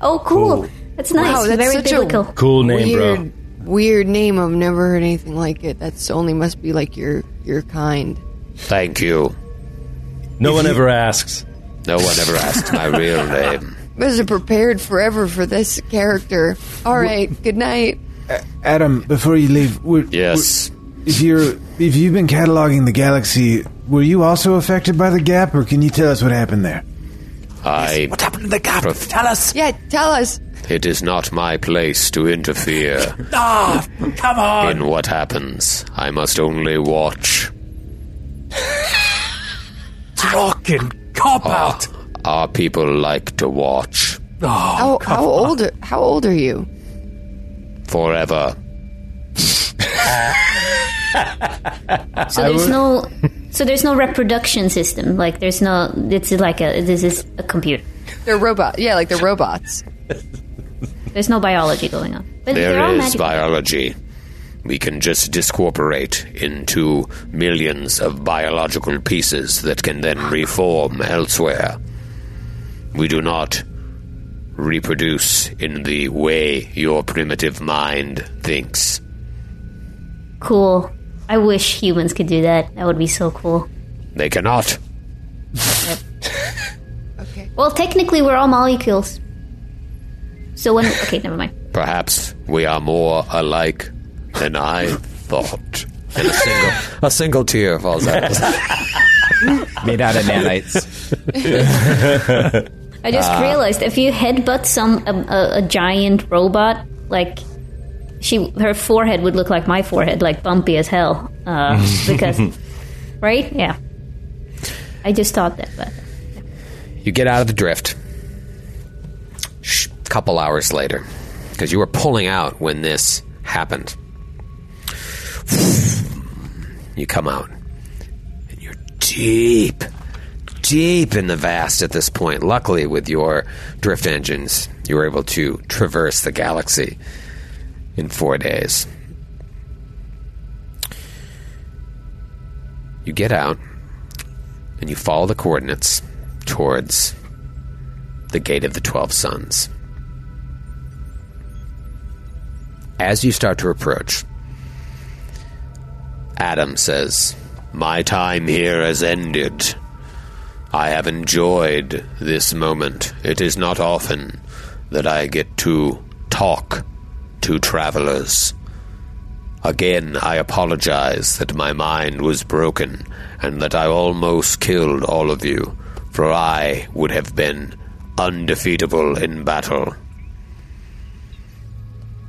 Speaker 11: Oh, cool. That's nice.
Speaker 4: Wow, that's
Speaker 11: Very
Speaker 4: such
Speaker 11: biblical.
Speaker 4: a
Speaker 5: Cool name, bro.
Speaker 4: weird, Weird name. I've never heard anything like it. That's only must be like your your kind.
Speaker 13: Thank you.
Speaker 5: No one ever asks.
Speaker 13: No one ever asked my real name.
Speaker 4: Was prepared forever for this character. All right. Good night.
Speaker 3: Adam, before you leave, were, yes. if you're if you've been cataloging the galaxy, were you also affected by the gap, or can you tell us what happened there?
Speaker 13: I. What
Speaker 10: happened to the gap?
Speaker 4: Tell us. Yeah, tell us.
Speaker 13: It is not my place to interfere
Speaker 10: Ah, come on.
Speaker 13: in what happens. I must only watch.
Speaker 10: Fucking cop out.
Speaker 13: Ah, Our people like to watch
Speaker 10: Oh,
Speaker 4: how how old are, how old are you?
Speaker 13: forever.
Speaker 11: So
Speaker 13: I
Speaker 11: there's
Speaker 13: would-
Speaker 11: no so there's no reproduction system. Like there's no it's like a this is a computer.
Speaker 4: They're robot. Yeah, like they're robots.
Speaker 11: There's no biology going on. But there,
Speaker 13: there
Speaker 11: are
Speaker 13: is
Speaker 11: magic.
Speaker 13: biology. We can just discorporate into millions of biological pieces that can then reform elsewhere. We do not reproduce in the way your primitive mind thinks.
Speaker 11: cool. I wish humans could do that. That would be so cool.
Speaker 13: They cannot.
Speaker 11: Well, technically we're all molecules. So when okay, never mind.
Speaker 13: Perhaps we are more alike than I thought. And a single,
Speaker 2: a single tear falls out.
Speaker 13: Made
Speaker 8: out of
Speaker 13: nanites.
Speaker 11: I just
Speaker 13: Ah.
Speaker 11: realized if you headbutt some a, a, a giant robot, like she her forehead would look like my forehead, like bumpy as hell. Uh, because right? Yeah. I just thought that, but
Speaker 2: You get out of the drift. Shh, couple hours later, because you were pulling out when this happened. You come out, and you're deep, deep in the vast at this point. Luckily, with your drift engines, you were able to traverse the galaxy in four days. You get out, and you follow the coordinates towards the gate of the Twelve Suns. As you start to approach,
Speaker 13: Adam says, My time here has ended. I have enjoyed this moment. It is not often that I get to talk to travelers. Again, I apologize that my mind was broken and that I almost killed all of you, for I would have been undefeatable in battle.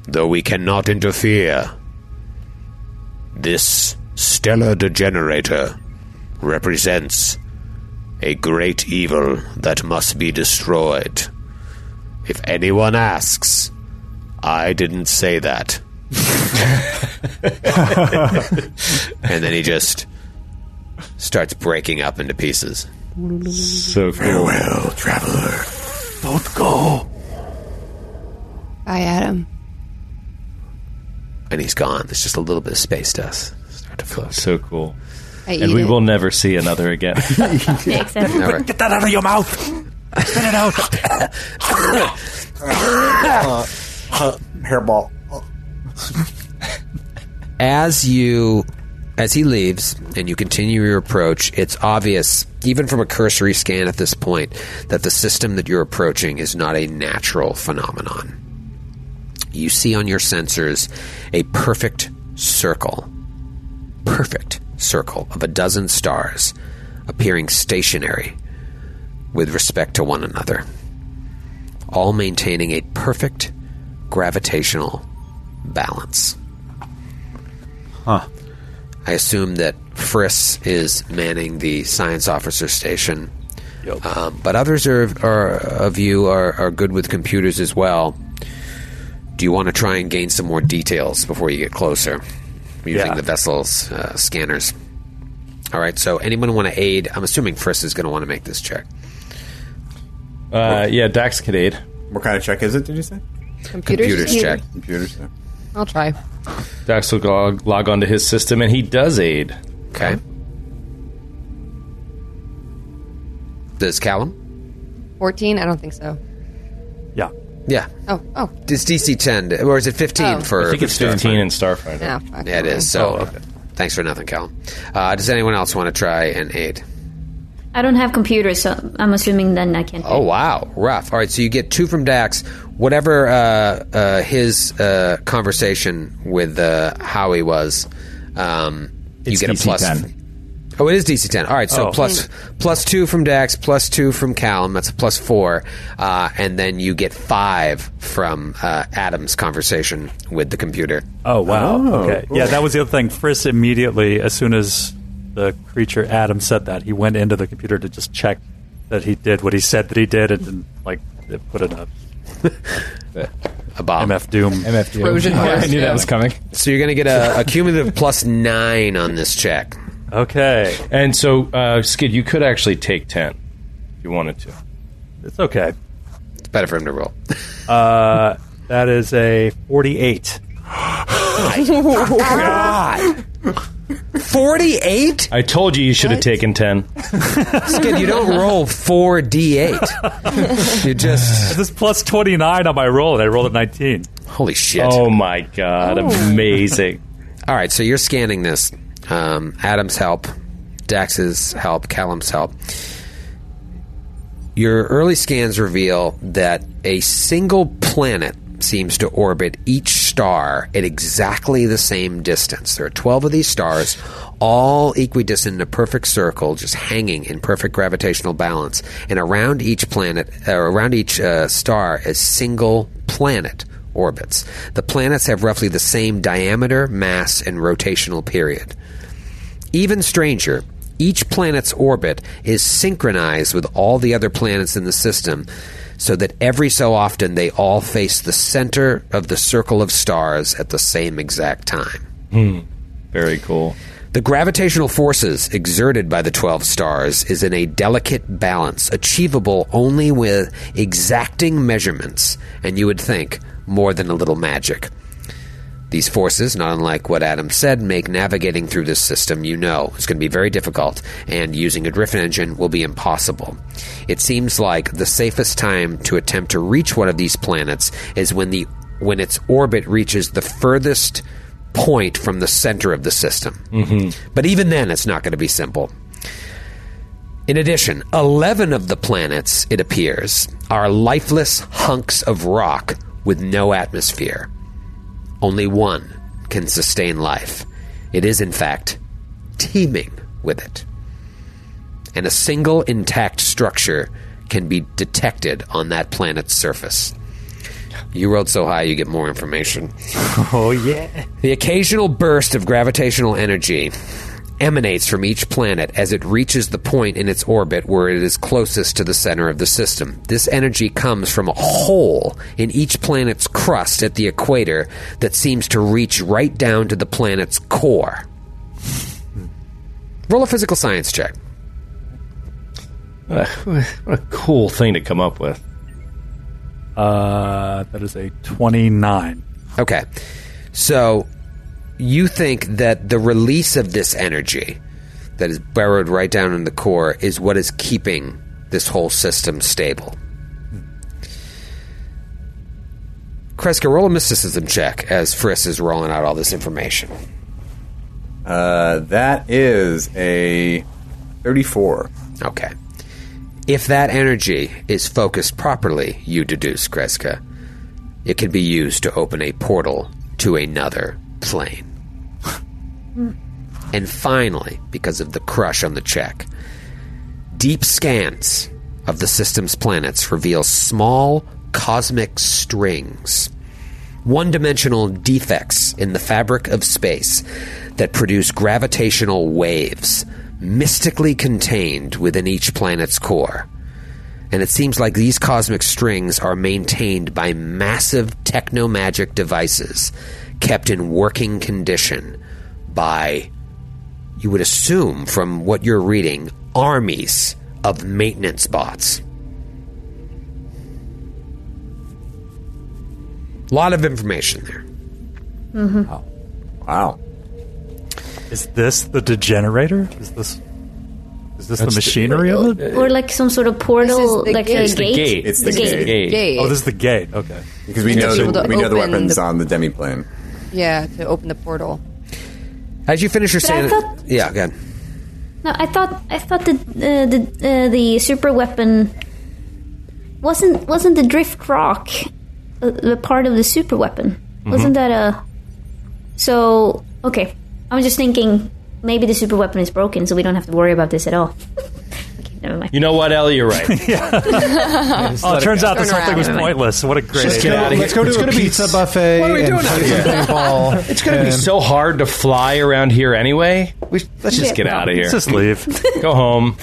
Speaker 13: Though we cannot interfere, this stellar degenerator represents a great evil that must be destroyed. If anyone asks, I didn't say that. and then he just starts breaking up into pieces.
Speaker 5: So
Speaker 13: farewell, traveler.
Speaker 10: Don't go.
Speaker 4: Bye, Adam.
Speaker 2: and he's gone. There's just a little bit of space dust.
Speaker 5: So cool.
Speaker 4: I
Speaker 5: and
Speaker 4: eat
Speaker 5: we
Speaker 4: it.
Speaker 5: will never see another again.
Speaker 10: Quick, Get that out of your mouth. Spit it out.
Speaker 9: Uh, Oh, Hairball.
Speaker 2: As you As he leaves and you continue your approach, it's obvious, even from a cursory scan at this point, that the system that you're approaching is not a natural phenomenon. You see on your sensors a perfect circle, perfect circle of a dozen stars appearing stationary with respect to one another, all maintaining a perfect gravitational balance. Huh. I assume that Friss is manning the science officer station. Um, but others are, are, of you are, are good with computers as well. Do you want to try and gain some more details before you get closer using the vessel's uh, scanners? All right, so anyone want to aid? I'm assuming Friss is going to want to make this check.
Speaker 5: Uh, yeah, Dax could aid.
Speaker 9: What kind of check is it? Did you say?
Speaker 4: Computers, check.
Speaker 9: Computers. check.
Speaker 4: I'll try.
Speaker 5: Dax will log, log onto his system, and he does aid.
Speaker 2: Okay. Does Callum?
Speaker 4: 14? I don't think so.
Speaker 2: Yeah. Yeah.
Speaker 4: Oh, oh.
Speaker 2: It's DC 10, or is it 15
Speaker 4: Oh.
Speaker 2: for
Speaker 5: I think it's
Speaker 2: for
Speaker 5: 15 in Oh,
Speaker 2: Starfighter.
Speaker 4: Yeah, fuck.
Speaker 2: Yeah, it is. So uh, thanks for nothing, Callum. Uh, does anyone else want to try and aid?
Speaker 11: I don't have computers, so I'm assuming then I can.
Speaker 2: Oh wow, rough. All right, so you get two from Dax. Whatever uh, uh, his uh, conversation with uh, Howie was, um, you
Speaker 14: It's
Speaker 2: get a
Speaker 14: DC
Speaker 2: plus.
Speaker 14: 10.
Speaker 2: Oh, it is DC ten. All right, so
Speaker 14: Oh.
Speaker 2: plus plus two from Dax, plus two from Callum. That's a plus four, uh, and then you get five from uh, Adam's conversation with the computer.
Speaker 10: Oh wow!
Speaker 2: Oh,
Speaker 10: okay,
Speaker 2: cool.
Speaker 10: yeah, that was the other thing. Friss immediately, as soon as the creature Adam said that, he went into the computer to just check that he did what he said that he did, and then, like it put it up.
Speaker 2: a bomb.
Speaker 10: MF Doom.
Speaker 8: MF
Speaker 10: Doom.
Speaker 8: Trojan Yeah, I horse, knew that yeah. was coming.
Speaker 2: So you're going to get a, a cumulative plus nine on this check.
Speaker 10: Okay.
Speaker 5: And so, uh, Skid, you could actually take 10 if you wanted to.
Speaker 10: It's okay.
Speaker 2: It's better for him to roll.
Speaker 10: Uh, that is a forty-eight.
Speaker 2: God. 48?
Speaker 5: I told you you should have taken 10.
Speaker 2: Skid, you don't roll 4d8. You just.
Speaker 10: This plus 29 on my roll, and I rolled a 19.
Speaker 2: Holy shit.
Speaker 5: Oh my god, amazing.
Speaker 2: All right, so you're scanning this. Um, Adam's help, Dax's help, Callum's help. Your early scans reveal that a single planet seems to orbit each star at exactly the same distance. There are 12 of these stars, all equidistant in a perfect circle, just hanging in perfect gravitational balance. And around each planet, or around each uh, star, is single planet orbits. The planets have roughly the same diameter, mass, and rotational period. Even stranger, each planet's orbit is synchronized with all the other planets in the system so that every so often they all face the center of the circle of stars at the same exact time.
Speaker 5: Hmm. Very cool.
Speaker 2: The gravitational forces exerted by the 12 stars is in a delicate balance, achievable only with exacting measurements, and you would think more than a little magic. These forces, not unlike what Adam said, make navigating through this system you know is going to be very difficult, and using a drift engine will be impossible. It seems like the safest time to attempt to reach one of these planets is when the when its orbit reaches the furthest point from the center of the system. But even then, it's not going to be simple. In addition, 11 of the planets, it appears, are lifeless hunks of rock with no atmosphere. Only one can sustain life. It is, in fact, teeming with it. And a single intact structure can be detected on that planet's surface. You rode so high, you get more information.
Speaker 10: Oh, yeah.
Speaker 2: The occasional burst of gravitational energy emanates from each planet as it reaches the point in its orbit where it is closest to the center of the system. This energy comes from a hole in each planet's crust at the equator that seems to reach right down to the planet's core. Roll a physical science check.
Speaker 5: Uh, what a cool thing to come up with.
Speaker 10: Uh, that is a 29.
Speaker 2: Okay. So you think that the release of this energy that is burrowed right down in the core is what is keeping this whole system stable. Kreska, roll a mysticism check as Friss is rolling out all this information.
Speaker 9: Uh, that is a 34.
Speaker 2: Okay. If that energy is focused properly, you deduce, Kreska, it can be used to open a portal to another plane. and finally, because of the crush on the check, deep scans of the system's planets reveal small cosmic strings, one dimensional defects in the fabric of space that produce gravitational waves mystically contained within each planet's core. And it seems like these cosmic strings are maintained by massive technomagic devices kept in working condition by, you would assume from what you're reading, armies of maintenance bots. A lot of information there.
Speaker 11: Mm-hmm.
Speaker 6: Oh,
Speaker 9: Wow.
Speaker 10: Is this the degenerator? Is this is
Speaker 11: That's
Speaker 10: this the
Speaker 11: the-
Speaker 10: machinery of it?
Speaker 11: Or like some sort of portal, like a gate.
Speaker 10: Oh, this is the gate. Okay.
Speaker 9: Because we
Speaker 4: Yeah,
Speaker 9: know
Speaker 4: so
Speaker 9: the,
Speaker 4: the
Speaker 9: we know the
Speaker 4: open-
Speaker 9: weapons on the demiplane.
Speaker 4: Yeah, to open the portal.
Speaker 2: As you finish your
Speaker 11: But I
Speaker 2: sand,
Speaker 11: thought-
Speaker 2: yeah, again.
Speaker 11: No, I thought I thought the uh, the uh, the super weapon wasn't wasn't the drift rock uh, the part of the super weapon? Wasn't
Speaker 14: Mhm.
Speaker 11: that a so okay? I was just thinking maybe the super weapon is broken, so we don't have to worry about this at all. okay, never mind.
Speaker 5: You know what, Ellie? You're right.
Speaker 10: Oh, it turns out this
Speaker 11: Turn
Speaker 10: whole thing was
Speaker 11: around.
Speaker 10: pointless. What a great
Speaker 5: Just
Speaker 10: idea.
Speaker 5: get out of
Speaker 7: Let's go to a pizza buffet.
Speaker 5: What are we
Speaker 7: and
Speaker 5: doing out
Speaker 7: play
Speaker 5: here?
Speaker 7: some paintball.
Speaker 5: It's going to be
Speaker 7: and-
Speaker 5: so hard to fly around here anyway. We, let's just
Speaker 11: Yeah.
Speaker 5: get out of here.
Speaker 11: Let's just
Speaker 10: leave.
Speaker 5: Go home.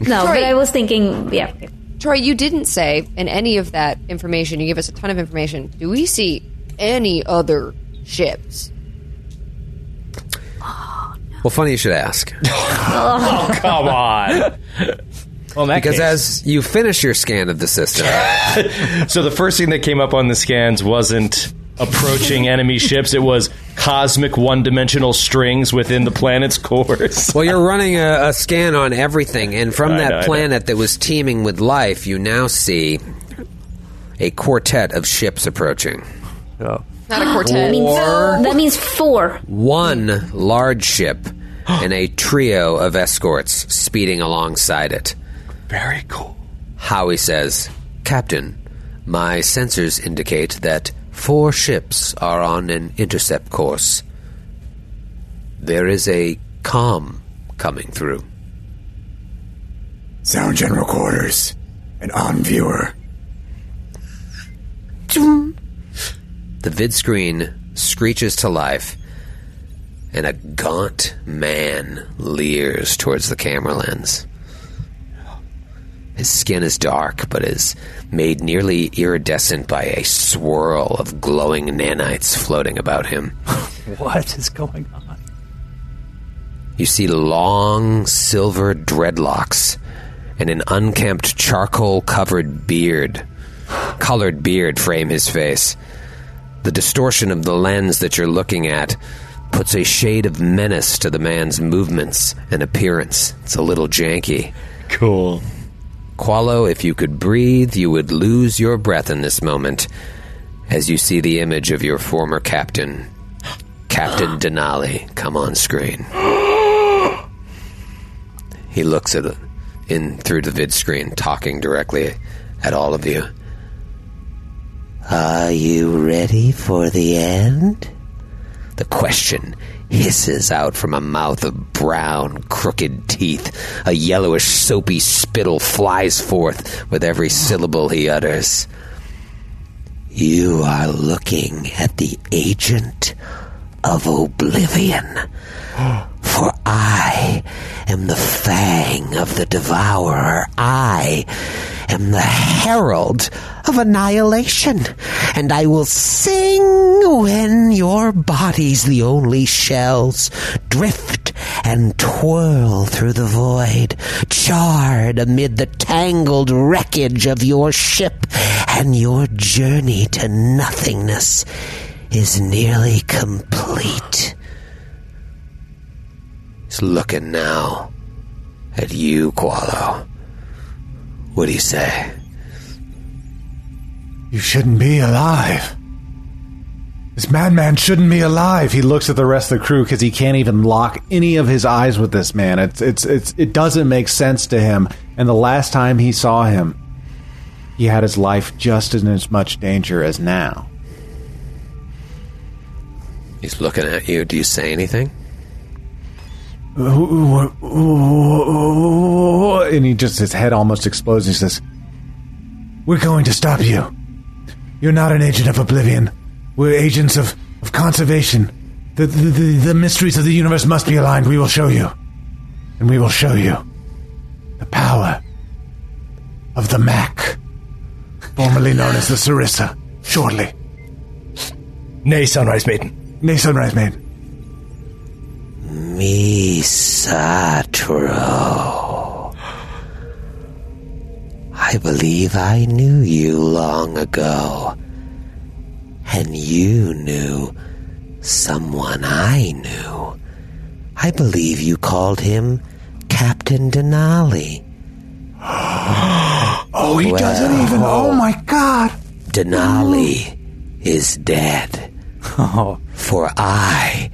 Speaker 11: No, but I was thinking, yeah.
Speaker 4: Troy, you didn't say in any of that information. You gave us a ton of information. Do we see any other ships?
Speaker 2: Well, funny you should ask.
Speaker 5: Oh, come on. Well,
Speaker 2: because as you finish your scan of the system,
Speaker 5: so the first thing that came up on the scans wasn't approaching enemy ships, it was cosmic one dimensional strings within the planet's course.
Speaker 2: well, you're running a, a scan on everything, and from
Speaker 5: I
Speaker 2: that
Speaker 5: know, I know.
Speaker 2: planet that was teeming with life, you now see a quartet of ships approaching.
Speaker 4: Not a quartet.
Speaker 11: That means, that means four.
Speaker 2: One large ship and a trio of escorts speeding alongside it.
Speaker 5: Very cool.
Speaker 2: Howie says, Captain, my sensors indicate that four ships are on an intercept course. There is a calm coming through.
Speaker 1: Sound General Quarters, an on viewer.
Speaker 2: The vid screen screeches to life, and a gaunt man leers towards the camera lens. His skin is dark, but is made nearly iridescent by a swirl of glowing nanites floating about him.
Speaker 10: What is going on?
Speaker 2: You see long silver dreadlocks and an unkempt charcoal covered beard, colored beard frame his face. The distortion of the lens that you're looking at puts a shade of menace to the man's movements and appearance. It's a little janky.
Speaker 5: Cool.
Speaker 2: Qualo, if you could breathe, you would lose your breath in this moment as you see the image of your former captain, Captain Denali, come on screen. He looks at in through the vid screen, talking directly at all of you. Are you ready for the end? The question hisses out from a mouth of brown, crooked teeth. A yellowish, soapy spittle flies forth with every syllable he utters. You are looking at the agent of oblivion. For I am the fang of the devourer. I am the herald of annihilation. And I will sing when your bodies, the only shells, drift and twirl through the void, charred amid the tangled wreckage of your ship. And your journey to nothingness is nearly complete. He's looking now at you, Qualo. What do you say?
Speaker 3: You shouldn't be alive. This madman shouldn't be alive.
Speaker 7: He looks at the rest of the crew because he can't even lock any of his eyes with this man. It's it's it's it doesn't make sense to him. And the last time he saw him, he had his life just in as much danger as now.
Speaker 13: He's looking at you. Do you say anything?
Speaker 7: And he just his head almost explodes. He says,
Speaker 3: We're going to stop you. You're not an agent of oblivion. We're agents of, of conservation. The, the, the, the mysteries of the universe must be aligned. We will show you. And we will show you the power of the Mac, formerly known as the Sarissa, shortly.
Speaker 14: Nay, Sunrise Maiden.
Speaker 3: Nay, Sunrise Maiden.
Speaker 12: Misatro. I believe I knew you long ago. And you knew someone I knew. I believe you called him Captain Denali.
Speaker 3: Oh, he doesn't even. Oh my god.
Speaker 12: Denali is dead.
Speaker 3: Oh.
Speaker 12: For I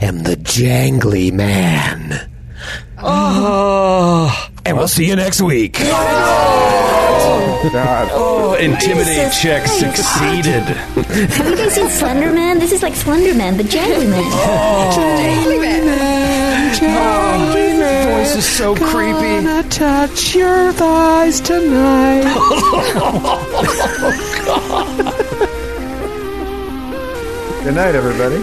Speaker 12: am the jangly man.
Speaker 14: Oh. And we'll see you next week. Oh, intimidate check succeeded.
Speaker 11: Have you guys seen Slenderman? This is like Slenderman, the Janglyman.
Speaker 4: Oh.
Speaker 12: Janglyman.
Speaker 2: Voice is so creepy.
Speaker 12: Gonna touch your thighs tonight.
Speaker 9: Good night, everybody.